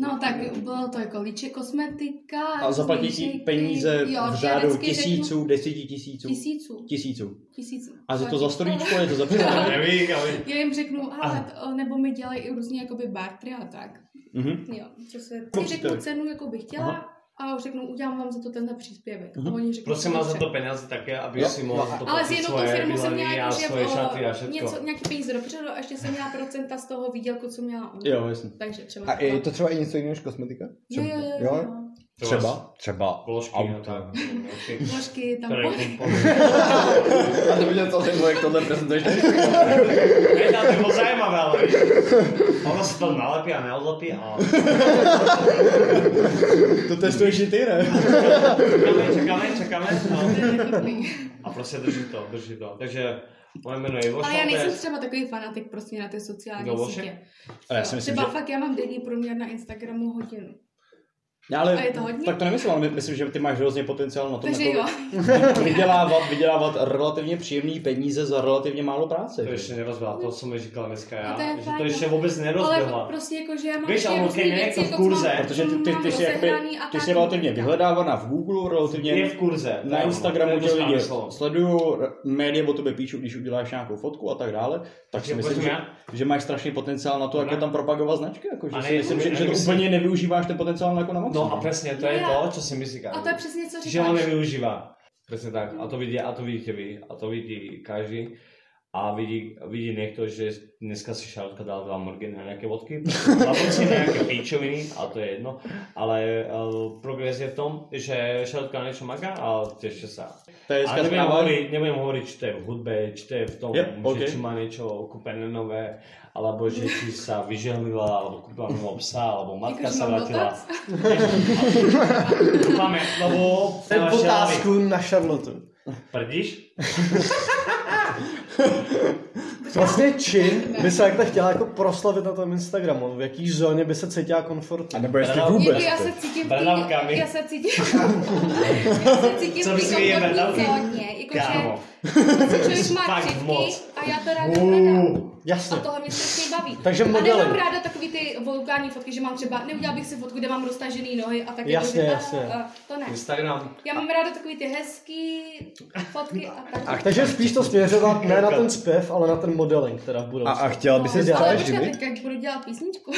Speaker 2: No tak bylo to jako líče kosmetika.
Speaker 4: A zaplatí ti
Speaker 2: líčeky,
Speaker 4: peníze
Speaker 2: jo,
Speaker 4: v
Speaker 2: že
Speaker 4: řádu
Speaker 2: vždycky řeknu-
Speaker 4: tisíců, deseti tisíců,
Speaker 2: Tisíců.
Speaker 4: tisíců.
Speaker 2: Tisíců.
Speaker 4: A je to za storíčko, je to za
Speaker 5: No.
Speaker 4: přírodě.
Speaker 5: Nevím, ale...
Speaker 2: Já jim řeknu, ale to, nebo mi dělají i různý jakoby bartry a tak.
Speaker 4: Mhm.
Speaker 2: Jo, co se...
Speaker 4: No,
Speaker 2: Ti řeknu
Speaker 4: tak.
Speaker 2: cenu, jakou bych chtěla a řeknu, udělám vám za to tenhle příspěvek.
Speaker 4: Mhm.
Speaker 2: A oni řeknou,
Speaker 5: Prosím vás za
Speaker 2: dobře.
Speaker 5: to peníze také, aby
Speaker 4: Jo.
Speaker 5: si mohl to
Speaker 2: Ale s jednou tou firmou jsem měla
Speaker 5: a
Speaker 2: jako, že
Speaker 5: svoje
Speaker 2: o,
Speaker 5: šaty a všechno.
Speaker 2: něco, nějaký peníze dopředu a ještě jsem měla procenta z toho výdělku, co měla ona.
Speaker 4: Jo, jasně.
Speaker 2: Takže třeba...
Speaker 6: A je to třeba i něco jiného než kosmetika?
Speaker 2: Jo, jo, jo,
Speaker 6: Jo?
Speaker 2: jo.
Speaker 6: Třeba? Třeba.
Speaker 5: Položky a tak. Ok.
Speaker 2: Vložky tam...
Speaker 5: Tady
Speaker 6: A to viděl celý jak tohle prezentuješ.
Speaker 5: Ne, tam to bylo zajímavé, ale ono se to nalepí a neodlepí a...
Speaker 4: To testuješ i ty, ne?
Speaker 5: Čekáme, čekáme, čekáme. No.
Speaker 2: To je takový.
Speaker 5: A prostě drží to, drží to. Takže Moje jméno je Ivo
Speaker 2: Ale já nejsem
Speaker 5: Šlapec.
Speaker 2: třeba takový fanatik prostě na ty sociální
Speaker 5: Kdo,
Speaker 4: vlastně.
Speaker 5: Voši?
Speaker 2: sítě.
Speaker 6: Ale já si myslím,
Speaker 2: třeba
Speaker 6: že...
Speaker 2: fakt já mám denní průměr na Instagramu hodinu.
Speaker 4: Ne,
Speaker 2: A
Speaker 4: ale
Speaker 2: je to hodně?
Speaker 4: tak to nemyslím, ale my- myslím, že ty máš hrozně potenciál na tom,
Speaker 2: Takže
Speaker 4: jako
Speaker 2: jo,
Speaker 4: vydělávat, vydělávat relativně příjemný peníze za relativně málo práce.
Speaker 5: To ještě nerozběhla, to jsem mi říkal dneska já,
Speaker 2: No to je
Speaker 5: že to
Speaker 2: fajn,
Speaker 5: ještě
Speaker 2: no.
Speaker 5: vůbec
Speaker 2: ale
Speaker 5: nerozběhla.
Speaker 2: prostě jako, že já mám
Speaker 5: Víš,
Speaker 2: ještě
Speaker 5: ale
Speaker 2: různý
Speaker 5: hokej je jako v
Speaker 2: co mám-
Speaker 5: kurze.
Speaker 4: Protože ty, ty,
Speaker 2: mám
Speaker 4: ty, jsi, jakoby,
Speaker 2: rozehraný a
Speaker 4: ty jsi
Speaker 2: tak.
Speaker 4: relativně vyhledávaná v Google,
Speaker 5: Je
Speaker 4: relativně
Speaker 5: v kurze. to
Speaker 4: na
Speaker 5: je ono, to
Speaker 4: Instagramu
Speaker 5: je
Speaker 4: tě
Speaker 5: to
Speaker 4: lidi
Speaker 5: správné slovo.
Speaker 4: sledují, média o tobě píčou, když uděláš nějakou fotku a tak dále, tak si
Speaker 5: Takže
Speaker 4: myslím,
Speaker 5: pojďme
Speaker 4: že,
Speaker 5: já.
Speaker 4: že máš strašný potenciál na to, jak
Speaker 5: Ne.
Speaker 4: je tam propagovat značky, jako, že
Speaker 5: A
Speaker 4: si
Speaker 5: ne,
Speaker 4: myslím,
Speaker 5: ne,
Speaker 4: že, že to
Speaker 5: nemyslím.
Speaker 4: úplně nevyužíváš ten potenciál jako na maximum.
Speaker 5: No a přesně, to je
Speaker 2: No
Speaker 5: to, co si mi říká.
Speaker 2: A to je přesně, co
Speaker 5: Že ho
Speaker 2: říkáš.
Speaker 5: nevyužívá. Přesně tak. A to vidí, a to vidíte vy, a to vidí každý. A vidí, vidí někdo, že dneska si Šarlotka dal dva morgy na nějaké vodky, a si nějaké píčoviny, a to je jedno. Ale uh, progres je v tom, že Šarlotka na něco maká a těší se.
Speaker 4: to je
Speaker 5: A
Speaker 4: hezká
Speaker 5: nebudem
Speaker 4: zpráva.
Speaker 5: hovoriť, nebudem hovoriť, či to je v hudbe, či to je v tom,
Speaker 4: Jo,
Speaker 5: yep,
Speaker 4: OK.
Speaker 5: okay. že či má niečo kúpené nové, alebo že či sa vyžehlila, alebo kúpila nového psa, alebo matka
Speaker 2: Jakože
Speaker 5: sa
Speaker 2: Jako, mám
Speaker 5: vrátila.
Speaker 2: botox?
Speaker 5: Máme, lebo
Speaker 3: Teď
Speaker 5: na vaše hlavy.
Speaker 3: otázku na Charlotte.
Speaker 5: Prdíš?
Speaker 3: Vlastně čin by se takhle chtěla jako proslavit na tom Instagramu. V jaký zóně by se cítila komfortně?
Speaker 6: A nebo No, jestli
Speaker 5: Bravo.
Speaker 6: vůbec.
Speaker 2: Jako já se cítím v
Speaker 5: Bradavkami.
Speaker 2: té, já se cítím, já se cítím
Speaker 5: Co
Speaker 2: v
Speaker 5: bys
Speaker 2: té
Speaker 5: mi je
Speaker 2: komfortní
Speaker 5: bradavky?
Speaker 2: zóně. Jakože
Speaker 5: Kámo.
Speaker 2: člověk má
Speaker 5: Fakt
Speaker 2: křivky
Speaker 5: moc.
Speaker 2: a já to ráda hledám.
Speaker 3: Uh, jasně.
Speaker 2: A tohle mě strašně baví.
Speaker 3: Takže
Speaker 2: a
Speaker 3: modely.
Speaker 2: nemám ráda takový ty volukání fotky, že mám třeba, neudělal bych si fotku, kde mám roztažený nohy a tak.
Speaker 3: Jasně,
Speaker 2: jako, že-
Speaker 3: jasně.
Speaker 2: A, a, to ne.
Speaker 5: Instagram.
Speaker 2: Já mám ráda takový ty hezký fotky a tak.
Speaker 3: Ach, takže spíš to směřovat ne na ten zpěv, ale na ten modeling teda v
Speaker 6: A,
Speaker 3: budoucnu.
Speaker 6: a chtěla by se
Speaker 3: No,
Speaker 6: třeba
Speaker 2: ale
Speaker 3: děláš
Speaker 2: počkat,
Speaker 6: živit?
Speaker 2: teď jak budu dělat písničku.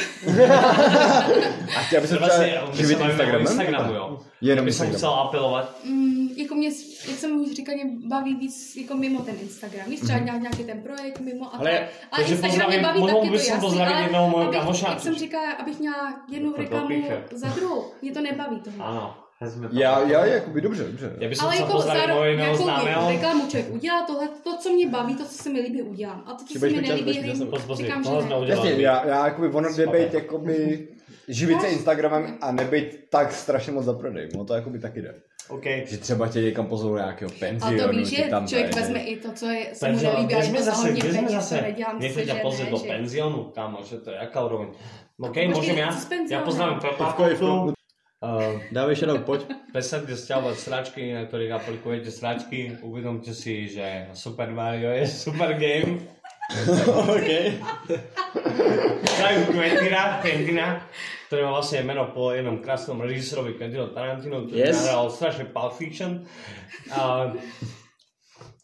Speaker 6: A chtěla by se
Speaker 5: To vlastně,
Speaker 6: třeba
Speaker 5: my se
Speaker 6: živit
Speaker 5: bavíme o
Speaker 6: Instagramem?
Speaker 5: Instagramu, jo.
Speaker 6: Jenom
Speaker 5: By jsem
Speaker 6: Instagram.
Speaker 5: musel apelovat.
Speaker 2: Mm, jako mě, jak jsem už říkal, mě baví víc jako mimo ten Instagram. Víš,
Speaker 3: Mhm.
Speaker 2: třeba dělat nějaký ten projekt mimo a
Speaker 5: Ale-
Speaker 2: tak. Ale
Speaker 5: takže
Speaker 2: Instagram mě
Speaker 5: pozdravím-
Speaker 2: baví
Speaker 5: mohl
Speaker 2: taky to
Speaker 5: bych sem
Speaker 2: jasný,
Speaker 5: pozdravit jednoho mojho
Speaker 2: abych,
Speaker 5: kamoša,
Speaker 2: jak jsem
Speaker 5: což-
Speaker 2: říkala, abych měla jednu
Speaker 5: To
Speaker 2: reklamu
Speaker 5: píše.
Speaker 2: za druhou. Mě to nebaví tohle.
Speaker 5: Ano. vezme to.
Speaker 6: Já, já, jakoby, dobře, dobře.
Speaker 5: Ja by som
Speaker 2: Ale
Speaker 5: chcel
Speaker 2: jako
Speaker 5: pozdraviť
Speaker 2: za
Speaker 5: môjho jedného
Speaker 2: nějakou
Speaker 5: známeho.
Speaker 2: reklamu člověk udělá tohle, to, co mě baví, to, co se mi líbí, udělám. A to, co
Speaker 6: Třeba
Speaker 2: se mi
Speaker 6: když mi
Speaker 2: nelíbí,
Speaker 6: čas vezme,
Speaker 2: hej,
Speaker 5: Poď pozri,
Speaker 2: jako říkám, že
Speaker 5: tohle sme
Speaker 2: ne.
Speaker 5: udělali.
Speaker 6: Jasně, já, já jakoby ono jde být jakoby živit se
Speaker 2: Máš-
Speaker 6: Instagramem a nebejt tak strašně moc za prodej. No to jakoby taky jde.
Speaker 5: OK.
Speaker 6: Že třeba tě někam pozvou na nějakého
Speaker 2: A
Speaker 6: penzionu,
Speaker 2: to víš,
Speaker 6: tě
Speaker 2: že
Speaker 6: tam
Speaker 2: člověk
Speaker 6: tady.
Speaker 2: vezme i to, co je, se mu
Speaker 5: Takže
Speaker 2: nelíbí, ale
Speaker 5: kde
Speaker 2: to
Speaker 5: jsme
Speaker 2: se
Speaker 5: zase,
Speaker 2: hodně
Speaker 5: kde jsme
Speaker 2: peče, to
Speaker 5: zase,
Speaker 2: nedělám si,
Speaker 5: nechci
Speaker 2: že
Speaker 5: tě pozvat
Speaker 2: ne,
Speaker 5: do
Speaker 2: že-
Speaker 5: penzionu, kámo, že to je jaká úroveň. OK,
Speaker 2: Počkej,
Speaker 5: můžem já?
Speaker 2: co s penzionem?
Speaker 5: Já poznám Pepa
Speaker 4: Ivko, Ivko.
Speaker 5: Kotlu. Uh,
Speaker 4: Dávej šedou, pojď.
Speaker 5: Presad je sťahovať sračky, na ktorých aplikujete sračky. Uvedomte si, že Super Mario je super game.
Speaker 4: OK.
Speaker 5: Dajú Quentina, Quentina, ktoré má vlastne meno po jednom krásnom režisorovi Quentino Tarantino, ktorý
Speaker 4: Yes.
Speaker 5: yes. nahral strašne Pulp Fiction. A,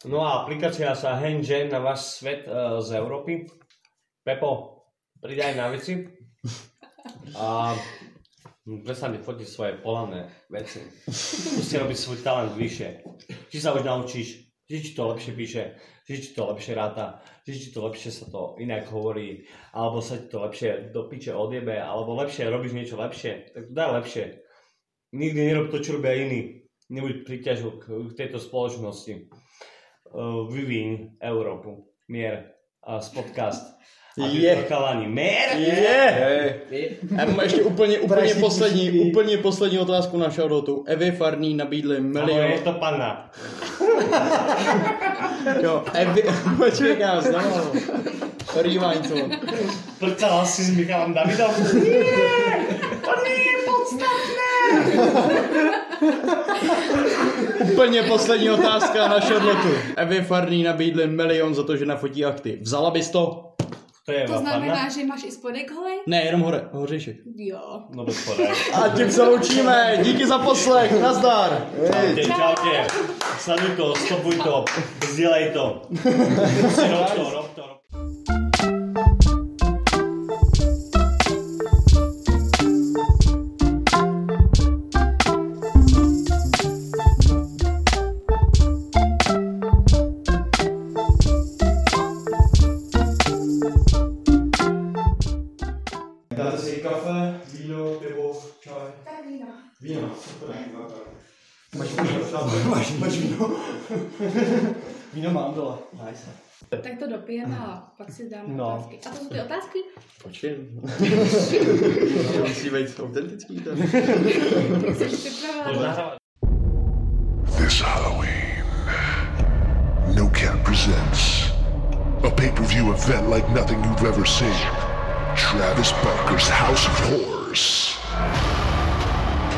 Speaker 5: no a aplikácia sa Hengen na váš svet uh, z Európy. Pepo, pridaj na veci. A prestane fotiť svoje polanné veci. Musí robiť svoj talent vyššie. Či sa už naučíš, či ti to lepšie píše, či ti to lepšie ráta, či ti to lepšie sa to inak hovorí, alebo sa ti to lepšie do piče odjebe, alebo lepšie robíš niečo lepšie, tak to daj lepšie. Nikdy nerob to, čo robia iní. Nebuď príťažok k tejto spoločnosti. Uh, Vyvíň Európu. Mier. A z podcast. A ty
Speaker 4: Je.
Speaker 5: to chalani. Mier!
Speaker 4: Je! Já mám ještě úplně, úplně
Speaker 3: Pražský
Speaker 4: poslední,
Speaker 3: kušky.
Speaker 4: úplně poslední otázku na Shoutoutu. Evy Farný nabídli
Speaker 5: Ahoj,
Speaker 4: milion.
Speaker 5: je to panna.
Speaker 4: Jo, Evy, počkej, já znám. Rewind to.
Speaker 5: Prcala si s Michalem Davidem.
Speaker 4: Úplně poslední otázka na Charlotte. Evy Farný nabídli milion za to, že nafotí akty. Vzala bys to?
Speaker 5: To je
Speaker 2: To znamená,
Speaker 5: panna.
Speaker 2: že máš i spodek holej?
Speaker 4: Ne, jenom hore, hořejšek.
Speaker 2: Jo.
Speaker 5: No bez podaj.
Speaker 4: A tím se loučíme. Díky za poslech. Nazdar.
Speaker 5: Čaute, čaute. Sleduj to, stopuj to, vzdielaj to. Rob to, rob to, rob to.
Speaker 4: Dáte si kafe, víno, pivo, čaj.
Speaker 2: Tak jinak.
Speaker 4: Víno, super. Máš víno? Máš víno?
Speaker 3: Víno mám dole. Nice.
Speaker 2: Tak to dopijeme a pak si dáme
Speaker 3: No.
Speaker 2: no. otázky. A to jsou ty otázky?
Speaker 4: Počkej. Musí být autentický. to je-
Speaker 2: Jak jsi připravila?
Speaker 5: Nahrávať.
Speaker 1: This Halloween, No Cap presents A pay-per-view event like nothing you've ever seen. Travis Barker's House of Horrors.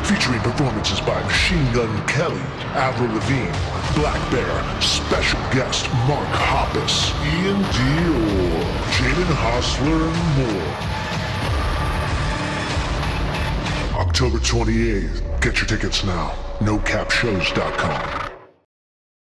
Speaker 1: Featuring performances by Machine Gun Kelly, Avril Lavigne, Black Bear, special guest Mark Hoppus, Ian Dior, Jaden Hostler, and more. October 28th. Get your tickets now. NoCapShows.com.